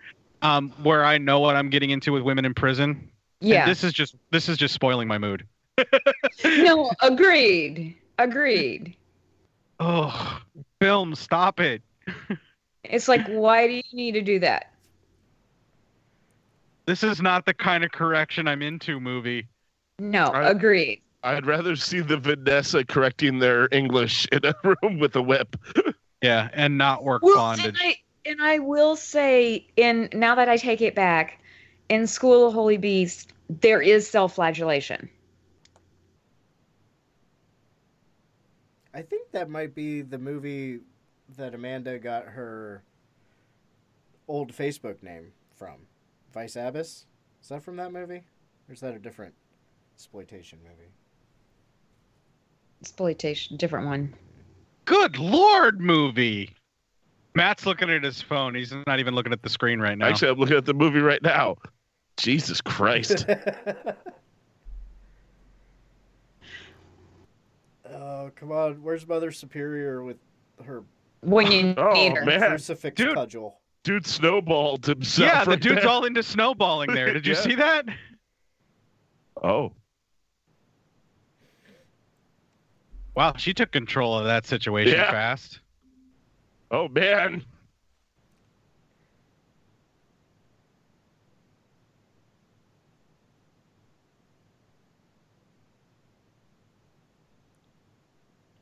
Speaker 4: um, where I know what I'm getting into with women in prison. And
Speaker 3: Yeah.
Speaker 4: this is just this is just spoiling my mood.
Speaker 3: no, agreed. Agreed.
Speaker 4: Oh, film, stop it.
Speaker 3: It's like, why do you need to do that?
Speaker 4: This is not the kind of correction I'm into. Movie.
Speaker 3: No,
Speaker 6: Right.
Speaker 3: agreed.
Speaker 6: I'd rather see the Vanessa correcting their English in a room with a whip.
Speaker 4: Yeah, and not work
Speaker 3: Well, and
Speaker 4: bondage.
Speaker 3: I, and I will say, in now that I take it back, in School of Holy Beast, there is self-flagellation.
Speaker 5: I think that might be the movie that Amanda got her old Facebook name from. Vice Abbas? Is that from that movie? Or is that a different exploitation movie?
Speaker 3: Exploitation, different one.
Speaker 4: Good lord, movie. Matt's looking at his phone. He's not even looking at the screen right now.
Speaker 6: Actually, I'm looking at the movie right now. Jesus Christ.
Speaker 5: oh, come on. Where's Mother Superior with her
Speaker 3: When you
Speaker 6: Oh,
Speaker 3: need her.
Speaker 6: man. Yeah,
Speaker 4: (laughs)
Speaker 5: crucifix
Speaker 4: dude.
Speaker 5: cudgel?
Speaker 6: Dude snowballed himself. (laughs)
Speaker 4: yeah, the
Speaker 6: right
Speaker 4: dude's
Speaker 6: there.
Speaker 4: all into snowballing there. Did you
Speaker 6: Yeah.
Speaker 4: see that?
Speaker 6: Oh.
Speaker 4: Wow, she took control of that situation
Speaker 6: Yeah.
Speaker 4: fast.
Speaker 6: Oh, man.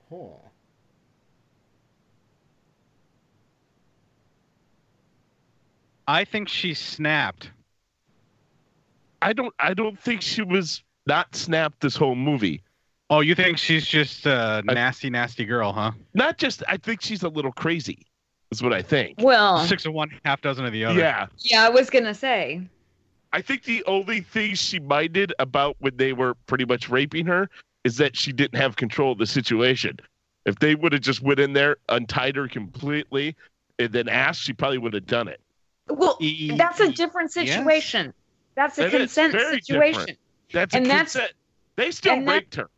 Speaker 5: Huh.
Speaker 4: I think she snapped.
Speaker 6: I don't I don't think she was not snapped this whole movie.
Speaker 4: Oh, you think she's just a
Speaker 6: I-
Speaker 4: nasty, nasty girl, huh?
Speaker 6: Not just I think she's a little crazy. Is what I think.
Speaker 3: Well,
Speaker 4: Six of one, half dozen of the other.
Speaker 6: Yeah.
Speaker 3: yeah, I was gonna say.
Speaker 6: I think the only thing she minded about when they were pretty much raping her is that she didn't have control of the situation. If they would have just went in there, untied her completely, and then asked, she probably would have done it.
Speaker 3: Well,
Speaker 4: E-
Speaker 3: that's a different
Speaker 4: yes.
Speaker 3: situation. That's a
Speaker 6: That is
Speaker 3: consent
Speaker 6: very
Speaker 3: situation.
Speaker 6: different. That's
Speaker 3: And
Speaker 6: a
Speaker 3: that's-
Speaker 6: consent. They still
Speaker 3: and that-
Speaker 6: raped her.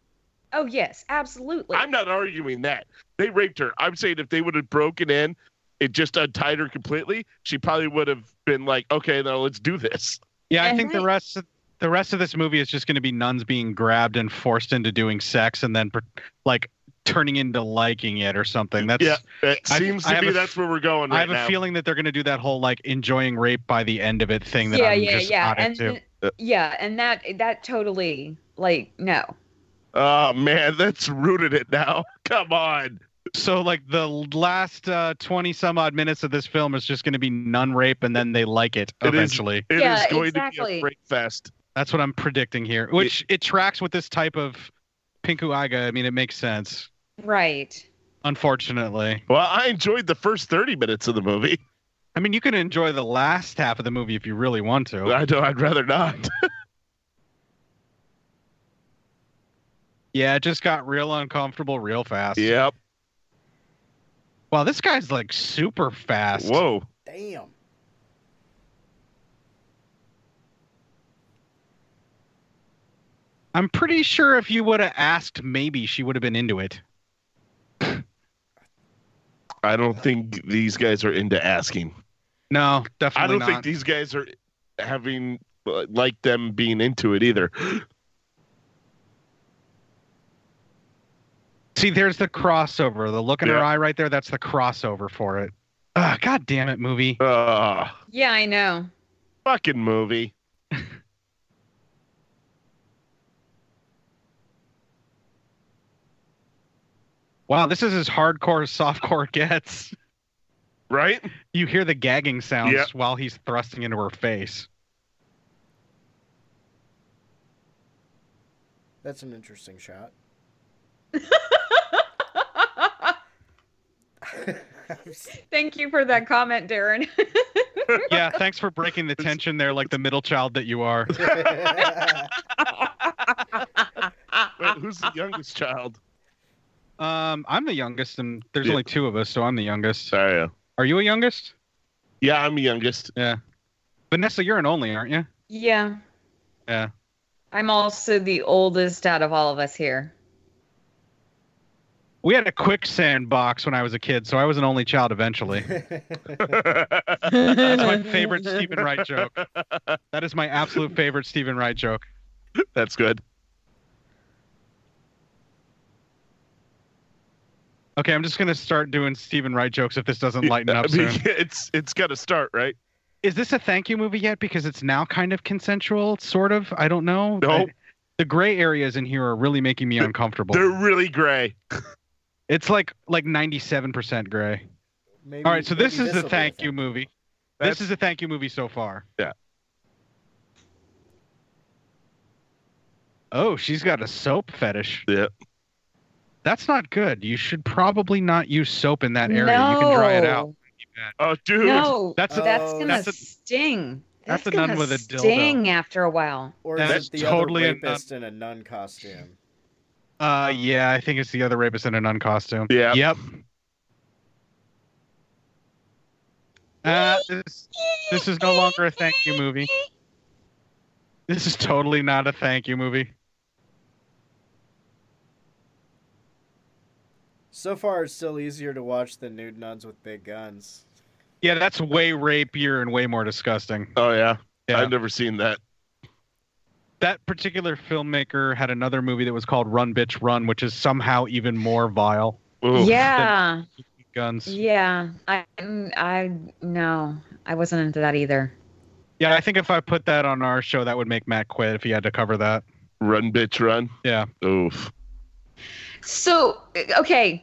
Speaker 3: Oh yes, absolutely.
Speaker 6: I'm not arguing that they raped her. I'm saying if they would have broken in, it just untied her completely. She probably would have been like, "Okay, now let's do this."
Speaker 4: Yeah, I
Speaker 3: And
Speaker 4: think the
Speaker 3: like-
Speaker 4: rest of the rest of this movie is just going to be nuns being grabbed and forced into doing sex and then per- like turning into liking it or something. That's
Speaker 6: yeah, it
Speaker 4: I-
Speaker 6: seems
Speaker 4: I
Speaker 6: to
Speaker 4: have
Speaker 6: me
Speaker 4: a
Speaker 6: that's
Speaker 4: f-
Speaker 6: where we're going right
Speaker 4: I have a
Speaker 6: now.
Speaker 4: feeling that they're going to do that whole like enjoying rape by the end of it thing that
Speaker 3: yeah,
Speaker 4: I'm
Speaker 3: yeah,
Speaker 4: just
Speaker 3: yeah,
Speaker 4: not
Speaker 3: and
Speaker 4: into.
Speaker 6: Uh,
Speaker 3: yeah, and that that totally like no.
Speaker 6: oh man, that's rooted it now. (laughs) Come on.
Speaker 4: So like the last uh, twenty some odd minutes of this film is just going to be nun rape, and then they like it,
Speaker 6: It is-
Speaker 4: eventually.
Speaker 6: It is
Speaker 3: Yeah,
Speaker 6: going to be
Speaker 3: exactly.
Speaker 6: a break fest.
Speaker 4: That's what I'm predicting here, which it, tracks with this type of Pinku Aiga. I mean, it makes sense.
Speaker 3: Right.
Speaker 4: Unfortunately,
Speaker 6: Well, I enjoyed the first 30 minutes of the movie.
Speaker 4: I mean, you can enjoy the last half of the movie if you really want to.
Speaker 6: I don't, I'd
Speaker 4: (laughs)
Speaker 6: rather not.
Speaker 4: yeah, it just got real uncomfortable real fast.
Speaker 6: yep.
Speaker 4: Wow, this guy's like super fast.
Speaker 6: Whoa.
Speaker 5: Damn.
Speaker 4: I'm pretty sure if you would have asked, maybe she would have been into it.
Speaker 6: I don't think these guys are into asking.
Speaker 4: No,
Speaker 6: I
Speaker 4: definitely
Speaker 6: don't
Speaker 4: not.
Speaker 6: think these guys are having uh, like them being into it either. (gasps)
Speaker 4: See, there's the crossover. The look in her
Speaker 6: Yeah.
Speaker 4: eye right there, that's the crossover for it. Ah, God damn it, movie.
Speaker 6: Uh,
Speaker 3: Yeah, I know. (laughs)
Speaker 6: fucking movie.
Speaker 4: Wow, this is as hardcore as softcore (laughs) gets.
Speaker 3: (laughs)
Speaker 6: Right?
Speaker 4: You hear the gagging sounds
Speaker 6: Yeah.
Speaker 4: while he's thrusting into her
Speaker 6: (laughs)
Speaker 4: face.
Speaker 5: That's an interesting shot. (laughs)
Speaker 3: Thank you for that comment, Darren. (laughs)
Speaker 4: Yeah, thanks for breaking the tension there, like the middle child that you are.
Speaker 6: Wait, who's the youngest child?
Speaker 4: Um, I'm the youngest, and there's
Speaker 6: Yeah.
Speaker 4: only two of us, so I'm the youngest.
Speaker 6: Sorry.
Speaker 4: Are you a youngest? (laughs)
Speaker 6: Yeah, I'm the youngest. (laughs)
Speaker 4: Vanessa, you're an only, aren't you?
Speaker 3: Yeah.
Speaker 4: Yeah.
Speaker 3: I'm also the oldest out of all of us here.
Speaker 4: We had a quicksand box when I was a kid, so I was an only child eventually. That's my favorite Stephen Wright joke. That is my absolute favorite Stephen Wright joke.
Speaker 6: That's good.
Speaker 4: Okay, I'm just gonna start doing Stephen Wright jokes if this doesn't lighten
Speaker 6: (laughs) I
Speaker 4: up
Speaker 6: mean,
Speaker 4: soon.
Speaker 6: it's it's got to start right.
Speaker 4: Is this a thank you movie yet? Because it's now kind of consensual, sort of. I don't know.
Speaker 6: Nope.
Speaker 4: I- the gray areas in here are really making me uncomfortable.
Speaker 6: They're really gray.
Speaker 4: It's like like 97% gray.
Speaker 5: Maybe,
Speaker 4: All right, so
Speaker 5: maybe
Speaker 4: this is
Speaker 5: this'll
Speaker 4: the
Speaker 5: be a
Speaker 4: thank
Speaker 5: thing.
Speaker 4: you movie.
Speaker 6: That's-
Speaker 4: This is a thank you movie so far.
Speaker 6: Yeah.
Speaker 4: Oh, she's got a soap fetish.
Speaker 6: Yeah.
Speaker 4: That's not good. You should probably not use soap in that area. You can dry it out.
Speaker 6: Oh, dude.
Speaker 3: No,
Speaker 4: That's
Speaker 5: a-
Speaker 3: that's gonna
Speaker 4: that's a-
Speaker 3: sting.
Speaker 4: that's a
Speaker 3: gonna
Speaker 4: nun with a dildo.
Speaker 3: sting after a while.
Speaker 5: Or
Speaker 4: That's
Speaker 5: is it the
Speaker 4: totally a
Speaker 5: other
Speaker 4: nun.
Speaker 5: rapist in a nun costume?
Speaker 4: Uh, yeah, I think it's the other rapist in a nun costume.
Speaker 6: Yeah.
Speaker 4: Yep. Uh, this, this is no longer a thank you movie. This is totally not a thank you movie.
Speaker 5: So far, it's still easier to watch the nude nuns with big guns.
Speaker 4: Yeah, that's way rapier and way more disgusting.
Speaker 6: Oh yeah.
Speaker 4: Yeah.
Speaker 6: I've never seen that.
Speaker 4: that particular filmmaker had another movie that was called Run Bitch Run, which is somehow even more vile. (laughs)
Speaker 6: Ooh.
Speaker 3: yeah,
Speaker 4: Guns.
Speaker 3: yeah. I, I no, I wasn't into that either.
Speaker 4: Yeah, I think if I put that on our show, that would make Matt quit if he had to cover that.
Speaker 6: Run, bitch, run.
Speaker 4: Yeah.
Speaker 6: Oof.
Speaker 3: So, okay.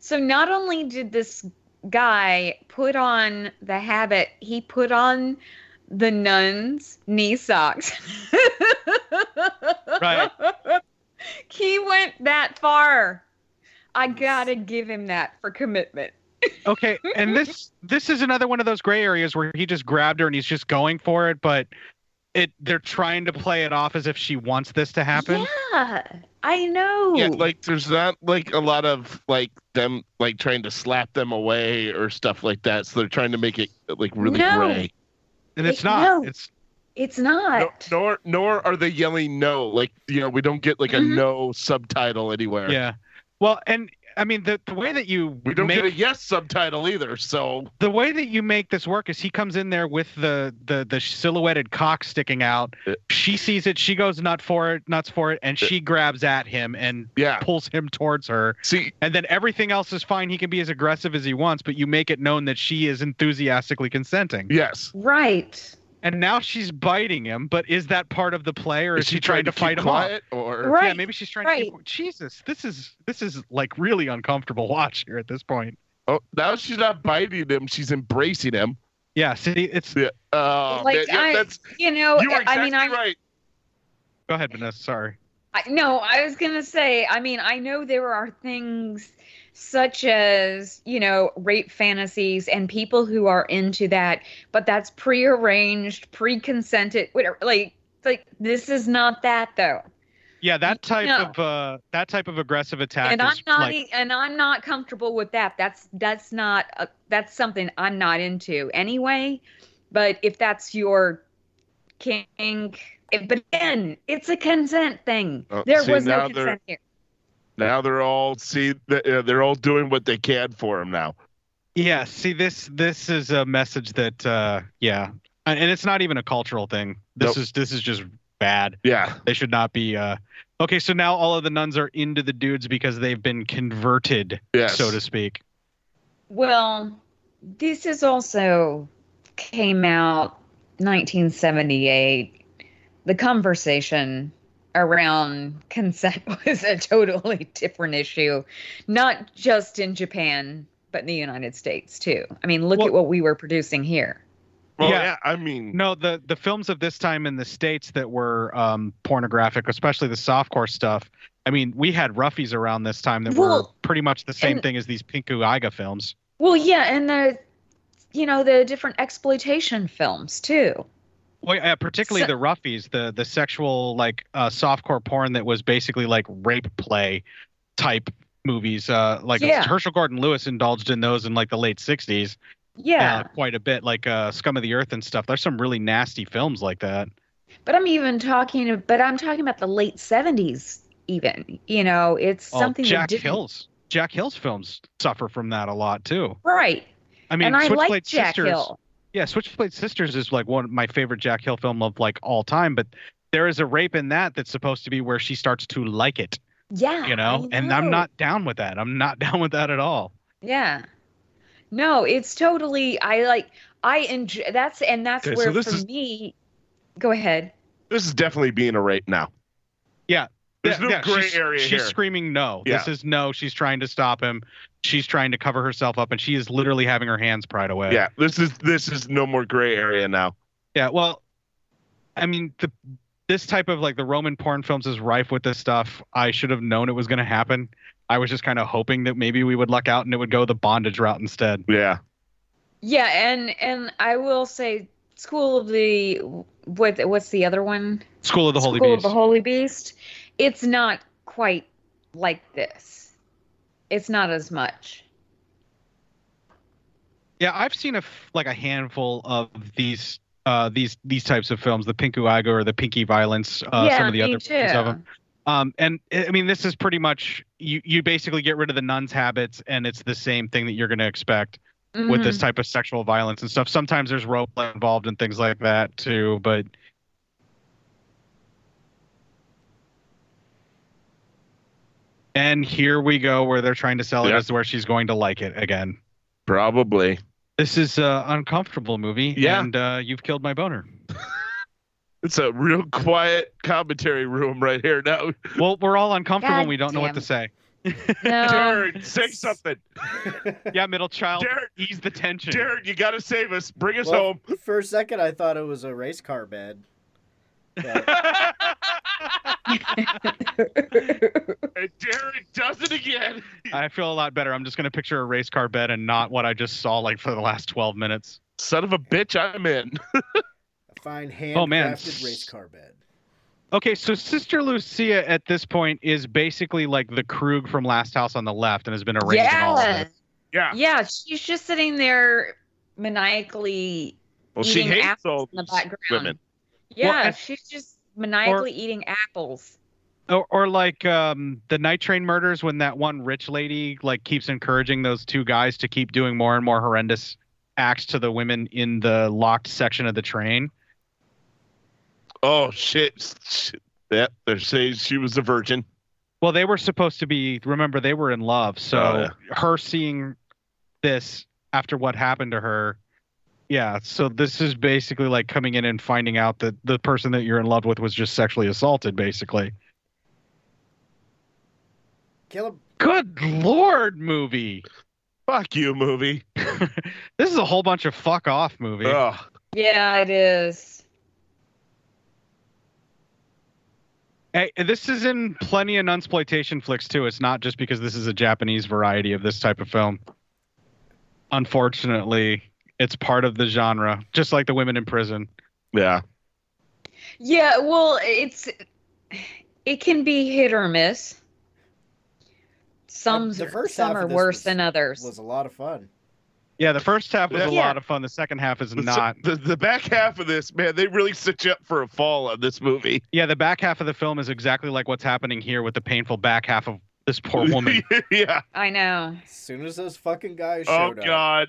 Speaker 3: So, not only did this guy put on the habit, he put on the nun's knee socks. (laughs)
Speaker 4: Right.
Speaker 3: He went that far. I gotta give him that for commitment.
Speaker 4: Okay, and this this is another one of those gray areas where he just grabbed her and he's just going for it, but it they're trying to play it off as if she wants this to happen.
Speaker 3: Yeah, I know.
Speaker 6: Yeah, like there's not like a lot of like them like trying to slap them away or stuff like that. So they're trying to make it like really
Speaker 3: No.
Speaker 6: gray.
Speaker 4: And it's
Speaker 3: It-
Speaker 4: not.
Speaker 3: no.
Speaker 4: It's
Speaker 3: it's
Speaker 6: No,
Speaker 3: not.
Speaker 6: nor nor are they yelling no. Like you know we don't get like a
Speaker 3: Mhm.
Speaker 6: no subtitle anywhere.
Speaker 4: Mm-hmm. yeah. Well, and I mean the, the way that you
Speaker 6: We don't
Speaker 4: make
Speaker 6: get a yes subtitle either. So
Speaker 4: the way that you make this work is he comes in there with the the the silhouetted cock sticking out.
Speaker 6: Uh.
Speaker 4: She sees it, she goes nut for it, nuts for it, and she grabs at him and
Speaker 6: yeah.
Speaker 4: pulls him towards her.
Speaker 6: See,
Speaker 4: And then everything else is fine. He can be as aggressive as he wants, but you make it known that she is enthusiastically consenting.
Speaker 6: yes.
Speaker 3: Right.
Speaker 4: And now she's biting him, but is that part of the play or is, she, trying, to,
Speaker 6: keep
Speaker 4: fight him off?
Speaker 6: quiet or
Speaker 3: Right.
Speaker 4: Yeah, maybe she's trying to keep
Speaker 3: right.
Speaker 4: Jesus, this is this is like really uncomfortable (laughs) watch here at this point.
Speaker 6: oh now she's not biting him. She's embracing him.
Speaker 4: Yeah, see it's
Speaker 6: Yeah. Oh,
Speaker 3: Like,
Speaker 6: man, yeah,
Speaker 3: I-
Speaker 6: that's
Speaker 3: You know,
Speaker 6: you were exactly
Speaker 3: Oh, I mean, I,
Speaker 6: right.
Speaker 4: go ahead, Vanessa, sorry.
Speaker 3: I, no, I was gonna say. I mean, I know there are things such as you know rape fantasies and people who are into that, but that's prearranged, pre-consented, whatever. Like, like this is not that though,
Speaker 4: Yeah, that type
Speaker 3: No.
Speaker 4: of uh, that type of aggressive attack
Speaker 3: and I'm
Speaker 4: is
Speaker 3: not,
Speaker 4: like
Speaker 3: e- and I'm not comfortable with that. That's that's not a, that's something I'm not into anyway. But if that's your kink, it, but again, it's a consent thing.
Speaker 6: Oh,
Speaker 3: there
Speaker 6: see,
Speaker 3: was no
Speaker 6: now they're-
Speaker 3: consent here.
Speaker 6: Now they're all see th- uh, they're all doing what they can for him now.
Speaker 4: yeah. See this this is a message that uh, yeah, and, and it's not even a cultural thing. This
Speaker 6: Nope.
Speaker 4: is this is just bad.
Speaker 6: Yeah.
Speaker 4: They should not be. Uh... Okay, so now all of the nuns are into the dudes because they've been converted,
Speaker 6: Yes.
Speaker 4: so to speak.
Speaker 3: Well, this is also came out 1978. The conversation around consent (laughs) was a totally different issue, not just in Japan, but in the United States too. I mean, look
Speaker 4: Well-
Speaker 3: at what we were producing here.
Speaker 6: Well,
Speaker 4: Yeah.
Speaker 6: yeah. I mean,
Speaker 4: No, the the films of this time in the states that were um, pornographic, especially the softcore stuff. I mean, we had roughies around this time that were
Speaker 3: Well,
Speaker 4: pretty much the same
Speaker 3: and-
Speaker 4: thing as these Pinku Aiga films.
Speaker 3: Well, yeah, and the you know, the different exploitation films too.
Speaker 4: Well, yeah, particularly
Speaker 3: So-
Speaker 4: the roughies, the the sexual like uh, softcore porn that was basically like rape play type movies. Uh, like
Speaker 3: Yeah.
Speaker 4: Herschel Gordon Lewis indulged in those in like the late '60s,
Speaker 3: yeah.
Speaker 4: uh, quite a bit, like uh, Scum of the Earth and stuff. There's some really nasty films like that.
Speaker 3: But I'm even talking, but I'm talking about the late 70s, even. You know, it's
Speaker 4: Oh,
Speaker 3: something
Speaker 4: Jack
Speaker 3: that didn't-
Speaker 4: Hill's Jack Hill's films suffer from that a lot too.
Speaker 3: Right.
Speaker 4: I mean,
Speaker 3: and I
Speaker 4: Switchblade
Speaker 3: like Jack
Speaker 4: Sisters.
Speaker 3: Hill.
Speaker 4: Yeah, Switchblade Sisters is like one of my favorite Jack Hill film of like all time, but there is a rape in that that's supposed to be where she starts to like it,
Speaker 3: Yeah.
Speaker 4: you know?
Speaker 3: I
Speaker 4: And I'm
Speaker 3: know.
Speaker 4: not down with that. I'm not (laughs) down with that at all.
Speaker 3: Yeah. No, it's totally. I like. I enjoy. That's and that's
Speaker 6: Okay, so
Speaker 3: where
Speaker 6: this
Speaker 3: for
Speaker 6: is-
Speaker 3: me. Go ahead.
Speaker 6: This is definitely being a rape now.
Speaker 4: Yeah.
Speaker 6: There's
Speaker 4: Yeah,
Speaker 6: no
Speaker 4: yeah,
Speaker 6: gray
Speaker 4: she's,
Speaker 6: area
Speaker 4: She's
Speaker 6: here.
Speaker 4: screaming no. This
Speaker 6: Yeah.
Speaker 4: is no. She's trying to stop him. She's trying to cover herself up and she is literally having her hands pried away.
Speaker 6: yeah, this is this is no more gray area now.
Speaker 4: Yeah, well, I mean, the this type of like the Roman porn films is rife with this stuff. I should have known it was going to happen. I was just kind of hoping that maybe we would luck out and it would go the bondage route instead.
Speaker 6: Yeah.
Speaker 3: Yeah, and and I will say, School of the what? What's the other one?
Speaker 4: School of the Holy
Speaker 3: School of
Speaker 4: Beast.
Speaker 3: the Holy Beast. It's not quite like this. It's not as much.
Speaker 4: yeah, I've seen a f- like a handful of these uh these these types of films, the Pinku Igo or the Pinky Violence, uh,
Speaker 3: yeah,
Speaker 4: some of the
Speaker 3: me
Speaker 4: other
Speaker 3: too.
Speaker 4: versions of 'em. Um, and I I mean, this is pretty much you you basically get rid of the nuns' habits, and it's the same thing that you're going to expect. with this
Speaker 3: Mhm.
Speaker 4: type of sexual violence and stuff. Sometimes there's roleplay involved and things like that too, but and here we go where they're trying to sell
Speaker 6: Yeah.
Speaker 4: it as where she's going to like it again.
Speaker 6: Probably.
Speaker 4: This is a uncomfortable movie,
Speaker 6: Yeah.
Speaker 4: and uh, you've killed my boner.
Speaker 6: It's a real quiet commentary room right here now.
Speaker 4: Well, we're all uncomfortable
Speaker 3: God
Speaker 4: and we don't know what
Speaker 3: damn
Speaker 4: to say.
Speaker 3: No.
Speaker 6: (laughs) Jared, say something.
Speaker 4: Yeah, middle child,
Speaker 6: Jared,
Speaker 4: ease the tension.
Speaker 6: Jared, you gotta save us. Bring us
Speaker 5: Well,
Speaker 4: (laughs)
Speaker 6: home. (laughs)
Speaker 5: for a second, I thought it was a race car bed.
Speaker 4: (laughs)
Speaker 5: But
Speaker 6: And Jared does it again.
Speaker 4: I feel a lot better. I'm just going to picture a race car bed and not what I just saw like for the last 12 minutes.
Speaker 6: Son of a bitch, I'm in.
Speaker 5: a fine handcrafted
Speaker 4: Oh, man.
Speaker 5: race car bed.
Speaker 4: Okay, so Sister Lucia at this point is basically like the Krug from Last House on the Left and has been arranging all of
Speaker 3: Mm-hmm. yeah.
Speaker 4: it.
Speaker 6: Yeah.
Speaker 3: Yeah, she's just sitting there maniacally
Speaker 6: Well, she
Speaker 3: eating
Speaker 6: hates
Speaker 3: apples
Speaker 6: all
Speaker 3: in the
Speaker 6: these
Speaker 3: background.
Speaker 6: women.
Speaker 3: Yeah,
Speaker 4: and-
Speaker 3: she's just maniacally eating apples.
Speaker 4: Or, or like um, the Night Train murders when that one rich lady like keeps encouraging those two guys to keep doing more and more horrendous acts to the women in the locked section of the train.
Speaker 6: Oh shit. shit. Yep, they're saying she was a virgin.
Speaker 4: Well, they were supposed to be. Remember, they were in love. So
Speaker 6: Oh,
Speaker 4: her seeing this after what happened to her, yeah. So this is basically like coming in and finding out that the person that you're in love with was just sexually assaulted, basically.
Speaker 5: Caleb,
Speaker 4: Good lord, movie. (laughs)
Speaker 6: Fuck you, movie.
Speaker 4: This is a whole bunch of fuck off movie.
Speaker 6: Ugh.
Speaker 3: Yeah, it is.
Speaker 4: Hey, this is in plenty of nunsploitation flicks too. It's not just because this is a Japanese variety of this type of film. Unfortunately, it's part of the genre, just like the women in prison.
Speaker 6: Yeah.
Speaker 3: Yeah, well, it's it can be hit or miss. Some
Speaker 5: the first half
Speaker 3: some
Speaker 5: of
Speaker 3: are
Speaker 5: this
Speaker 3: worse
Speaker 5: was-
Speaker 3: than others.
Speaker 5: was a lot of fun.
Speaker 4: Yeah, the first half was a
Speaker 3: Yeah.
Speaker 4: lot of fun. The second half is
Speaker 6: The-
Speaker 4: not.
Speaker 6: The, the back half of this, man, they really set you up for a fall on this movie.
Speaker 4: Yeah, the back half of the film is exactly like what's happening here with the painful back half of this
Speaker 6: (laughs)
Speaker 4: poor woman.
Speaker 6: yeah.
Speaker 3: I know.
Speaker 5: As soon as those fucking guys
Speaker 6: Oh
Speaker 5: showed up,
Speaker 6: god.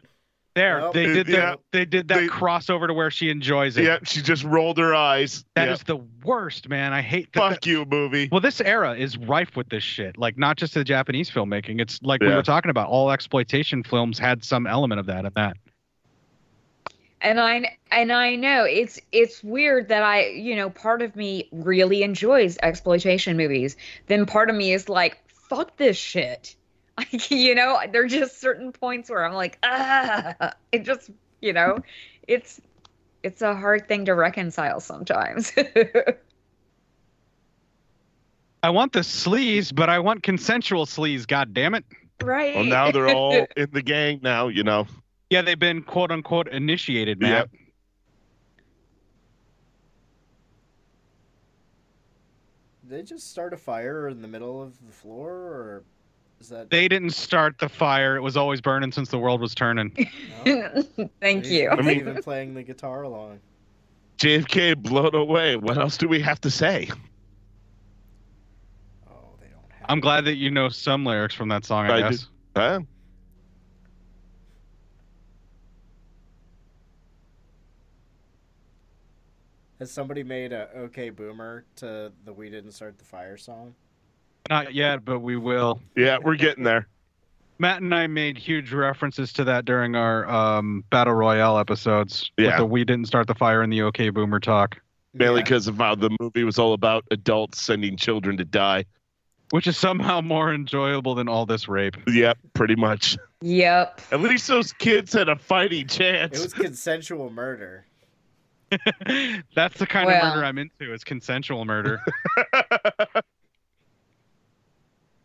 Speaker 4: There,
Speaker 5: Well,
Speaker 4: they did that.
Speaker 6: yeah.
Speaker 4: They did that
Speaker 6: They-
Speaker 4: crossover to where she enjoys it.
Speaker 6: Yep, she just rolled her eyes.
Speaker 4: That
Speaker 6: Yep.
Speaker 4: is the worst, man. I hate that.
Speaker 6: Fuck you, movie.
Speaker 4: Well, this era is rife with this shit. Like not just the Japanese filmmaking. It's like we
Speaker 6: Yeah.
Speaker 4: were talking about. All exploitation films had some element of that. In that.
Speaker 3: And I and I know it's it's weird that I, you know, part of me really enjoys exploitation movies. Then part of me is like, fuck this shit. (laughs) Like, you know, there are just certain points where I'm like, ah, it just, you know, it's it's a hard thing to reconcile sometimes. (laughs)
Speaker 4: I want the sleaze, but I want consensual sleaze. God damn it.
Speaker 3: right.
Speaker 6: Well, now they're
Speaker 4: (laughs)
Speaker 6: all in the gang now, you know.
Speaker 4: Yeah, they've been quote unquote initiated, man.
Speaker 6: Yep.
Speaker 5: Did they just start a fire in the middle of the floor, or Is that
Speaker 4: They didn't start the fire. It was always burning since the world was turning.
Speaker 5: no?
Speaker 3: (laughs) Thank
Speaker 5: He's
Speaker 3: you.
Speaker 5: not
Speaker 6: I mean-
Speaker 5: even playing the guitar along.
Speaker 6: JFK blown away. What else do we have to say?
Speaker 5: Oh, they don't have.
Speaker 4: I'm glad that you know some lyrics from that song, I,
Speaker 6: I do.
Speaker 4: guess.
Speaker 6: Huh?
Speaker 5: Has somebody made a "Okay Boomer" to the "We Didn't Start the Fire" song?
Speaker 4: Not yet, but we will.
Speaker 6: Yeah, we're getting there.
Speaker 4: Matt and I made huge references to that during our um, battle royale episodes. With
Speaker 6: Yeah.
Speaker 4: the we didn't start the fire and the OK Boomer talk,
Speaker 6: Mainly
Speaker 5: Yeah.
Speaker 6: because of how the movie was all about adults sending children to die.
Speaker 4: which is somehow more enjoyable than all this rape.
Speaker 6: Yep, pretty much.
Speaker 3: Yep.
Speaker 6: At least those kids had a fighting chance.
Speaker 5: It was consensual murder.
Speaker 4: (laughs) That's the kind
Speaker 3: Well.
Speaker 4: of murder I'm into. It's consensual (laughs) murder.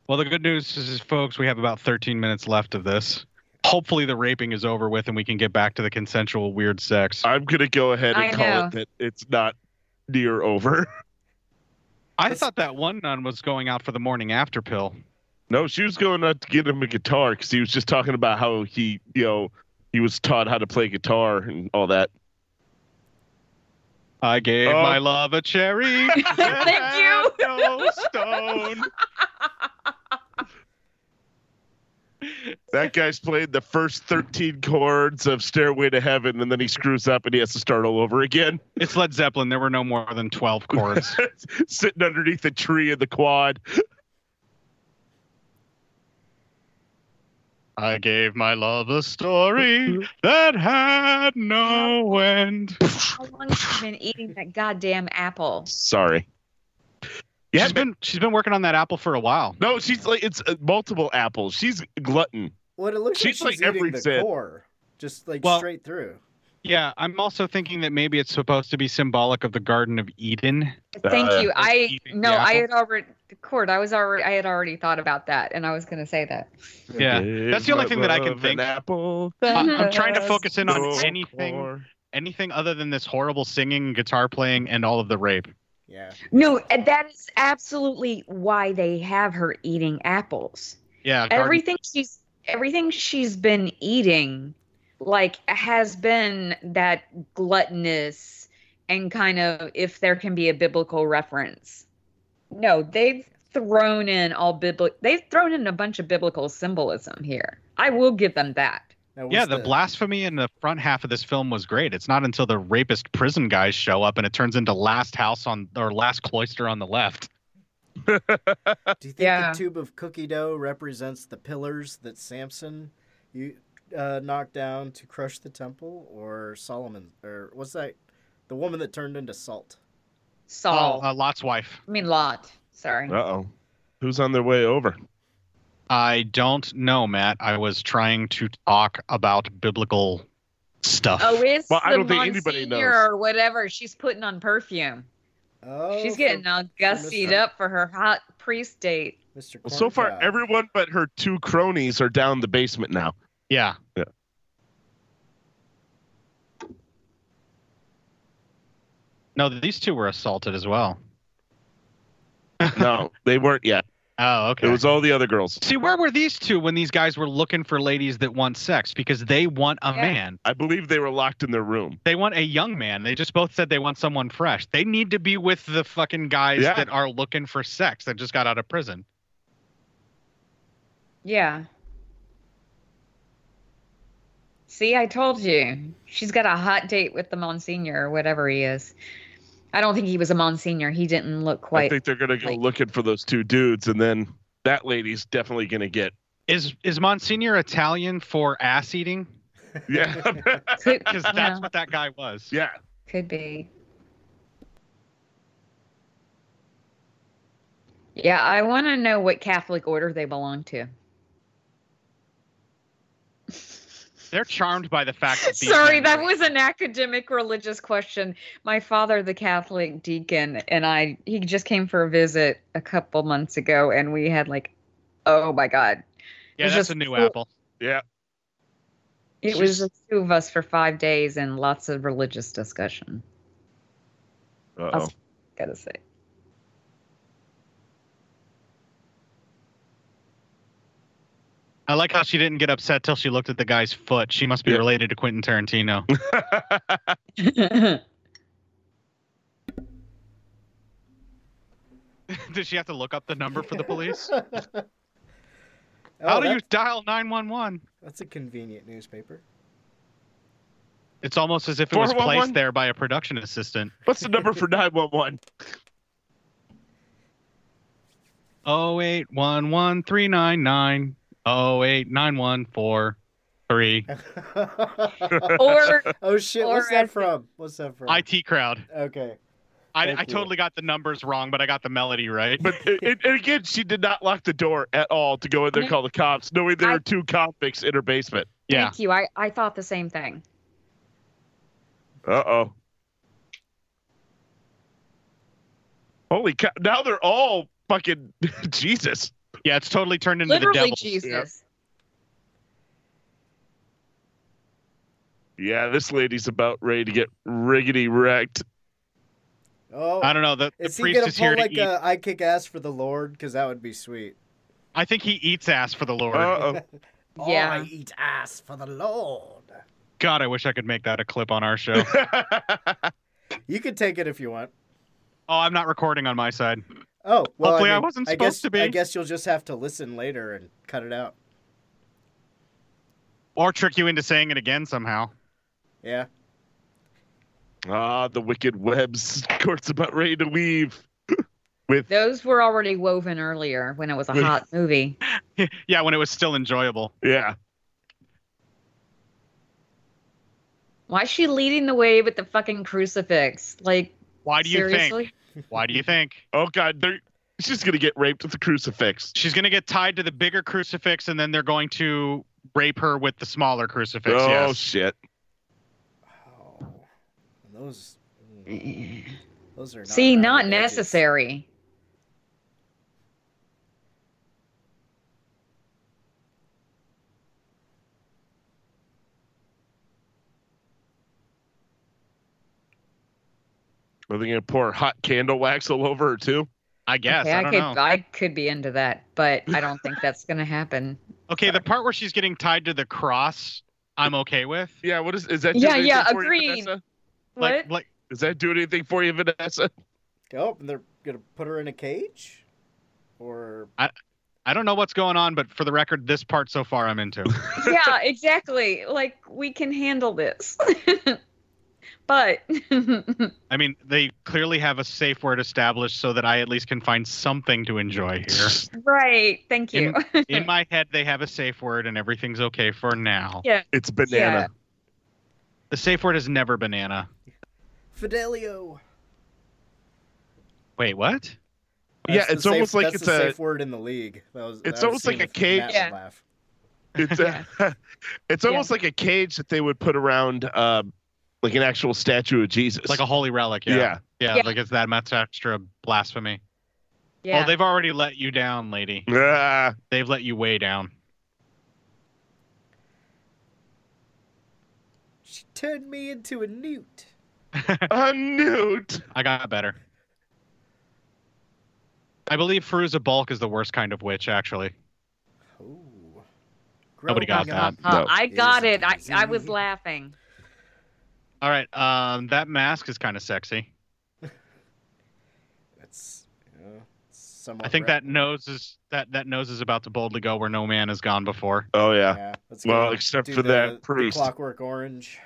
Speaker 4: well, the good news is, is, folks, we have about 13 minutes left of this. Hopefully, the raping is over with, and we can get back to the consensual weird sex.
Speaker 6: I'm gonna go ahead and
Speaker 3: I
Speaker 6: call
Speaker 3: know.
Speaker 6: it that it's not near over. (laughs)
Speaker 4: I thought that one nun was going out for the morning after pill.
Speaker 6: No, she was going out to get him a guitar because he was just talking about how he, you know, he was taught how to play guitar and all that.
Speaker 4: I gave
Speaker 6: Oh.
Speaker 4: my love a cherry. (laughs)
Speaker 3: Thank you.
Speaker 6: No stone. that guy's played the first 13 chords of Stairway to Heaven and then he screws up and he has to start all over again, (laughs)
Speaker 4: it's Led Zeppelin. There were no more than 12 chords.
Speaker 6: sitting underneath a tree in the quad.
Speaker 4: (laughs) I gave my love a story that had no end.
Speaker 3: How long have you been eating that goddamn apple?
Speaker 6: Sorry.
Speaker 4: Yeah,
Speaker 6: Yeah,
Speaker 4: she's been she's been working on that apple for a while.
Speaker 6: No, she's like it's uh, multiple apples. She's glutton.
Speaker 5: What it looks
Speaker 6: She's
Speaker 5: like
Speaker 6: like
Speaker 5: she's eating
Speaker 6: every
Speaker 5: the
Speaker 6: Sid.
Speaker 5: core, just like
Speaker 4: Well-
Speaker 5: straight through.
Speaker 4: Yeah, I'm also thinking that maybe it's supposed to be symbolic of the Garden of Eden.
Speaker 3: Thank
Speaker 6: Uh,
Speaker 3: you. I
Speaker 4: eating
Speaker 3: no,
Speaker 4: the
Speaker 3: I
Speaker 4: apple?
Speaker 3: had already Cord, I was already I had already thought about that and I was gonna say that.
Speaker 4: Yeah, that's the only thing that I can
Speaker 6: Love
Speaker 4: think.
Speaker 6: An apple.
Speaker 3: Uh-huh.
Speaker 4: I- I'm trying to focus in on
Speaker 6: No
Speaker 4: anything
Speaker 6: core.
Speaker 4: anything other than this horrible singing, guitar playing, and all of the rape.
Speaker 5: Yeah.
Speaker 3: No, and that is absolutely why they have her eating apples.
Speaker 4: Yeah, Garden-
Speaker 3: Everything she's everything she's been eating like has been that gluttonous and kind of if there can be a biblical reference. No, they've thrown in all biblical they've thrown in a bunch of biblical symbolism here. I will give them that.
Speaker 5: Now,
Speaker 4: yeah,
Speaker 5: was
Speaker 4: the, blasphemy in the front half of this film was great. It's not until the rapist prison guys show up and it turns into last house on or last cloister on the left.
Speaker 5: Do you think
Speaker 3: Yeah.
Speaker 5: the tube of cookie dough represents the pillars that Samson you uh, knocked down to crush the temple, or Solomon, or what's that? The woman that turned into salt.
Speaker 3: Saul.
Speaker 4: uh, Lot's wife.
Speaker 3: I mean Lot. Sorry.
Speaker 6: Uh-oh. Who's on their way over?
Speaker 4: I don't know, Matt. I was trying to talk about biblical stuff.
Speaker 3: Oh, is
Speaker 6: (laughs) Well, I
Speaker 3: the
Speaker 6: don't think anybody
Speaker 3: Monsignor
Speaker 6: knows.
Speaker 3: or whatever she's putting on perfume.
Speaker 5: Oh,
Speaker 3: she's getting all gussied
Speaker 5: Mr.
Speaker 3: up for her hot priest date.
Speaker 5: Mr.
Speaker 6: Well, so far,
Speaker 5: Corncob.
Speaker 6: everyone but her two cronies are down the basement now.
Speaker 4: yeah. No, these two were assaulted as well.
Speaker 6: No, they weren't yet.
Speaker 4: Oh, okay.
Speaker 6: It was all the other girls.
Speaker 4: See, where were these two when these guys were looking for ladies that want sex? Because they want a
Speaker 3: Yeah.
Speaker 4: man.
Speaker 6: I believe they were locked in their room.
Speaker 4: They want a young man. They just both said they want someone fresh. They need to be with the fucking guys
Speaker 6: Yeah.
Speaker 4: that are looking for sex that just got out of prison.
Speaker 3: Yeah. See, I told you. She's got a hot date with the Monsignor or whatever he is. I don't think he was a Monsignor. He didn't look
Speaker 6: I
Speaker 3: quite.
Speaker 6: think they're gonna go
Speaker 3: Like-
Speaker 6: looking for those two dudes, and then that lady's definitely gonna get.
Speaker 4: Is is Monsignor Italian for ass eating?
Speaker 6: Yeah, (laughs)
Speaker 3: Could, (laughs)
Speaker 4: Because that's
Speaker 3: yeah,
Speaker 4: what that guy was.
Speaker 6: yeah.
Speaker 3: could be. Yeah, I want to know what Catholic order they belong to.
Speaker 4: They're charmed by the fact
Speaker 3: (laughs)
Speaker 4: that these
Speaker 3: Sorry,
Speaker 4: men-
Speaker 3: that was an academic religious question. My father, the Catholic deacon, and I, he just came for a visit a couple months ago, and we had like, oh my God.
Speaker 4: Yeah,
Speaker 3: was
Speaker 4: that's
Speaker 3: just
Speaker 4: a new
Speaker 3: full-
Speaker 4: apple.
Speaker 3: It was the two of us for five days and lots of religious discussion.
Speaker 6: Uh-oh.
Speaker 3: Gotta say.
Speaker 4: I like how she didn't get upset till she looked at the guy's foot. She must be
Speaker 6: Yeah.
Speaker 4: related to Quentin
Speaker 5: (laughs)
Speaker 4: Tarantino. Did she have to look up the number for the
Speaker 5: (laughs)
Speaker 4: police? how
Speaker 5: Oh,
Speaker 4: do
Speaker 5: that-
Speaker 4: you dial 911?
Speaker 5: That's a convenient newspaper. (laughs)
Speaker 4: It's almost as if it was
Speaker 6: 411?
Speaker 4: placed there by a production assistant.
Speaker 6: What's the number for 911?
Speaker 4: 0811399 08914
Speaker 3: or
Speaker 5: oh
Speaker 3: Or I
Speaker 5: shit! What's that
Speaker 3: think-
Speaker 5: from? What's that from?
Speaker 4: IT crowd.
Speaker 5: Okay.
Speaker 4: I,
Speaker 5: Thank
Speaker 4: I
Speaker 5: you.
Speaker 4: totally got the numbers wrong, but I got the melody right.
Speaker 6: But and, and again, she did not lock the door at all to go in there and call the cops, knowing there
Speaker 3: I-
Speaker 6: were two convicts in her basement.
Speaker 4: yeah.
Speaker 3: thank you. I, I thought the same thing.
Speaker 6: Uh oh. Holy cow! Now they're all fucking (laughs) Jesus.
Speaker 4: Yeah, it's totally turned into the
Speaker 3: Literally
Speaker 4: devil.
Speaker 3: Jesus.
Speaker 6: Yeah, this lady's about ready to get riggedy wrecked.
Speaker 5: Oh,
Speaker 4: I don't know. The, the
Speaker 5: is he
Speaker 4: priest
Speaker 5: gonna
Speaker 4: is here
Speaker 5: pull
Speaker 4: to
Speaker 5: like
Speaker 4: eat.
Speaker 5: a I kick ass for the Lord? Because that would be sweet.
Speaker 4: I think he eats ass for the Lord.
Speaker 6: Uh oh.
Speaker 3: Yeah.
Speaker 5: I eat ass for the Lord.
Speaker 4: God, I wish I could make that a clip on our
Speaker 5: (laughs)
Speaker 4: show.
Speaker 5: You could take it if you want.
Speaker 4: oh, I'm not recording on my side.
Speaker 5: Oh, well,
Speaker 4: Hopefully I
Speaker 5: mean,
Speaker 4: wasn't
Speaker 5: I
Speaker 4: supposed
Speaker 5: guess,
Speaker 4: to be.
Speaker 5: I guess you'll just have to listen later and cut it out.
Speaker 4: Or trick you into saying it again somehow. (laughs)
Speaker 5: Yeah.
Speaker 6: (laughs) ah, the wicked webs. Court's about ready to weave. (laughs) With
Speaker 3: Those were already woven earlier when it was a hot movie.
Speaker 4: yeah, when it was still enjoyable.
Speaker 6: yeah.
Speaker 3: Why is she leading the way with the fucking crucifix? Like,
Speaker 4: Why do you
Speaker 3: seriously?
Speaker 4: think? Why do you think?
Speaker 6: Oh God, they're she's gonna get raped with a crucifix.
Speaker 4: She's going to get tied to the bigger crucifix and then they're going to rape her with the smaller crucifix.
Speaker 6: oh
Speaker 4: yes.
Speaker 6: shit.
Speaker 5: Oh, And those. mm,
Speaker 3: think?
Speaker 5: Those are not
Speaker 3: See,
Speaker 5: rounded
Speaker 3: not
Speaker 5: edges.
Speaker 3: necessary.
Speaker 6: Are they gonna pour hot candle wax all over her too?
Speaker 4: I guess.
Speaker 3: Okay,
Speaker 4: I
Speaker 3: I,
Speaker 4: don't
Speaker 3: could
Speaker 4: know.
Speaker 3: I could be into that, but I don't
Speaker 4: (laughs)
Speaker 3: think that's gonna happen.
Speaker 4: Okay, the part where she's getting tied to the cross, I'm okay with.
Speaker 6: Yeah. What is is that?
Speaker 3: Yeah,
Speaker 6: doing
Speaker 3: yeah,
Speaker 6: anything for you,
Speaker 3: agreed.
Speaker 6: Vanessa?
Speaker 3: What?
Speaker 4: Like, like
Speaker 6: Does that do anything for you, Vanessa?
Speaker 5: Oh, and they're gonna put her in a cage, or
Speaker 4: I don't know what's going on, but for the record, this part so far I'm into.
Speaker 3: yeah, exactly. Like we can handle this. (laughs) but (laughs)
Speaker 4: I mean, they clearly have a safe word established so that I at least can find something to enjoy here.
Speaker 3: right, thank you.
Speaker 4: In my head, they have a safe word and everything's okay for now.
Speaker 3: yeah.
Speaker 6: (laughs) It's banana.
Speaker 4: The safe word is never banana.
Speaker 5: Fidelio.
Speaker 4: Wait, what?
Speaker 6: Yeah,
Speaker 5: the
Speaker 6: it's almost
Speaker 5: safe-
Speaker 6: like
Speaker 5: that's
Speaker 6: it's
Speaker 5: the
Speaker 6: a-
Speaker 5: safe word in the league. That was,
Speaker 6: It's
Speaker 5: that
Speaker 6: almost
Speaker 5: scene
Speaker 6: like a
Speaker 5: with
Speaker 6: cage.
Speaker 5: Matt would
Speaker 3: Yeah.
Speaker 5: laugh. (laughs)
Speaker 6: It's a, (laughs) it's almost like a cage that they would put around um, like an actual statue of Jesus.
Speaker 4: Like a holy relic.
Speaker 6: yeah.
Speaker 4: Yeah. Yeah.
Speaker 3: Yeah.
Speaker 4: Like it's that much extra blasphemy.
Speaker 3: (laughs) Yeah.
Speaker 4: Oh, they've already let you down, lady.
Speaker 6: Ah,
Speaker 4: They've let you way down.
Speaker 5: She turned me into a newt.
Speaker 6: a newt.
Speaker 4: I got better. I believe Feruza Bulk is the worst kind of witch, actually.
Speaker 5: Oh.
Speaker 4: Nobody got
Speaker 5: Growing up.
Speaker 4: that.
Speaker 3: Uh,
Speaker 6: No.
Speaker 3: I got it. I, I was
Speaker 5: Easy.
Speaker 3: laughing. (laughs)
Speaker 4: All right. Um, that mask is kind of sexy.
Speaker 5: It's, you know, it's somewhat
Speaker 4: I think
Speaker 5: rare.
Speaker 4: that nose is that that nose is about to boldly go where no man has gone before.
Speaker 6: Oh yeah.
Speaker 5: Yeah, let's
Speaker 6: Well,
Speaker 5: go
Speaker 6: except
Speaker 5: do
Speaker 6: for
Speaker 5: the-
Speaker 6: that
Speaker 5: the
Speaker 6: priest.
Speaker 5: Clockwork Orange.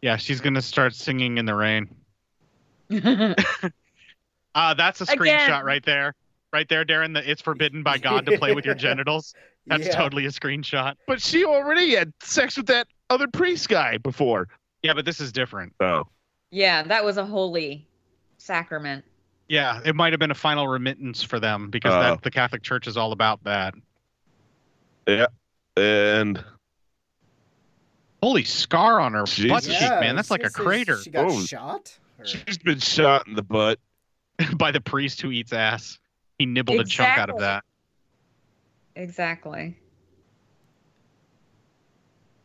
Speaker 4: Yeah, she's gonna start singing in the rain. Uh that's a
Speaker 3: Again.
Speaker 4: screenshot right there. Right there, Darren. The it's forbidden by God to play with
Speaker 3: (laughs)
Speaker 4: your genitals. That's
Speaker 5: yeah.
Speaker 4: totally a screenshot.
Speaker 6: But she already had sex with that other priest guy before.
Speaker 4: Yeah, but this is different.
Speaker 6: Oh.
Speaker 3: yeah, that was a holy sacrament.
Speaker 4: Yeah, it might have been a final remittance for them because
Speaker 6: Uh.
Speaker 4: that, the Catholic Church is all about that.
Speaker 6: And
Speaker 4: Holy scar on her butt
Speaker 6: Jesus.
Speaker 4: cheek,
Speaker 5: Yeah,
Speaker 4: man. That's like a
Speaker 5: seriously,
Speaker 4: crater
Speaker 5: She got
Speaker 6: Oh.
Speaker 5: shot. Or-
Speaker 6: she's been shot in the butt.
Speaker 4: (laughs) by the priest who eats ass. He nibbled a chunk out of
Speaker 3: Exactly.
Speaker 4: that.
Speaker 3: Exactly.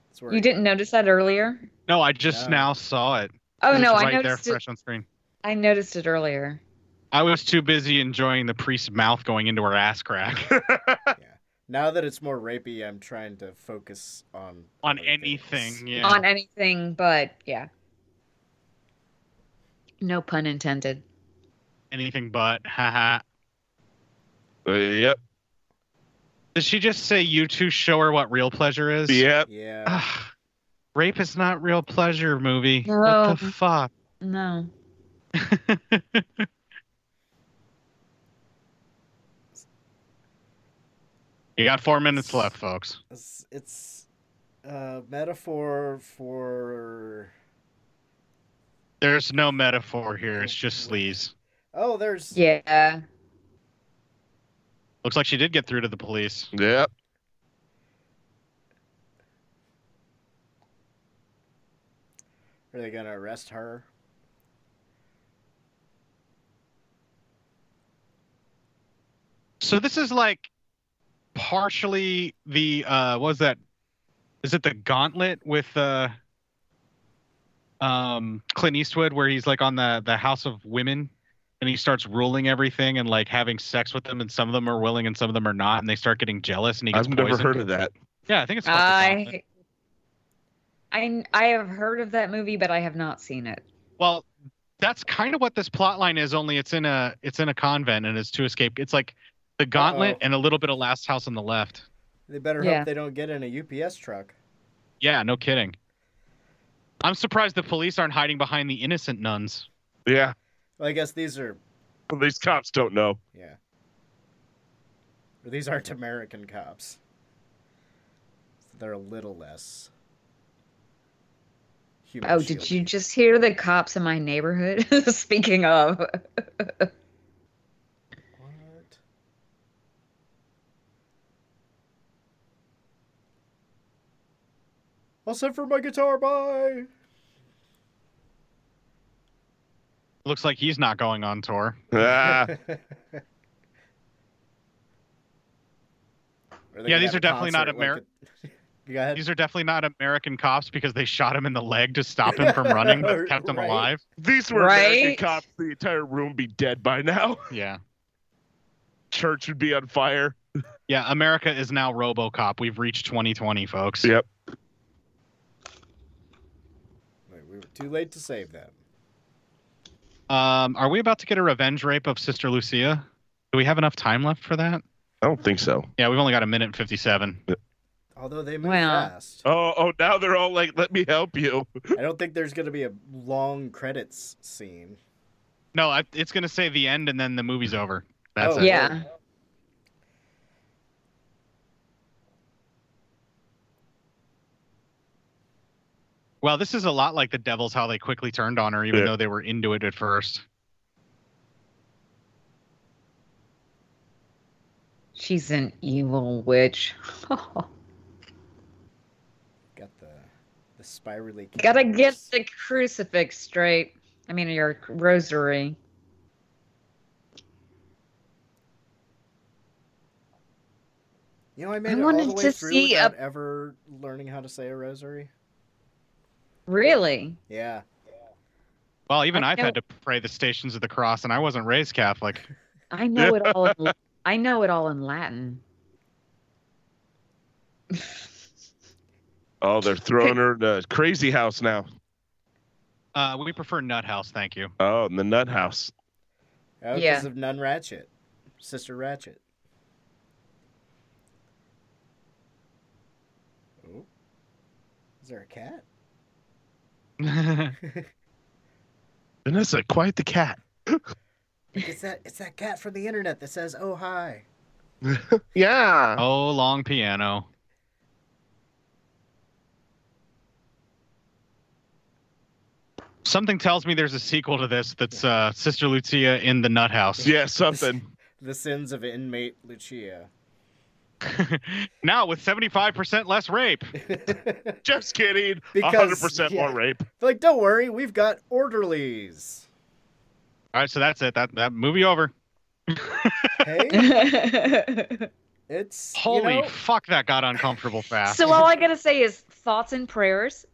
Speaker 5: that's where
Speaker 3: You
Speaker 5: it-
Speaker 3: didn't notice that earlier?
Speaker 4: No, I just
Speaker 5: Yeah.
Speaker 4: now saw it.
Speaker 3: Oh
Speaker 4: It's
Speaker 3: no,
Speaker 4: right
Speaker 3: I
Speaker 4: there,
Speaker 3: noticed it.
Speaker 4: fresh on screen.
Speaker 3: I noticed it earlier. (laughs)
Speaker 4: I was too busy enjoying the priest's mouth going into her ass crack.
Speaker 5: Now that it's more rapey, I'm trying to focus on
Speaker 4: on
Speaker 5: other things.
Speaker 4: anything. Yeah.
Speaker 3: on anything but yeah no pun intended
Speaker 4: anything but. Haha.
Speaker 6: Uh, yep.
Speaker 4: Did she just say you two show her what real pleasure is?
Speaker 6: Yep.
Speaker 5: Yeah.
Speaker 4: Ugh. Rape is not real pleasure movie.
Speaker 3: No.
Speaker 4: What the fuck?
Speaker 3: no
Speaker 4: you got four minutes left, folks.
Speaker 5: It's, it's a metaphor for.
Speaker 4: There's no metaphor here. It's just sleaze.
Speaker 5: Oh, there's.
Speaker 3: yeah
Speaker 4: Looks like she did get through to the police.
Speaker 6: Yep.
Speaker 5: Are they going to arrest her?
Speaker 4: So this is like partially the uh what was that? Is it the gauntlet with uh um Clint Eastwood where he's like on the the House of Women and he starts ruling everything and like having sex with them and some of them are willing and some of them are not and they start getting jealous and he gets
Speaker 6: I've never
Speaker 4: poisoned.
Speaker 6: heard of that.
Speaker 4: Yeah, I think it's called the Gauntlet.
Speaker 3: i I, I have heard of that movie, but I have not seen it.
Speaker 4: Well, that's kind of what this plot line is. Only it's in a it's in a convent and it's to escape. It's like the Gauntlet
Speaker 5: Uh-oh.
Speaker 4: and a little bit of Last House on the left.
Speaker 5: They better
Speaker 3: Yeah.
Speaker 5: hope they don't get in a UPS truck.
Speaker 4: Yeah, no kidding. I'm surprised the police aren't hiding behind the innocent nuns.
Speaker 6: Yeah.
Speaker 5: Well, I guess these are.
Speaker 6: These cops don't know.
Speaker 5: Yeah. These aren't American cops. They're a little less. Human
Speaker 3: Oh, did
Speaker 5: shield.
Speaker 3: you just hear the cops in my neighborhood? (laughs) Speaking of,
Speaker 5: What? I'll send for my guitar. Bye.
Speaker 4: Looks like he's not going on tour.
Speaker 5: Or
Speaker 6: Ah.
Speaker 5: they
Speaker 4: Yeah,
Speaker 5: could
Speaker 4: these
Speaker 5: have
Speaker 4: are
Speaker 5: a
Speaker 4: definitely not
Speaker 5: concert, like, a- (laughs) Go ahead.
Speaker 4: These are definitely not American cops because they shot him in the leg to stop him from running,
Speaker 5: (laughs)
Speaker 4: but kept him
Speaker 5: Right.
Speaker 4: alive.
Speaker 6: These were American
Speaker 3: Right?
Speaker 6: cops. The entire room would be dead by now. (laughs)
Speaker 4: Yeah.
Speaker 6: Church would be on fire.
Speaker 4: Yeah, America is now RoboCop. We've reached 2020, folks.
Speaker 6: Yep.
Speaker 5: Wait, we were too late to save them.
Speaker 4: Um, are we about to get a revenge rape of Sister Lucia? Do we have enough time left for that?
Speaker 6: I don't think so.
Speaker 4: Yeah, we've only got a minute and 57.
Speaker 5: Although they move
Speaker 3: Well.
Speaker 5: fast.
Speaker 6: Oh, oh, now they're all like, let me help you.
Speaker 5: I don't think there's going to be a long credits scene.
Speaker 4: No, I, it's going to say the end and then the movie's over. That's
Speaker 5: Oh.
Speaker 4: it.
Speaker 3: yeah.
Speaker 4: Well, this is a lot like the Devils, how they quickly turned on her, even
Speaker 6: Yeah.
Speaker 4: though they were into it at first.
Speaker 3: She's an evil (laughs) witch.
Speaker 5: Got the the spirally.
Speaker 3: Gotta get
Speaker 5: cameras.
Speaker 3: the crucifix straight. I mean, your rosary.
Speaker 5: You know, I made
Speaker 3: I
Speaker 5: it all
Speaker 3: wanted
Speaker 5: the way
Speaker 3: to
Speaker 5: through
Speaker 3: see a-
Speaker 5: without ever learning how to say a rosary.
Speaker 3: Really?
Speaker 5: Yeah.
Speaker 4: Well, even
Speaker 3: I
Speaker 4: I've
Speaker 3: know-
Speaker 4: had to pray the Stations of the Cross, and I wasn't raised Catholic.
Speaker 3: I know it all. In,
Speaker 4: (laughs)
Speaker 3: La- I know it all in Latin.
Speaker 6: Oh, they're throwing her in a crazy house now.
Speaker 4: Uh, we prefer Nut House, thank you. (laughs)
Speaker 6: Oh, in the nut house.
Speaker 5: Oh, because
Speaker 3: Yeah.
Speaker 5: of Nun Ratchet, Sister Ratchet. Oh, is there a cat?
Speaker 6: Vanessa, quite the cat.
Speaker 5: It's that it's that cat from the internet that says "Oh hi."
Speaker 6: Yeah.
Speaker 4: oh, long piano. Something tells me there's a sequel to this that's uh, Sister Lucia in the Nut House.
Speaker 6: Yeah, something.
Speaker 5: The sins of inmate Lucia.
Speaker 4: (laughs) now with 75% less rape.
Speaker 6: Just kidding.
Speaker 5: Because-
Speaker 6: 100%
Speaker 5: yeah.
Speaker 6: more rape.
Speaker 5: like, don't worry, we've got orderlies.
Speaker 4: All right, so that's it. That that movie over. (laughs)
Speaker 5: Hey,
Speaker 3: so
Speaker 5: it's you
Speaker 4: Holy
Speaker 5: know,
Speaker 4: fuck, that got uncomfortable fast.
Speaker 3: all I gotta say is thoughts and prayers.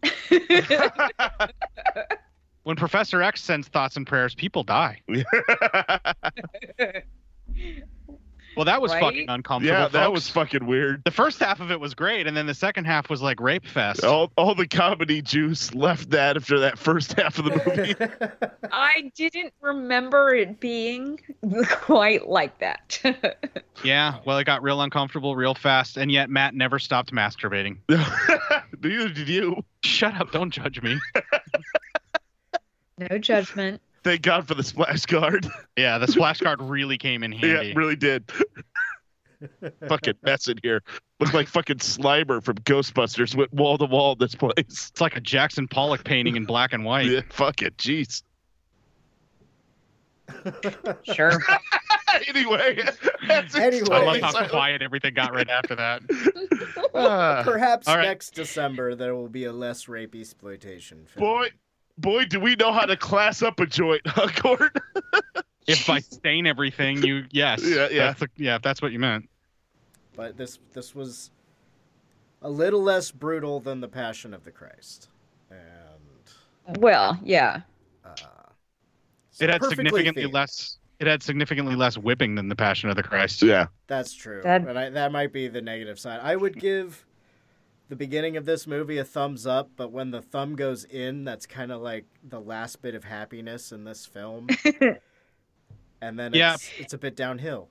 Speaker 4: when Professor
Speaker 6: (laughs)
Speaker 4: X sends thoughts and prayers, people die. Well, that was
Speaker 3: Right?
Speaker 4: fucking uncomfortable.
Speaker 6: yeah, that
Speaker 4: Um, folks.
Speaker 6: was fucking weird.
Speaker 4: the first half of it was great, and then the second half was like rape fest.
Speaker 6: All, all the comedy juice left that after that first (laughs) half of the movie.
Speaker 3: I didn't remember it being quite like that. (laughs)
Speaker 4: Yeah, well, it got real uncomfortable real fast, and yet Matt never stopped masturbating.
Speaker 5: (laughs)
Speaker 6: (laughs) Neither did you.
Speaker 4: Shut up! Don't judge
Speaker 6: (laughs)
Speaker 4: me.
Speaker 3: no judgment.
Speaker 6: Thank God for the splash guard. (laughs)
Speaker 4: Yeah, the splash card really came in
Speaker 6: Yeah,
Speaker 4: handy.
Speaker 6: it
Speaker 5: (laughs)
Speaker 6: really did. fucking mess in here. Looked like fucking Slimer from Ghostbusters went wall to wall this place.
Speaker 4: It's like a Jackson Pollock painting in black and white.
Speaker 6: Yeah, (laughs) fuck it. Jeez.
Speaker 3: Sure.
Speaker 6: anyway, (laughs) that's it.
Speaker 5: Anyway.
Speaker 4: I
Speaker 5: Wait,
Speaker 4: love how
Speaker 6: (laughs) Silence.
Speaker 4: quiet everything got right after
Speaker 6: (laughs)
Speaker 4: that.
Speaker 6: Ah,
Speaker 5: Perhaps
Speaker 4: uh, All right.
Speaker 5: next December there will be a less rapey exploitation film.
Speaker 6: boy, boy, do we know how to class up a joint, (laughs) huh, Gordon?
Speaker 4: If I stain everything, you yes,
Speaker 6: Yeah, yeah.
Speaker 4: that's the- yeah. If that's what you meant.
Speaker 5: But this this was a little less brutal than the Passion of the Christ, and
Speaker 3: well, yeah.
Speaker 5: uh, it's
Speaker 4: It had
Speaker 5: perfectly
Speaker 4: significantly
Speaker 5: themed.
Speaker 4: less. It had significantly less whipping than the Passion of the Christ.
Speaker 6: Yeah.
Speaker 5: That's true,
Speaker 3: That-
Speaker 5: but I, that might be the negative side. I would give the beginning of this movie a thumbs up, but when the thumb goes in, that's kind of like the last bit of happiness in this film, and then
Speaker 4: Yeah.
Speaker 5: it's, it's a bit downhill.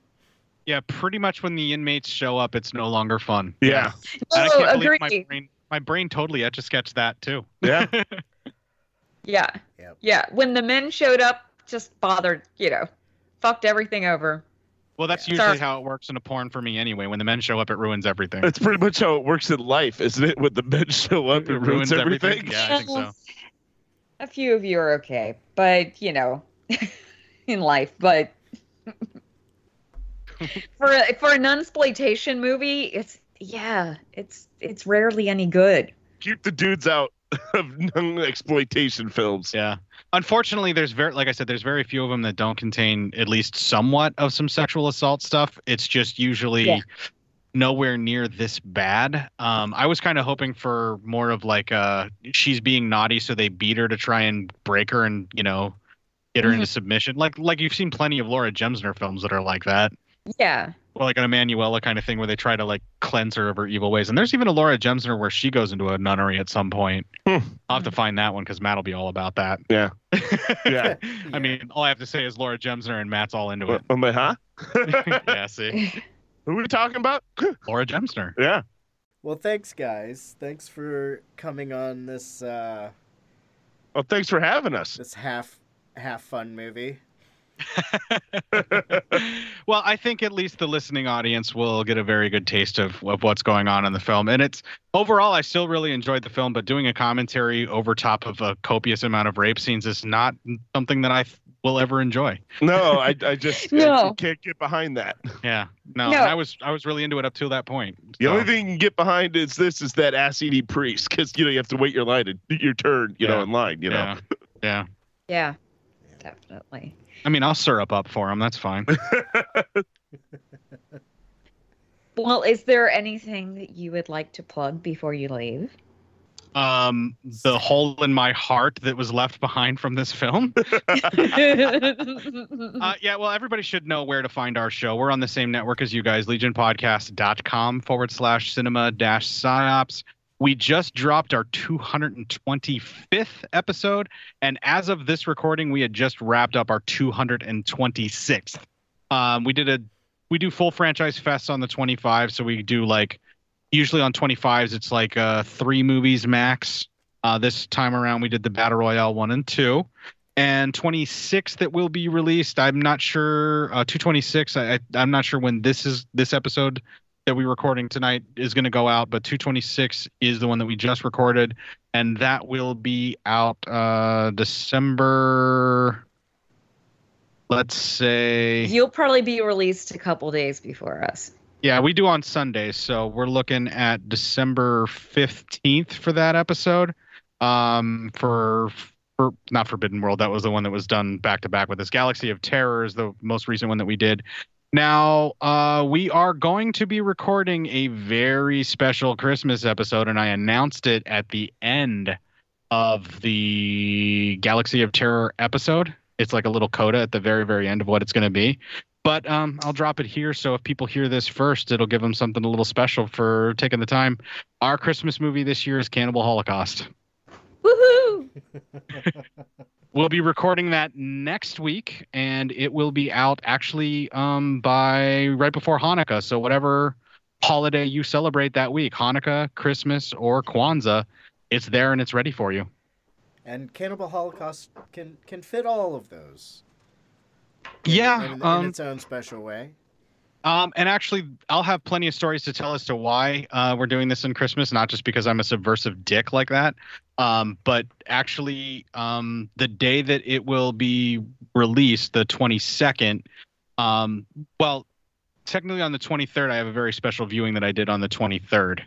Speaker 4: Yeah, pretty much when the inmates show up, it's no longer fun.
Speaker 6: Yeah.
Speaker 4: And I
Speaker 3: Oh,
Speaker 4: can't believe my
Speaker 3: agree.
Speaker 4: brain, my brain totally etch a sketch that too.
Speaker 6: Yeah. (laughs)
Speaker 3: Yeah.
Speaker 5: Yep.
Speaker 3: Yeah. When the men showed up, just bothered, you know, fucked everything over.
Speaker 4: Well, that's
Speaker 3: Yeah.
Speaker 4: usually
Speaker 3: Sorry.
Speaker 4: how it works in a porn for me anyway. When the men show up, it ruins
Speaker 6: (laughs)
Speaker 4: everything.
Speaker 6: That's pretty much how it works in life, isn't it? When the men (laughs) show up, it, ruins, everything.
Speaker 4: Yeah, I think so.
Speaker 3: A few of you are okay, but you know, (laughs) in life, but (laughs) for a, for a nunsploitation movie, it's yeah, it's it's rarely any good.
Speaker 6: Keep the dudes out (laughs) of exploitation films.
Speaker 4: Yeah. Unfortunately, there's very, like I said, there's very few of them that don't contain at least somewhat of some sexual assault stuff. It's just usually
Speaker 3: Yeah.
Speaker 4: nowhere near this bad. Um, I was kind of hoping for more of like uh, she's being naughty, so they beat her to try and break her and you know get her into submission. Like like you've seen plenty of Laura Gemsner films that are like that.
Speaker 3: Yeah.
Speaker 4: Or like an Emanuela kind of thing where they try to like cleanse her of her evil ways. And there's even a Laura Gemsner where she goes into a nunnery at some point.
Speaker 6: Hmm.
Speaker 4: I'll have to find that one because Matt will be all about that. (laughs)
Speaker 6: Yeah. Yeah.
Speaker 4: I mean, all I have to say is Laura Gemsner and Matt's all into it.
Speaker 6: I'm like, huh? (laughs)
Speaker 4: yeah, see.
Speaker 6: Who are we talking about?
Speaker 4: Laura Gemsner.
Speaker 6: Yeah.
Speaker 5: Well, thanks guys. Thanks for coming on this uh,
Speaker 6: Well, thanks for having us.
Speaker 5: this half half fun movie.
Speaker 4: well, I think at least the listening audience will get a very good taste of, of what's going on in the film. And it's overall, I still really enjoyed the film, but doing a commentary over top of a copious amount of rape scenes is not something that I th- will ever enjoy.
Speaker 6: No, (laughs) I, I just I
Speaker 3: No.
Speaker 6: can't get behind that.
Speaker 4: Yeah. No,
Speaker 3: No.
Speaker 4: and I was I was really into it up till that point.
Speaker 6: The only
Speaker 4: So,
Speaker 6: thing you can get behind is this is that ass eating priest because you know you have to wait your line and your turn, you know,
Speaker 4: Yeah.
Speaker 6: in line, you know.
Speaker 4: yeah. Yeah.
Speaker 3: Yeah. Definitely.
Speaker 4: I mean, I'll syrup up for him. That's
Speaker 6: (laughs)
Speaker 4: fine.
Speaker 3: Well, is there anything that you would like to plug before you leave? (laughs)
Speaker 4: Um, the hole in my heart that was left behind from this film. (laughs) Uh, yeah, well, everybody should know where to find our show. We're on the same network as you guys, legionpodcast.com forward slash cinema dash psyops. We just dropped our 225th episode, and as of this recording, we had just wrapped up our 226th. Um, we did a we do full franchise fests on the 25, so we do like usually on 25s it's like uh, three movies max. Uh, this time around, we did the battle royale one and two and 26 that will be released. I'm not sure. Uh, 226. I, I I'm not sure when this is this episode that we're recording tonight is going to go out, but 226 is the one that we just recorded, and that will be out uh, December. Let's say
Speaker 3: You'll probably be released a couple days before us.
Speaker 4: yeah, we do on Sundays, so we're looking at December fifteenth for that episode. Um, for for not Forbidden World, that was the one that was done back to back with this. Galaxy of Terror is the most recent one that we did. Now, uh, we are going to be recording a very special Christmas episode, and I announced it at the end of the Galaxy of Terror episode. It's like a little coda at the very, very end of what it's going to be. But um, I'll drop it here. So if people hear this first, it'll give them something a little special for taking the time. Our Christmas movie this year is Cannibal Holocaust.
Speaker 3: Woohoo!
Speaker 4: We'll be recording that next week, and it will be out actually um, by right before Hanukkah. So whatever holiday you celebrate that week, Hanukkah, Christmas, or Kwanzaa, it's there and it's ready for you.
Speaker 5: And Cannibal Holocaust can can fit all of those.
Speaker 4: Yeah.
Speaker 5: in, in
Speaker 4: Um,
Speaker 5: its own special way.
Speaker 4: um, and actually, I'll have plenty of stories to tell as to why uh, we're doing this on Christmas, not just because I'm a subversive dick like that, um, but actually, um, the day that it will be released, the 22nd, um, well, technically on the 23rd, I have a very special viewing that I did on the 23rd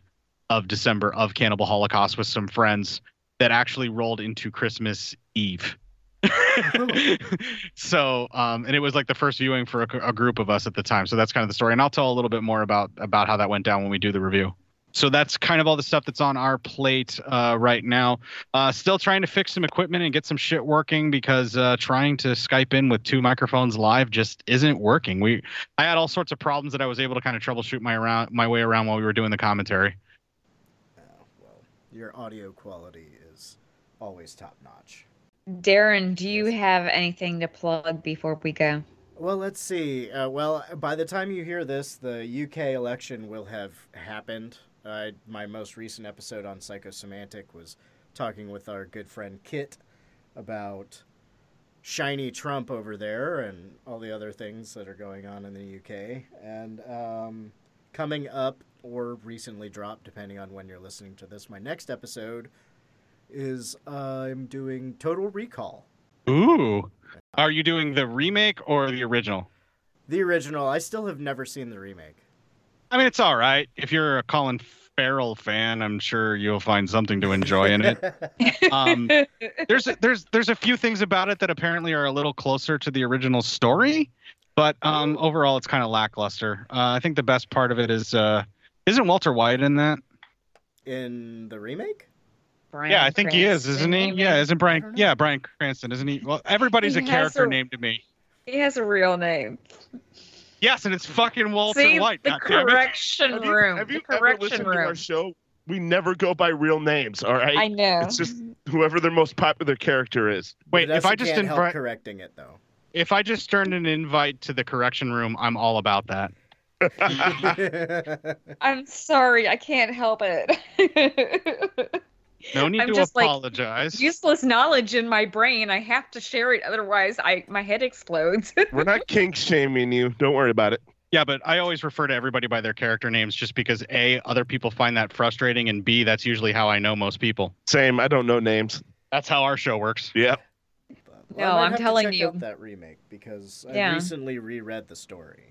Speaker 4: of December of Cannibal Holocaust with some friends that actually rolled into Christmas Eve. (laughs) so um and it was like the first viewing for a, gr- a group of us at the time so that's kind of the story and i'll tell a little bit more about about how that went down when we do the review so that's kind of all the stuff that's on our plate uh, right now uh, still trying to fix some equipment and get some shit working because uh, trying to skype in with two microphones live just isn't working we i had all sorts of problems that i was able to kind of troubleshoot my around my way around while we were doing the commentary
Speaker 5: Oh, Well, your audio quality is always top notch.
Speaker 3: Darren, do you have anything to plug before we go?
Speaker 5: Well, let's see. Uh, well, by the time you hear this, the UK election will have happened. Uh, my most recent episode on psychosemantic was talking with our good friend Kit about shiny Trump over there and all the other things that are going on in the UK. And um, coming up or recently dropped, depending on when you're listening to this, my next episode is uh, I'm doing Total Recall.
Speaker 4: ooh are you doing the remake or the original
Speaker 5: The original. I still have never seen the remake.
Speaker 4: I mean, it's all right. If you're a Colin Farrell fan, I'm sure you'll find something to enjoy in
Speaker 3: (laughs)
Speaker 4: it. Um, there's there's there's a few things about it that apparently are a little closer to the original story, but um,
Speaker 3: Oh.
Speaker 4: overall, it's kind of lackluster. Uh, I think the best part of it is uh, isn't Walter White in that?
Speaker 5: in the remake?
Speaker 3: Bryan
Speaker 4: yeah, I think he is,
Speaker 3: Cranston?
Speaker 4: isn't he? Yeah, isn't
Speaker 5: I
Speaker 4: Brian?
Speaker 5: don't know.
Speaker 4: Yeah, Brian Cranston, isn't he? Well, everybody's
Speaker 3: He
Speaker 4: a
Speaker 3: has
Speaker 4: character
Speaker 3: a-
Speaker 4: named to me.
Speaker 3: He has a real name.
Speaker 4: Yes, and it's fucking Walter
Speaker 3: See,
Speaker 4: White.
Speaker 3: the
Speaker 4: God damn it.
Speaker 3: correction
Speaker 6: Have you,
Speaker 3: room.
Speaker 6: have
Speaker 3: the
Speaker 6: you ever
Speaker 3: correction
Speaker 6: listened to
Speaker 3: room.
Speaker 6: our show? We never go by real names, all right?
Speaker 3: I know.
Speaker 6: It's just whoever their most popular character is. (laughs)
Speaker 4: Wait, if
Speaker 5: Vanessa
Speaker 4: I just
Speaker 5: can't help
Speaker 4: invite,
Speaker 5: correcting it
Speaker 4: (laughs)
Speaker 5: though. (laughs)
Speaker 4: if I just turned an invite to the correction room, I'm all about that.
Speaker 3: I'm sorry, I can't help it. (laughs)
Speaker 4: No need
Speaker 3: I'm
Speaker 4: to
Speaker 3: just, like,
Speaker 4: apologize.
Speaker 3: Useless knowledge in my brain. I have to share it, otherwise, I my head explodes. (laughs)
Speaker 6: We're not kink shaming you. Don't worry about it.
Speaker 4: yeah, but I always refer to everybody by their character names just because A, other people find that frustrating, and B, that's usually how I know most people.
Speaker 6: Same. I don't know names.
Speaker 4: That's how our show works.
Speaker 6: Yeah.
Speaker 5: Well, I
Speaker 3: No,
Speaker 5: might
Speaker 3: I'm
Speaker 5: have to
Speaker 3: telling
Speaker 5: check
Speaker 3: you.
Speaker 5: out that remake because I
Speaker 3: Yeah.
Speaker 5: recently reread the story.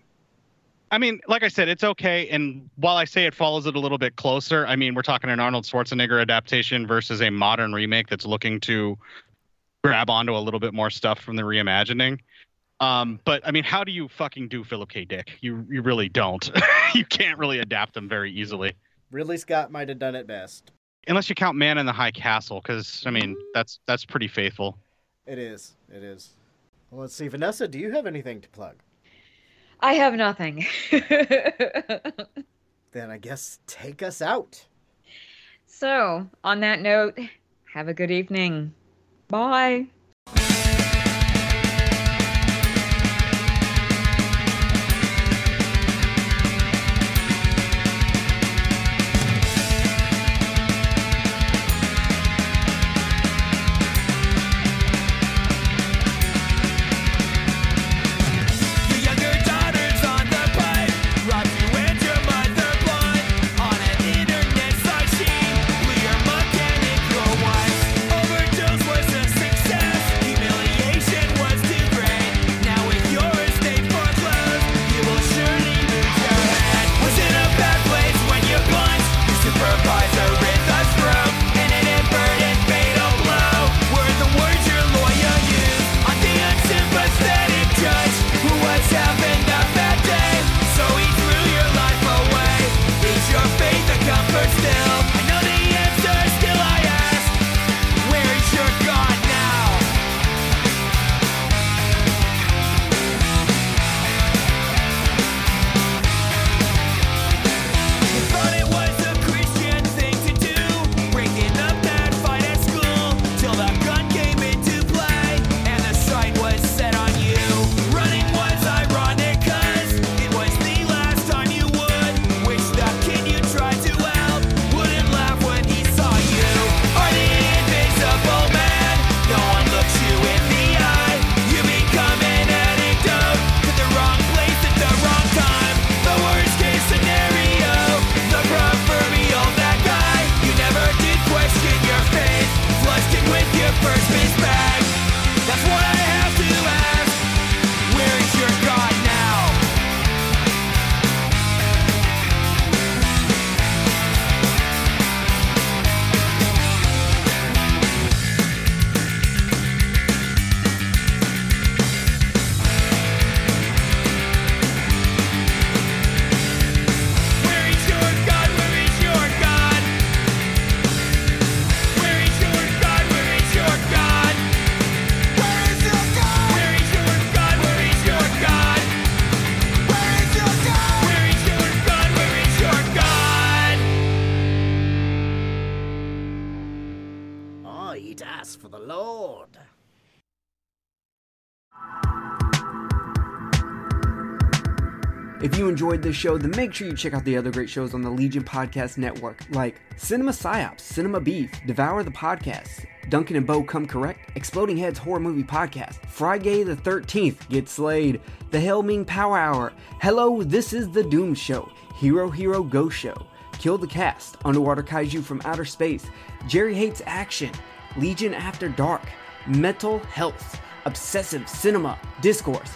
Speaker 4: I mean, like I said, it's okay. And while I say it follows it a little bit closer, I mean, we're talking an Arnold Schwarzenegger adaptation versus a modern remake that's looking to grab onto a little bit more stuff from the reimagining. Um, but I mean, how do you fucking do Philip K. Dick? You you really don't. (laughs) you can't really adapt them very easily.
Speaker 5: Ridley Scott might have done it best.
Speaker 4: unless you count Man in the High Castle, because I mean that's that's pretty faithful.
Speaker 5: It is. It is. Well, let's see, Vanessa. Do you have anything to plug?
Speaker 3: I have nothing. (laughs)
Speaker 5: Then I guess take us out.
Speaker 3: so, on that note, have a good evening. Bye.
Speaker 7: Overdose was a success. Humiliation.
Speaker 5: I eat ass for the Lord.
Speaker 1: If you enjoyed this show, then make sure you check out the other great shows on the Legion Podcast Network, like Cinema Psyops, Cinema Beef, Devour the Podcast, Duncan and Bo Come Correct, Exploding Heads Horror Movie Podcast, Friday the 13th, Get Slayed, The Helming Power Hour, Hello, This is the Doom Show, Hero Hero Go Show, Kill the Cast, Underwater Kaiju from Outer Space, Jerry Hates Action, Legion After Dark, Mental Health, Obsessive Cinema, Discourse,